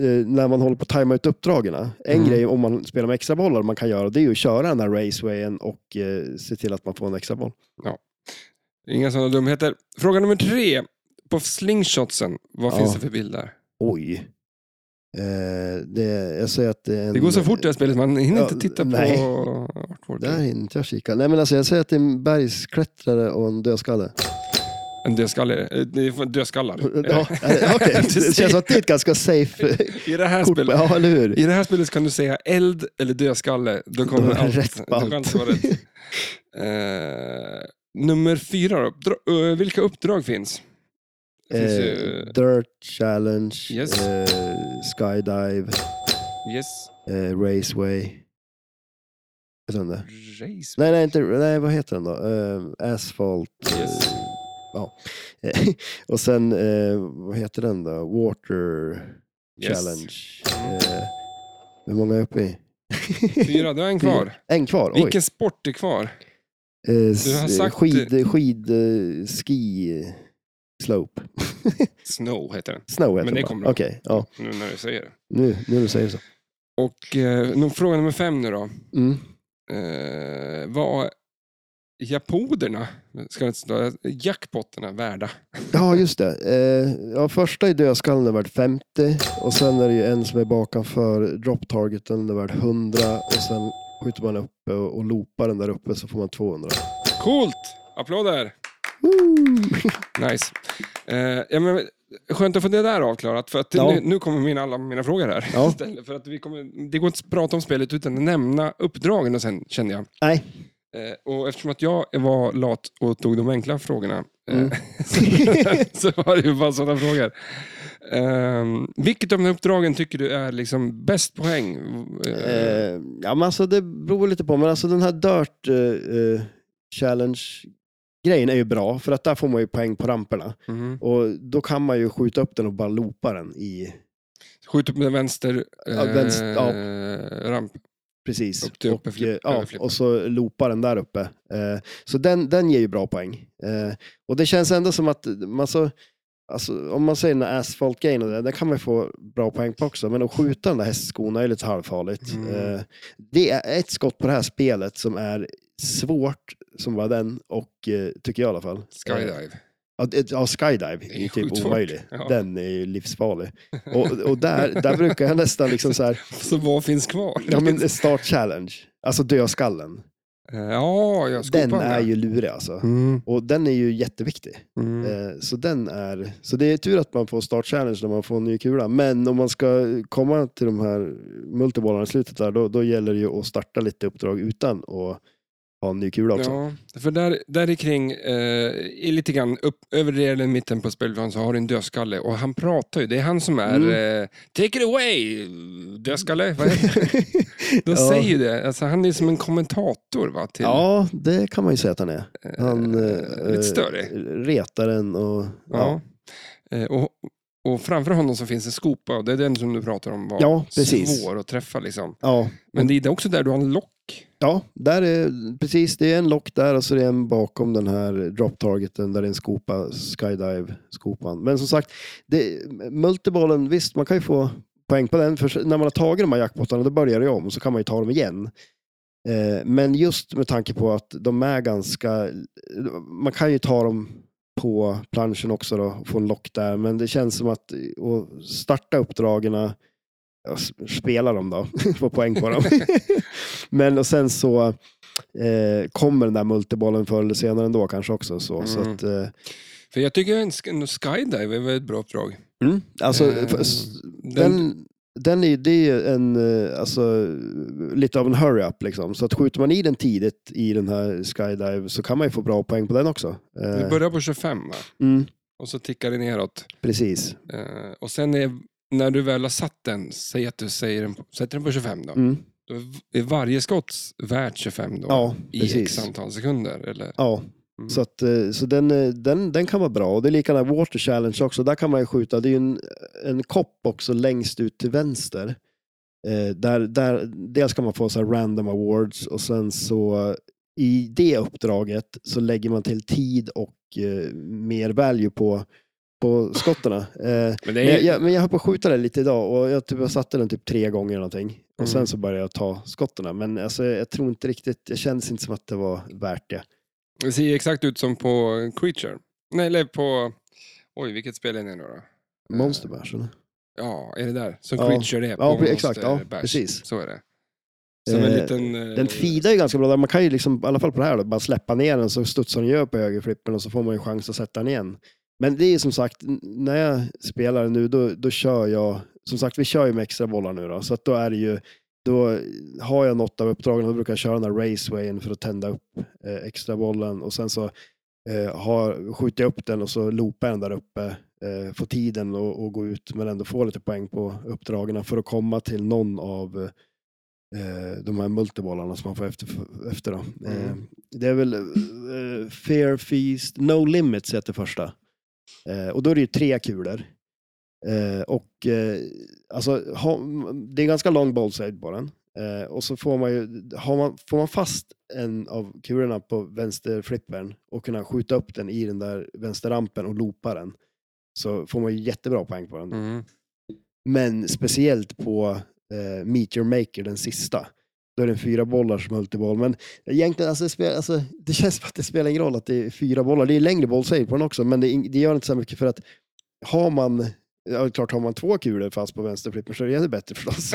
Speaker 2: eh, när man håller på att tajma ut uppdragen. En
Speaker 1: Mm.
Speaker 2: grej om man spelar med extra bollar man kan göra, det är ju att köra den här racewayen och eh, se till att man får en extra boll.
Speaker 1: Inga sådana dumheter. Fråga nummer tre. På slingshotsen, vad
Speaker 2: Ja.
Speaker 1: finns det för bild där?
Speaker 2: Oj. Eh, det, jag säger att det, är en,
Speaker 1: Det går så fort det här spelet, man hinner
Speaker 2: Mm. Ja,
Speaker 1: inte titta
Speaker 2: nej.
Speaker 1: på artwork.
Speaker 2: Där hinner inte jag kika. Nej, men alltså, jag säger att det är en bergsklättrare och en dödskalle.
Speaker 1: En dödskalle. eh, det är Dödskallar.
Speaker 2: Ja, eh, okej. Det känns som att det är ett ganska safe eh,
Speaker 1: I det här
Speaker 2: kort.
Speaker 1: spelet.
Speaker 2: Ja, eller hur?
Speaker 1: I det här spelet kan du säga eld eller dödskalle. Då
Speaker 2: Då
Speaker 1: kommer
Speaker 2: är det
Speaker 1: allt.
Speaker 2: rätt på
Speaker 1: Då kan
Speaker 2: allt.
Speaker 1: det vara rätt. Eh, nummer fyra då. Dra- eh, vilka uppdrag finns? Det finns
Speaker 2: Eh,
Speaker 1: ju-
Speaker 2: dirt Challenge,
Speaker 1: Yes.
Speaker 2: eh, Skydive,
Speaker 1: Yes.
Speaker 2: eh, Raceway. Vet du om det?
Speaker 1: Race.
Speaker 2: Nej, nej, inte, nej, vad heter den då? Eh, Asphalt.
Speaker 1: Yes.
Speaker 2: Eh, ja. Eh, och sen, eh, vad heter den då? Water
Speaker 1: Yes.
Speaker 2: Challenge. Eh, hur många är jag uppe i?
Speaker 1: Fyra, du har en kvar.
Speaker 2: En kvar, oj.
Speaker 1: Vilken sport är kvar?
Speaker 2: Eh,
Speaker 1: Du har
Speaker 2: s-
Speaker 1: sagt-
Speaker 2: Skid, skid, eh, ski, eh, slope.
Speaker 1: Snow heter den,
Speaker 2: Snow
Speaker 1: Men
Speaker 2: heter
Speaker 1: det
Speaker 2: den, va?
Speaker 1: kommer du ihåg.
Speaker 2: Okej, ja.
Speaker 1: nu när du säger det.
Speaker 2: Nu, nu du säger så.
Speaker 1: Och eh, nu- fråga nummer fem nu då.
Speaker 2: Mm.
Speaker 1: Eh, vad japoderna, ska det inte stå, jackpotterna värda?
Speaker 2: Ja, just det. Eh, ja, första i dödskallen är värd 50 och sen är det ju en som är bakanför drop-targeten, den är värd 100 och sen skjuter man uppe och, och loopar den där uppe så får man 200.
Speaker 1: Coolt! Applåder! Nice. Eh, ja, men, skönt att få det där avklarat, för att
Speaker 2: Ja.
Speaker 1: nu, nu kommer min, alla mina frågor här.
Speaker 2: Ja.
Speaker 1: Istället för att vi kommer, det går inte att prata om spelet utan att nämna uppdragen och sen, kände jag.
Speaker 2: Nej.
Speaker 1: Eh, och eftersom att jag var lat och tog de enkla frågorna
Speaker 2: Mm.
Speaker 1: eh, så, så var det ju bara sådana frågor. Eh, vilket av de här uppdragen tycker du är liksom bäst poäng? Eh,
Speaker 2: Eh, ja, men alltså det beror lite på, men alltså den här dirt eh, eh, challenge-grejen är ju bra för att där får man ju poäng på ramperna
Speaker 1: mhm.
Speaker 2: och då kan man ju skjuta upp den och bara loopa den i,
Speaker 1: Skjut upp med vänster, eh,
Speaker 2: Ja, vänster, ja.
Speaker 1: ramp.
Speaker 2: Precis.
Speaker 1: Upp till uppe,
Speaker 2: och,
Speaker 1: flipp-
Speaker 2: eh, ja,
Speaker 1: överflippa.
Speaker 2: och så loopar den där uppe. Eh, Så den, den ger ju bra poäng. Eh, Och det känns ändå som att man så, alltså, om man säger den här asfaltgrejen, och det, där kan man ju få bra poäng på också. Men att skjuta den där hästskorna är lite halvfarligt.
Speaker 1: Mm.
Speaker 2: Eh, Det är ett skott på det här spelet som är svårt, som var den, och eh, tycker jag i alla fall. Eh,
Speaker 1: Skydive.
Speaker 2: Ja, det- ja, skydive
Speaker 1: Det
Speaker 2: är
Speaker 1: är
Speaker 2: ju
Speaker 1: sjukt
Speaker 2: typ
Speaker 1: svårt.
Speaker 2: omöjlig.
Speaker 1: Ja.
Speaker 2: Den är ju livsfarlig. Och, och där, där brukar jag nästan liksom så här,
Speaker 1: Så vad finns kvar?
Speaker 2: ja men start challenge, alltså dödskallen.
Speaker 1: Eh, ja, jag skopar
Speaker 2: Den är ju lurig alltså.
Speaker 1: Mm,
Speaker 2: Och den är ju jätteviktig.
Speaker 1: mm.
Speaker 2: Eh, Så, den är, så det är tur att man får start challenge när man får en ny kula. Men om man ska komma till de här multibollarna i slutet där, då, då gäller det ju att starta lite uppdrag utan att ha en ny kula också.
Speaker 1: Ja, för där, där i kring, eh, i lite grann upp, över delen mitten på spelplanen så har du en dödskalle och han pratar ju. Det är han som är eh, Take it away, dödskalle. Vad heter det? De
Speaker 2: Ja.
Speaker 1: säger ju det. Alltså, han är som en kommentator va, till
Speaker 2: Ja, det kan man ju säga att han är. Han
Speaker 1: eh, lite störig.
Speaker 2: retar en och... Ja,
Speaker 1: Ja. Eh, och, och framför honom så finns en skopa och det är den som du pratar om var
Speaker 2: Ja, precis. Mm.
Speaker 1: svår att träffa. Liksom.
Speaker 2: ja.
Speaker 1: Men det är också där du har en lock.
Speaker 2: ja där är, precis. Det är en lock där och så är det en bakom den här drop-targeten där det är en skopa, skydive-skopan. Men som sagt, det, multibollen, visst man kan ju få poäng på den. För när man har tagit de här jackpotarna då börjar det om och så kan man ju ta dem igen. Eh, Men just med tanke på att de är ganska... Man kan ju ta dem på planschen också då, och få en lock där. Men det känns som att att starta uppdragen, ja, s- spela dem då, få poäng på dem. Men och sen så eh, kommer den där multibollen förr eller senare ändå kanske också. Så, så
Speaker 1: Mm.
Speaker 2: att, eh,
Speaker 1: För jag tycker en sk- en skydive är väl ett bra uppdrag.
Speaker 2: Mm, alltså,
Speaker 1: Eh,
Speaker 2: f- s-
Speaker 1: den-
Speaker 2: den, den är ju det är ju en, eh, alltså, lite av en hurry-up. Liksom. Så att skjuter man i den tidigt i den här skydive så kan man ju få bra poäng på den också. Eh,
Speaker 1: Du börjar på 25 va?
Speaker 2: mm,
Speaker 1: och så tickar det neråt.
Speaker 2: precis.
Speaker 1: Eh, och sen är, när du väl har satt den, säg att du säger den, på- sätter den på 25 då.
Speaker 2: Mm,
Speaker 1: Då är varje skott värt 25 då.
Speaker 2: ja,
Speaker 1: I x
Speaker 2: precis.
Speaker 1: antal sekunder. Eller?
Speaker 2: Ja,
Speaker 1: Mm.
Speaker 2: så, att, eh, så den, eh, den, den kan vara bra. Och det är likadant Water Challenge också. Där kan man ju skjuta. Det är ju en, en kopp också längst ut till vänster. Eh, där, där, dels kan man få så här random awards och sen så i det uppdraget så lägger man till tid och eh, mer value på, på skotterna. Eh,
Speaker 1: Men det
Speaker 2: men,
Speaker 1: är,
Speaker 2: jag, jag, men jag höll på att skjuta den lite idag och jag, typ, jag satte den typ tre gånger eller någonting. Och
Speaker 1: Mm.
Speaker 2: sen så började jag ta skotterna. Men alltså, jag tror inte riktigt, det kändes inte som att det var värt det.
Speaker 1: Det ser ju exakt ut som på Creature. Nej, eller på... Oj, vilket spel är det nu då?
Speaker 2: Monster Mash, eller?
Speaker 1: Ja, är det där? Som
Speaker 2: Ja.
Speaker 1: Creature är på
Speaker 2: Ja, pre- exakt, ja,
Speaker 1: Monster Bash.
Speaker 2: precis.
Speaker 1: Så är det. Som en
Speaker 2: Eh,
Speaker 1: liten... eh,
Speaker 2: Den feedar ju ganska bra. där. Man kan ju liksom, i alla fall på det här, då, bara släppa ner den så studsar den ju upp på högerflippen och så får man ju en chans att sätta den igen. Men det är ju som sagt, n- när jag spelar nu då, då kör jag, som sagt vi kör ju med extra bollar nu då, så att då är det ju, då har jag något av uppdragen och då brukar jag köra den där racewayen för att tända upp eh, extra bollen och sen så eh, har, skjuter jag upp den och så loopar jag den där uppe, eh, får tiden och, och gå ut men ändå få lite poäng på uppdragen för att komma till någon av eh, eh, de här multibollarna som man får efter. efter då. Eh,
Speaker 1: Mm.
Speaker 2: det är väl eh, Fair Feast, No Limits heter första. Eh, och då är det ju tre kulor. Eh, och eh, alltså, ha, det är en ganska lång ballside på den. Eh, och så får man ju, har man, får man fast en av kulorna på vänsterflippern och kunna skjuta upp den i den där vänsterrampen och loopa den så får man ju jättebra poäng på den.
Speaker 1: Mm.
Speaker 2: Men speciellt på eh, Meet Your Maker, den sista. Då är det fyra bollar som multiboll. Men egentligen, alltså, det, spelar, alltså, det känns som att det spelar ingen roll att det är fyra bollar. Det är längre bollsave på den också, men det, är ing- det gör inte så mycket för att har man, ja, klart har man två kulor fast på vänsterflippen så är det ännu bättre förstås.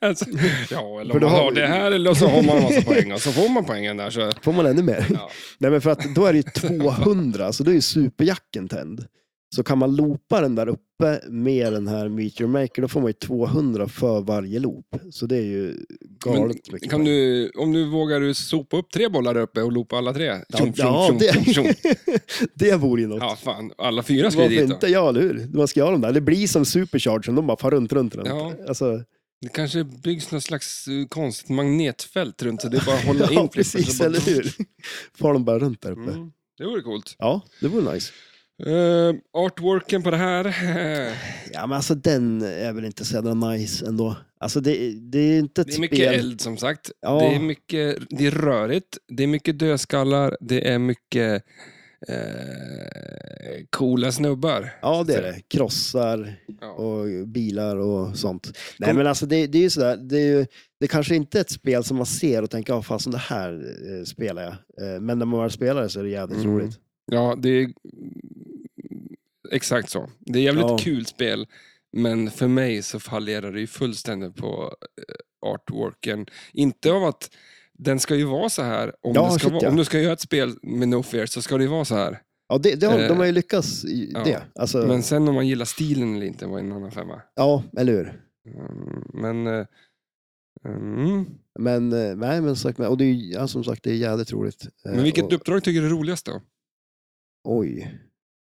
Speaker 1: alltså, ja, eller
Speaker 2: För
Speaker 1: om
Speaker 2: då
Speaker 1: man
Speaker 2: har
Speaker 1: har
Speaker 2: vi-
Speaker 1: det här eller så har man en massa poäng och så får man poängen där så...
Speaker 2: Får man ännu mer?
Speaker 1: Ja.
Speaker 2: Nej, men för att då är det ju 200, så då är ju superjacken tänd. Så kan man loopa den där uppe med den här Meet Your Maker, då får man ju 200 för varje loop. Så det är ju galet mycket
Speaker 1: Kan
Speaker 2: poäng.
Speaker 1: du, om du vågar du sopa upp tre bollar där uppe och loopa alla tre? Tjong,
Speaker 2: ja,
Speaker 1: tjong, tjong,
Speaker 2: det-
Speaker 1: tjong, tjong.
Speaker 2: Det vore ju något.
Speaker 1: Ja, fan. Alla fyra ska ju
Speaker 2: Varför
Speaker 1: dit då.
Speaker 2: inte? Ja, eller hur? Man ska göra dem där. Det blir som superchargen, de bara far runt, runt, runt.
Speaker 1: Ja.
Speaker 2: Alltså,
Speaker 1: Det kanske byggs någon slags eh, konstigt magnetfält runt så det är bara att hålla in
Speaker 2: ja,
Speaker 1: flippern,
Speaker 2: precis,
Speaker 1: så bara-
Speaker 2: eller hur? Far de bara runt där uppe.
Speaker 1: Mm, det vore coolt.
Speaker 2: Ja, det vore nice.
Speaker 1: Eh, artworken på det här.
Speaker 2: Ja, men alltså den är väl inte så jävla nice ändå. Alltså det, det är inte ett
Speaker 1: Det är mycket
Speaker 2: spel...
Speaker 1: eld som sagt.
Speaker 2: Ja.
Speaker 1: Det, är mycket, det är rörigt, det är mycket dödskallar, det är mycket eh, coola snubbar.
Speaker 2: Ja, det är det. Krossar
Speaker 1: Ja.
Speaker 2: och bilar och sånt. Nej,
Speaker 1: Kom-
Speaker 2: men alltså det, det är ju sådär. Det, är ju, det kanske inte är ett spel som man ser och tänker, ja, fasen det här eh, spelar jag. Eh, men när man väl spelar det så är det jävligt
Speaker 1: Mm.
Speaker 2: roligt.
Speaker 1: ja, det är exakt så. Det är jävligt
Speaker 2: Ja.
Speaker 1: kul spel, men för mig så fallerar det ju fullständigt på eh, artworken. Inte av att den ska ju vara så här. Om,
Speaker 2: Ja,
Speaker 1: det ska
Speaker 2: shit,
Speaker 1: vara,
Speaker 2: ja.
Speaker 1: om du ska göra ett spel med No Fear så ska det ju vara så här.
Speaker 2: Ja, det, det har,
Speaker 1: Eh,
Speaker 2: de har ju lyckats i
Speaker 1: ja.
Speaker 2: det. Alltså,
Speaker 1: Men sen om man gillar stilen eller inte var en annan femma.
Speaker 2: Ja, eller hur?
Speaker 1: Mm, Men... eh, Mm.
Speaker 2: Men, eh, nej, men, som sagt, men- och det är, ju- ja, som sagt, det är jävligt roligt. Eh,
Speaker 1: Men vilket
Speaker 2: och,
Speaker 1: uppdrag tycker du är roligast då?
Speaker 2: Oj.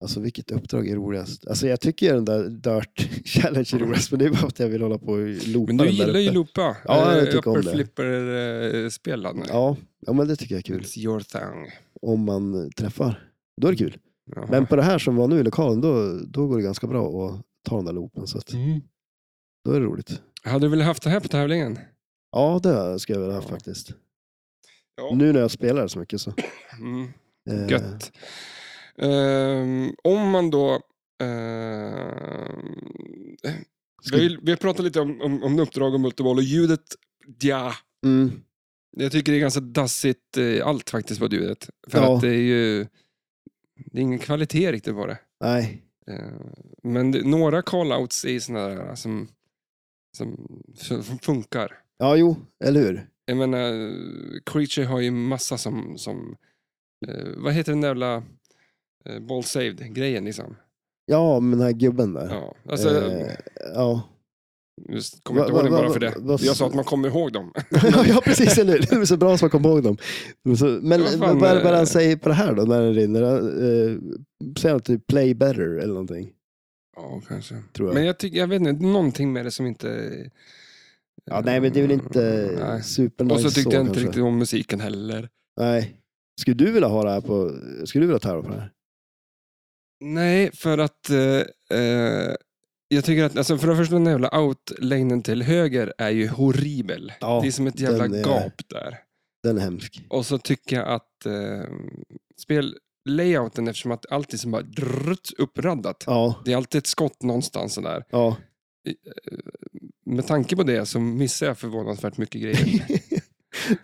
Speaker 2: Alltså vilket uppdrag är roligast? Alltså jag tycker ju den där Dirt Challenge är roligast, men det är bara att jag vill hålla på och loopa
Speaker 1: Men du
Speaker 2: den där
Speaker 1: gillar ju
Speaker 2: uppe.
Speaker 1: Loopa.
Speaker 2: Ja, jag
Speaker 1: Eh,
Speaker 2: tycker om
Speaker 1: upper
Speaker 2: det.
Speaker 1: flipper-spel. Ja.
Speaker 2: Ja, ja, men det tycker jag är kul.
Speaker 1: It's your thing.
Speaker 2: Om man eh, träffar. Då är det kul.
Speaker 1: Jaha.
Speaker 2: Men på det här som var nu i lokalen, då, då går det ganska bra att ta den där loopen. Så att,
Speaker 1: Mm.
Speaker 2: då är det roligt.
Speaker 1: Hade du velat haft det här på tävlingen?
Speaker 2: Ja, det ska jag väl ha haft
Speaker 1: Ja.
Speaker 2: faktiskt.
Speaker 1: Ja.
Speaker 2: Nu när jag spelar så mycket så.
Speaker 1: Mm.
Speaker 2: eh,
Speaker 1: Gött. Ehm, om man då... ehm, vi,
Speaker 2: Ska,
Speaker 1: har ju- vi har pratat lite om, om, om uppdrag och multiboll och ljudet. Ja,
Speaker 2: mm,
Speaker 1: jag tycker det är ganska dassigt eh, allt faktiskt på ljudet. För
Speaker 2: Ja.
Speaker 1: att det är ju... Det är ingen kvalitet riktigt på det.
Speaker 2: nej,
Speaker 1: Eh, Men det, några call-outs är sådana där som, som, som funkar.
Speaker 2: Ja, jo, eller hur?
Speaker 1: Jag menar, Creature har ju massa som... som eh, vad heter den där jävla eh, ball saved-grejen liksom?
Speaker 2: Ja, men den här gubben där.
Speaker 1: Ja, alltså,
Speaker 2: Eh, ja.
Speaker 1: just kommer inte
Speaker 2: va-
Speaker 1: ihåg den
Speaker 2: va-
Speaker 1: bara
Speaker 2: va-
Speaker 1: för det.
Speaker 2: vad-
Speaker 1: Jag sa att man kommer ihåg dem.
Speaker 2: ja, precis, eller hur? Det är så bra som man kommer ihåg dem. Men så- Men
Speaker 1: Vad fan,
Speaker 2: vad är det vad
Speaker 1: eh,
Speaker 2: han säger på det här då, när den rinner? Eh, säger han typ play better eller någonting?
Speaker 1: Ja, kanske.
Speaker 2: Tror jag.
Speaker 1: Men jag, tycker, jag vet inte, någonting med det som inte...
Speaker 2: ja, nej, men det är väl inte
Speaker 1: Mm, nej.
Speaker 2: supernice
Speaker 1: Och så tyckte jag inte
Speaker 2: kanske.
Speaker 1: riktigt om musiken heller.
Speaker 2: Nej. Skulle du vilja ha det här på, skulle du vilja ta det på det här?
Speaker 1: Nej, för att eh, eh, jag tycker att, alltså för det första den här jävla outlängden till höger är ju horribel.
Speaker 2: Ja,
Speaker 1: det är som ett jävla
Speaker 2: den är-
Speaker 1: gap där.
Speaker 2: Den är hemsk.
Speaker 1: Och så tycker jag att eh, spellayouten, eftersom att allt är som bara drrrt, uppraddat.
Speaker 2: Ja,
Speaker 1: Det är alltid ett skott någonstans sådär.
Speaker 2: ja.
Speaker 1: Med tanke på det så missar jag förvånansvärt mycket grejer.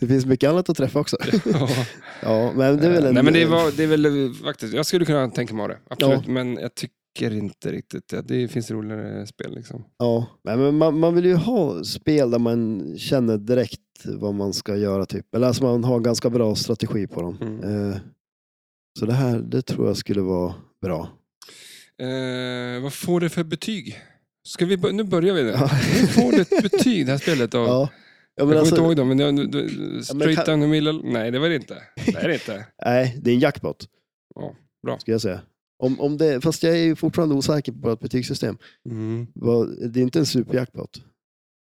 Speaker 2: Det finns mycket annat att träffa också.
Speaker 1: Ja.
Speaker 2: Ja, men det är väl en...
Speaker 1: Eh, Nej, men det, var, det är väl faktiskt, jag skulle kunna tänka mig ha det, absolut. Men jag tycker inte riktigt det. Det finns roligare spel liksom.
Speaker 2: Ja, Nej, men man, man vill ju ha spel där man känner direkt vad man ska göra typ. Eller alltså man har ganska bra strategi på dem.
Speaker 1: Mm.
Speaker 2: Eh, Så det här, det tror jag skulle vara bra.
Speaker 1: Eh, vad får det för betyg? Ska vi, bör- nu börjar vi det.
Speaker 2: Ja.
Speaker 1: Får det ett betyg det här spelet? Av,
Speaker 2: Ja. Ja,
Speaker 1: jag
Speaker 2: men
Speaker 1: kommer inte
Speaker 2: alltså,
Speaker 1: ihåg dem, men, jag, du, du, straight
Speaker 2: kan-
Speaker 1: down the middle? Nej, det var det inte. Det är det inte.
Speaker 2: nej, det är en jackpot.
Speaker 1: Ja, bra.
Speaker 2: Ska jag säga. Om, om det, fast jag är ju fortfarande osäker på vårt betygssystem.
Speaker 1: Mm.
Speaker 2: Vad- Det är inte en superjackpot.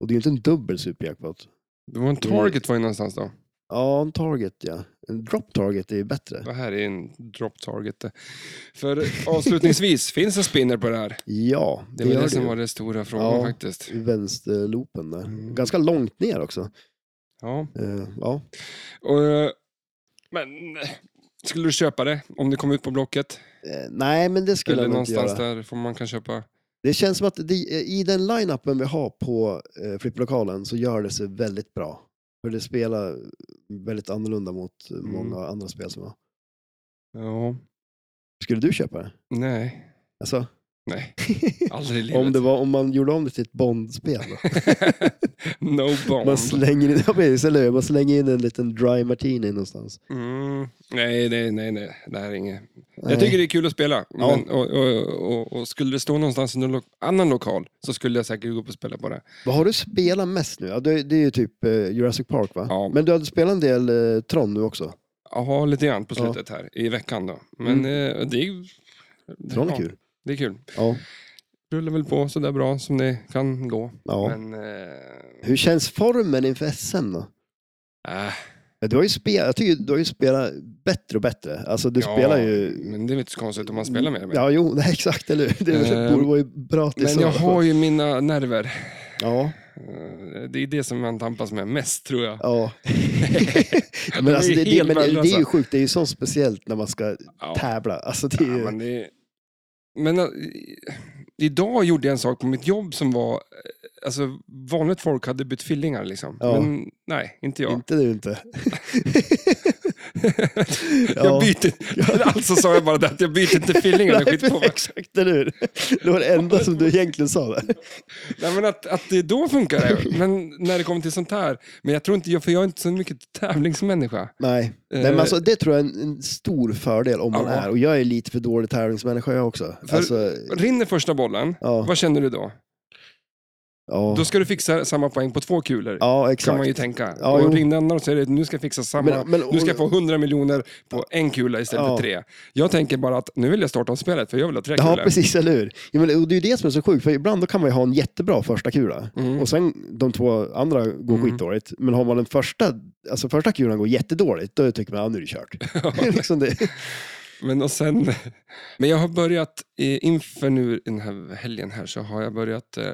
Speaker 2: Och det är ju inte en dubbel superjackpot.
Speaker 1: Det var en target var ju någonstans då.
Speaker 2: Ja, en target ja. En drop target är ju bättre.
Speaker 1: Det här är en drop target. det. För avslutningsvis, finns en spinner på det här?
Speaker 2: Ja,
Speaker 1: Det var det,
Speaker 2: gör
Speaker 1: som
Speaker 2: ju.
Speaker 1: var den stora frågan
Speaker 2: Ja.
Speaker 1: faktiskt.
Speaker 2: I vänsterloopen där.
Speaker 1: Mm.
Speaker 2: Ganska långt ner också.
Speaker 1: Ja.
Speaker 2: Eh, ja.
Speaker 1: Och, eh, men eh, skulle du köpa det om det kom ut på Blocket?
Speaker 2: Eh, nej, men det skulle
Speaker 1: Eller
Speaker 2: jag nog inte göra.
Speaker 1: någonstans där får man kan köpa?
Speaker 2: Det känns som att det, i den line-upen vi har på eh, flipplokalen så gör det sig väldigt bra. För det spelar väldigt annorlunda mot eh,
Speaker 1: Mm.
Speaker 2: många andra spel som jag har.
Speaker 1: Ja.
Speaker 2: Skulle du köpa det?
Speaker 1: Nej.
Speaker 2: Alltså,
Speaker 1: Nej. Aldrig i livet.
Speaker 2: om, det var, om man gjorde om det till ett Bond-spel då?
Speaker 1: no bomb.
Speaker 2: Man slänger, in, ja, precis, eller hur? man slänger in en liten dry martini någonstans.
Speaker 1: Mm. Nej, nej, nej, nej. Det här är inget.
Speaker 2: Nej.
Speaker 1: Jag tycker det är kul att spela.
Speaker 2: Ja.
Speaker 1: Men, och, och, och, och skulle det stå någonstans i någon lo- annan lokal så skulle jag säkert gå upp och spela på det.
Speaker 2: Vad har du spelat mest nu? Ja, det, det är ju typ eh, Jurassic Park va?
Speaker 1: Ja.
Speaker 2: Men du hade spelat en del eh, Tron nu också.
Speaker 1: Ja, lite grann på
Speaker 2: Ja.
Speaker 1: slutet här i veckan då. Men eh, det är...
Speaker 2: Tron är
Speaker 1: ja,
Speaker 2: kul.
Speaker 1: Det är kul.
Speaker 2: Ja.
Speaker 1: Rullar väl på sådär bra som det kan gå.
Speaker 2: Ja.
Speaker 1: Men... Eh,
Speaker 2: Hur känns formen inför SM då?
Speaker 1: äh,
Speaker 2: Ja, Du har ju spelat, jag tycker du har ju spelat bättre och bättre. Alltså du
Speaker 1: ja,
Speaker 2: spelar ju...
Speaker 1: Men det är väl inte så konstigt om man spelar med det.
Speaker 2: Ja, jo, nej, exakt, eller hur? Det
Speaker 1: Eh,
Speaker 2: borde vara ju bra till
Speaker 1: Men
Speaker 2: så.
Speaker 1: jag har ju mina nerver.
Speaker 2: Ja,
Speaker 1: Eh, Det är det som man tampas med mest tror jag.
Speaker 2: ja.
Speaker 1: Ja, de
Speaker 2: men
Speaker 1: är
Speaker 2: alltså,
Speaker 1: ju
Speaker 2: det, det,
Speaker 1: helt
Speaker 2: men det, det är
Speaker 1: värdelösa.
Speaker 2: ju sjukt, det är ju så speciellt när man ska
Speaker 1: Ja.
Speaker 2: tävla. Alltså det
Speaker 1: Ja,
Speaker 2: är ju...
Speaker 1: men det... men eh, idag gjorde jag en sak på mitt jobb som var... eh, Alltså, vanligt folk hade bytt fillingar liksom.
Speaker 2: Ja.
Speaker 1: Men nej, inte jag.
Speaker 2: Inte du inte.
Speaker 1: jag byter... alltså sa jag bara det att jag byter inte fillingar. Det är skit på mig.
Speaker 2: Exakt, eller hur? Det var det enda som du egentligen sa där.
Speaker 1: Nej, men att, att det då funkar det. Men när det kommer till sånt här. Men jag tror inte, jag- för jag är inte så mycket tävlingsmänniska.
Speaker 2: Nej, Nej men
Speaker 1: Eh,
Speaker 2: alltså, det tror jag är en, en stor fördel om man
Speaker 1: Ja.
Speaker 2: är. Och jag är lite för dålig tävlingsmänniska jag också.
Speaker 1: För-
Speaker 2: Alltså,
Speaker 1: Rinner första bollen,
Speaker 2: ja,
Speaker 1: vad känner du då?
Speaker 2: ja,
Speaker 1: Då ska du fixa samma poäng på två kulor.
Speaker 2: ja,
Speaker 1: kan man ju
Speaker 2: exakt.
Speaker 1: tänka.
Speaker 2: Ja,
Speaker 1: och
Speaker 2: jo.
Speaker 1: rinner andra och säger att nu ska jag fixa samma.
Speaker 2: Men- men-
Speaker 1: nu ska jag få 100 miljoner på en kula istället
Speaker 2: Ja.
Speaker 1: för tre. Jag tänker bara att nu vill jag starta om spelet för jag vill ha tre
Speaker 2: Ja,
Speaker 1: kulor.
Speaker 2: precis, eller hur? Ja, men, och det är ju det som är så sjukt, för ibland då kan man ju ha en jättebra första kula.
Speaker 1: Mm.
Speaker 2: Och sen de två andra går
Speaker 1: Mm.
Speaker 2: skitdåligt. Men har man den första, alltså första kulan går jättedåligt, då tycker man att ja, nu är det kört. liksom det.
Speaker 1: Men, och sen, men jag har börjat, eh, inför nu den här helgen här, så har jag börjat eh,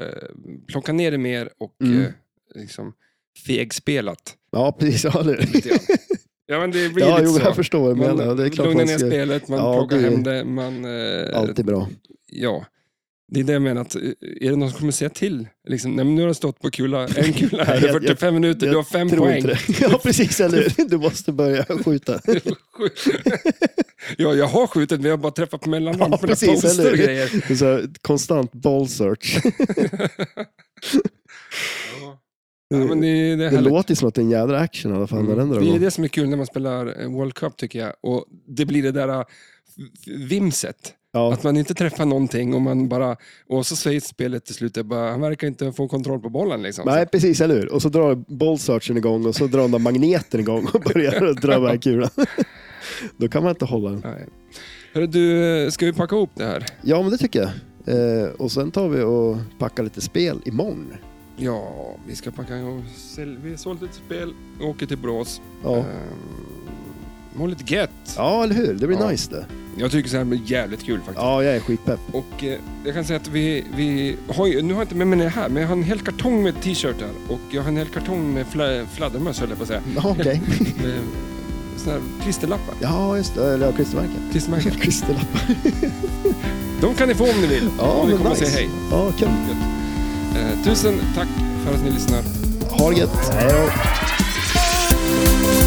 Speaker 1: plocka ner det mer och
Speaker 2: Mm.
Speaker 1: eh, liksom fegspelat.
Speaker 2: Ja, precis. Ja, eller hur?
Speaker 1: lite grann. ja, men det blir
Speaker 2: ja
Speaker 1: lite
Speaker 2: jo,
Speaker 1: så.
Speaker 2: jag förstår vad du
Speaker 1: Man
Speaker 2: menar. Det är klart
Speaker 1: lugnar
Speaker 2: man
Speaker 1: ner
Speaker 2: ska...
Speaker 1: spelet, man
Speaker 2: Ja,
Speaker 1: plockar
Speaker 2: det är-
Speaker 1: hem det, man... Eh,
Speaker 2: Alltid bra.
Speaker 1: Ja. Det är det jag menar, att, eh, är det någon som kommer säga till? Liksom, nej, men nu har du stått på kula, en kula här i
Speaker 2: Nej, jag-
Speaker 1: 45 minuter, du har fem
Speaker 2: Tror
Speaker 1: poäng.
Speaker 2: inte det. Ja, precis. Eller hur? Du måste börja skjuta.
Speaker 1: ja, jag har skjutit, men jag har bara träffat på mellanhand
Speaker 2: Ja,
Speaker 1: för
Speaker 2: precis,
Speaker 1: precis, poster
Speaker 2: eller
Speaker 1: och
Speaker 2: hur?
Speaker 1: grejer.
Speaker 2: Det är Så här, konstant ball search.
Speaker 1: Ja, men det, är- det, är
Speaker 2: Det
Speaker 1: härligt. Mm.
Speaker 2: låter ju som att det är en jädra action i alla fall när den drar
Speaker 1: det är
Speaker 2: igång.
Speaker 1: det som är kul när man spelar eh, World Cup, tycker jag. Och det blir det där eh, f- vimset.
Speaker 2: Ja,
Speaker 1: Att man inte träffar någonting och man bara... Och så säger spelet till slut, jag bara, han verkar inte få kontroll på bollen. Liksom.
Speaker 2: Nej, precis, eller hur? Och så drar ball searchen igång och så drar den där magneten igång och börjar dra iväg kulan. Då kan man inte hålla den.
Speaker 1: Nej. Hörru, du, eh, ska vi packa ihop det här?
Speaker 2: Ja, men det tycker jag. Eh, och sen tar vi och packar lite spel imorgon.
Speaker 1: Ja, vi ska packa ihop. Sälj- Vi har sålt lite spel och åker till Borås.
Speaker 2: Ja,
Speaker 1: Ehm, Mår lite gött.
Speaker 2: ja eller hur? Det blir
Speaker 1: Ja.
Speaker 2: nice det.
Speaker 1: Jag tycker så här blir jävligt kul faktiskt.
Speaker 2: Ja, jag är skitpepp.
Speaker 1: Och eh, jag kan säga att vi, vi har ju, nu har jag inte med mig det här, men jag har en hel kartong med t-shirtar och jag har en hel kartong med fla, fladdermöss höll jag på att säga.
Speaker 2: Ja, okej.
Speaker 1: Med såna här klisterlappar,
Speaker 2: Ja, just det. Eller ja, klistermärken.
Speaker 1: klistermärken.
Speaker 2: Klisterlappar.
Speaker 1: De kan ni få om ni vill.
Speaker 2: Ja,
Speaker 1: om ni
Speaker 2: men
Speaker 1: kommer
Speaker 2: nice.
Speaker 1: och säger
Speaker 2: Ja, kul.
Speaker 1: hej. Eh, tusen tack för att ni lyssnar.
Speaker 2: Ha det gött. Hej då.
Speaker 3: Hej!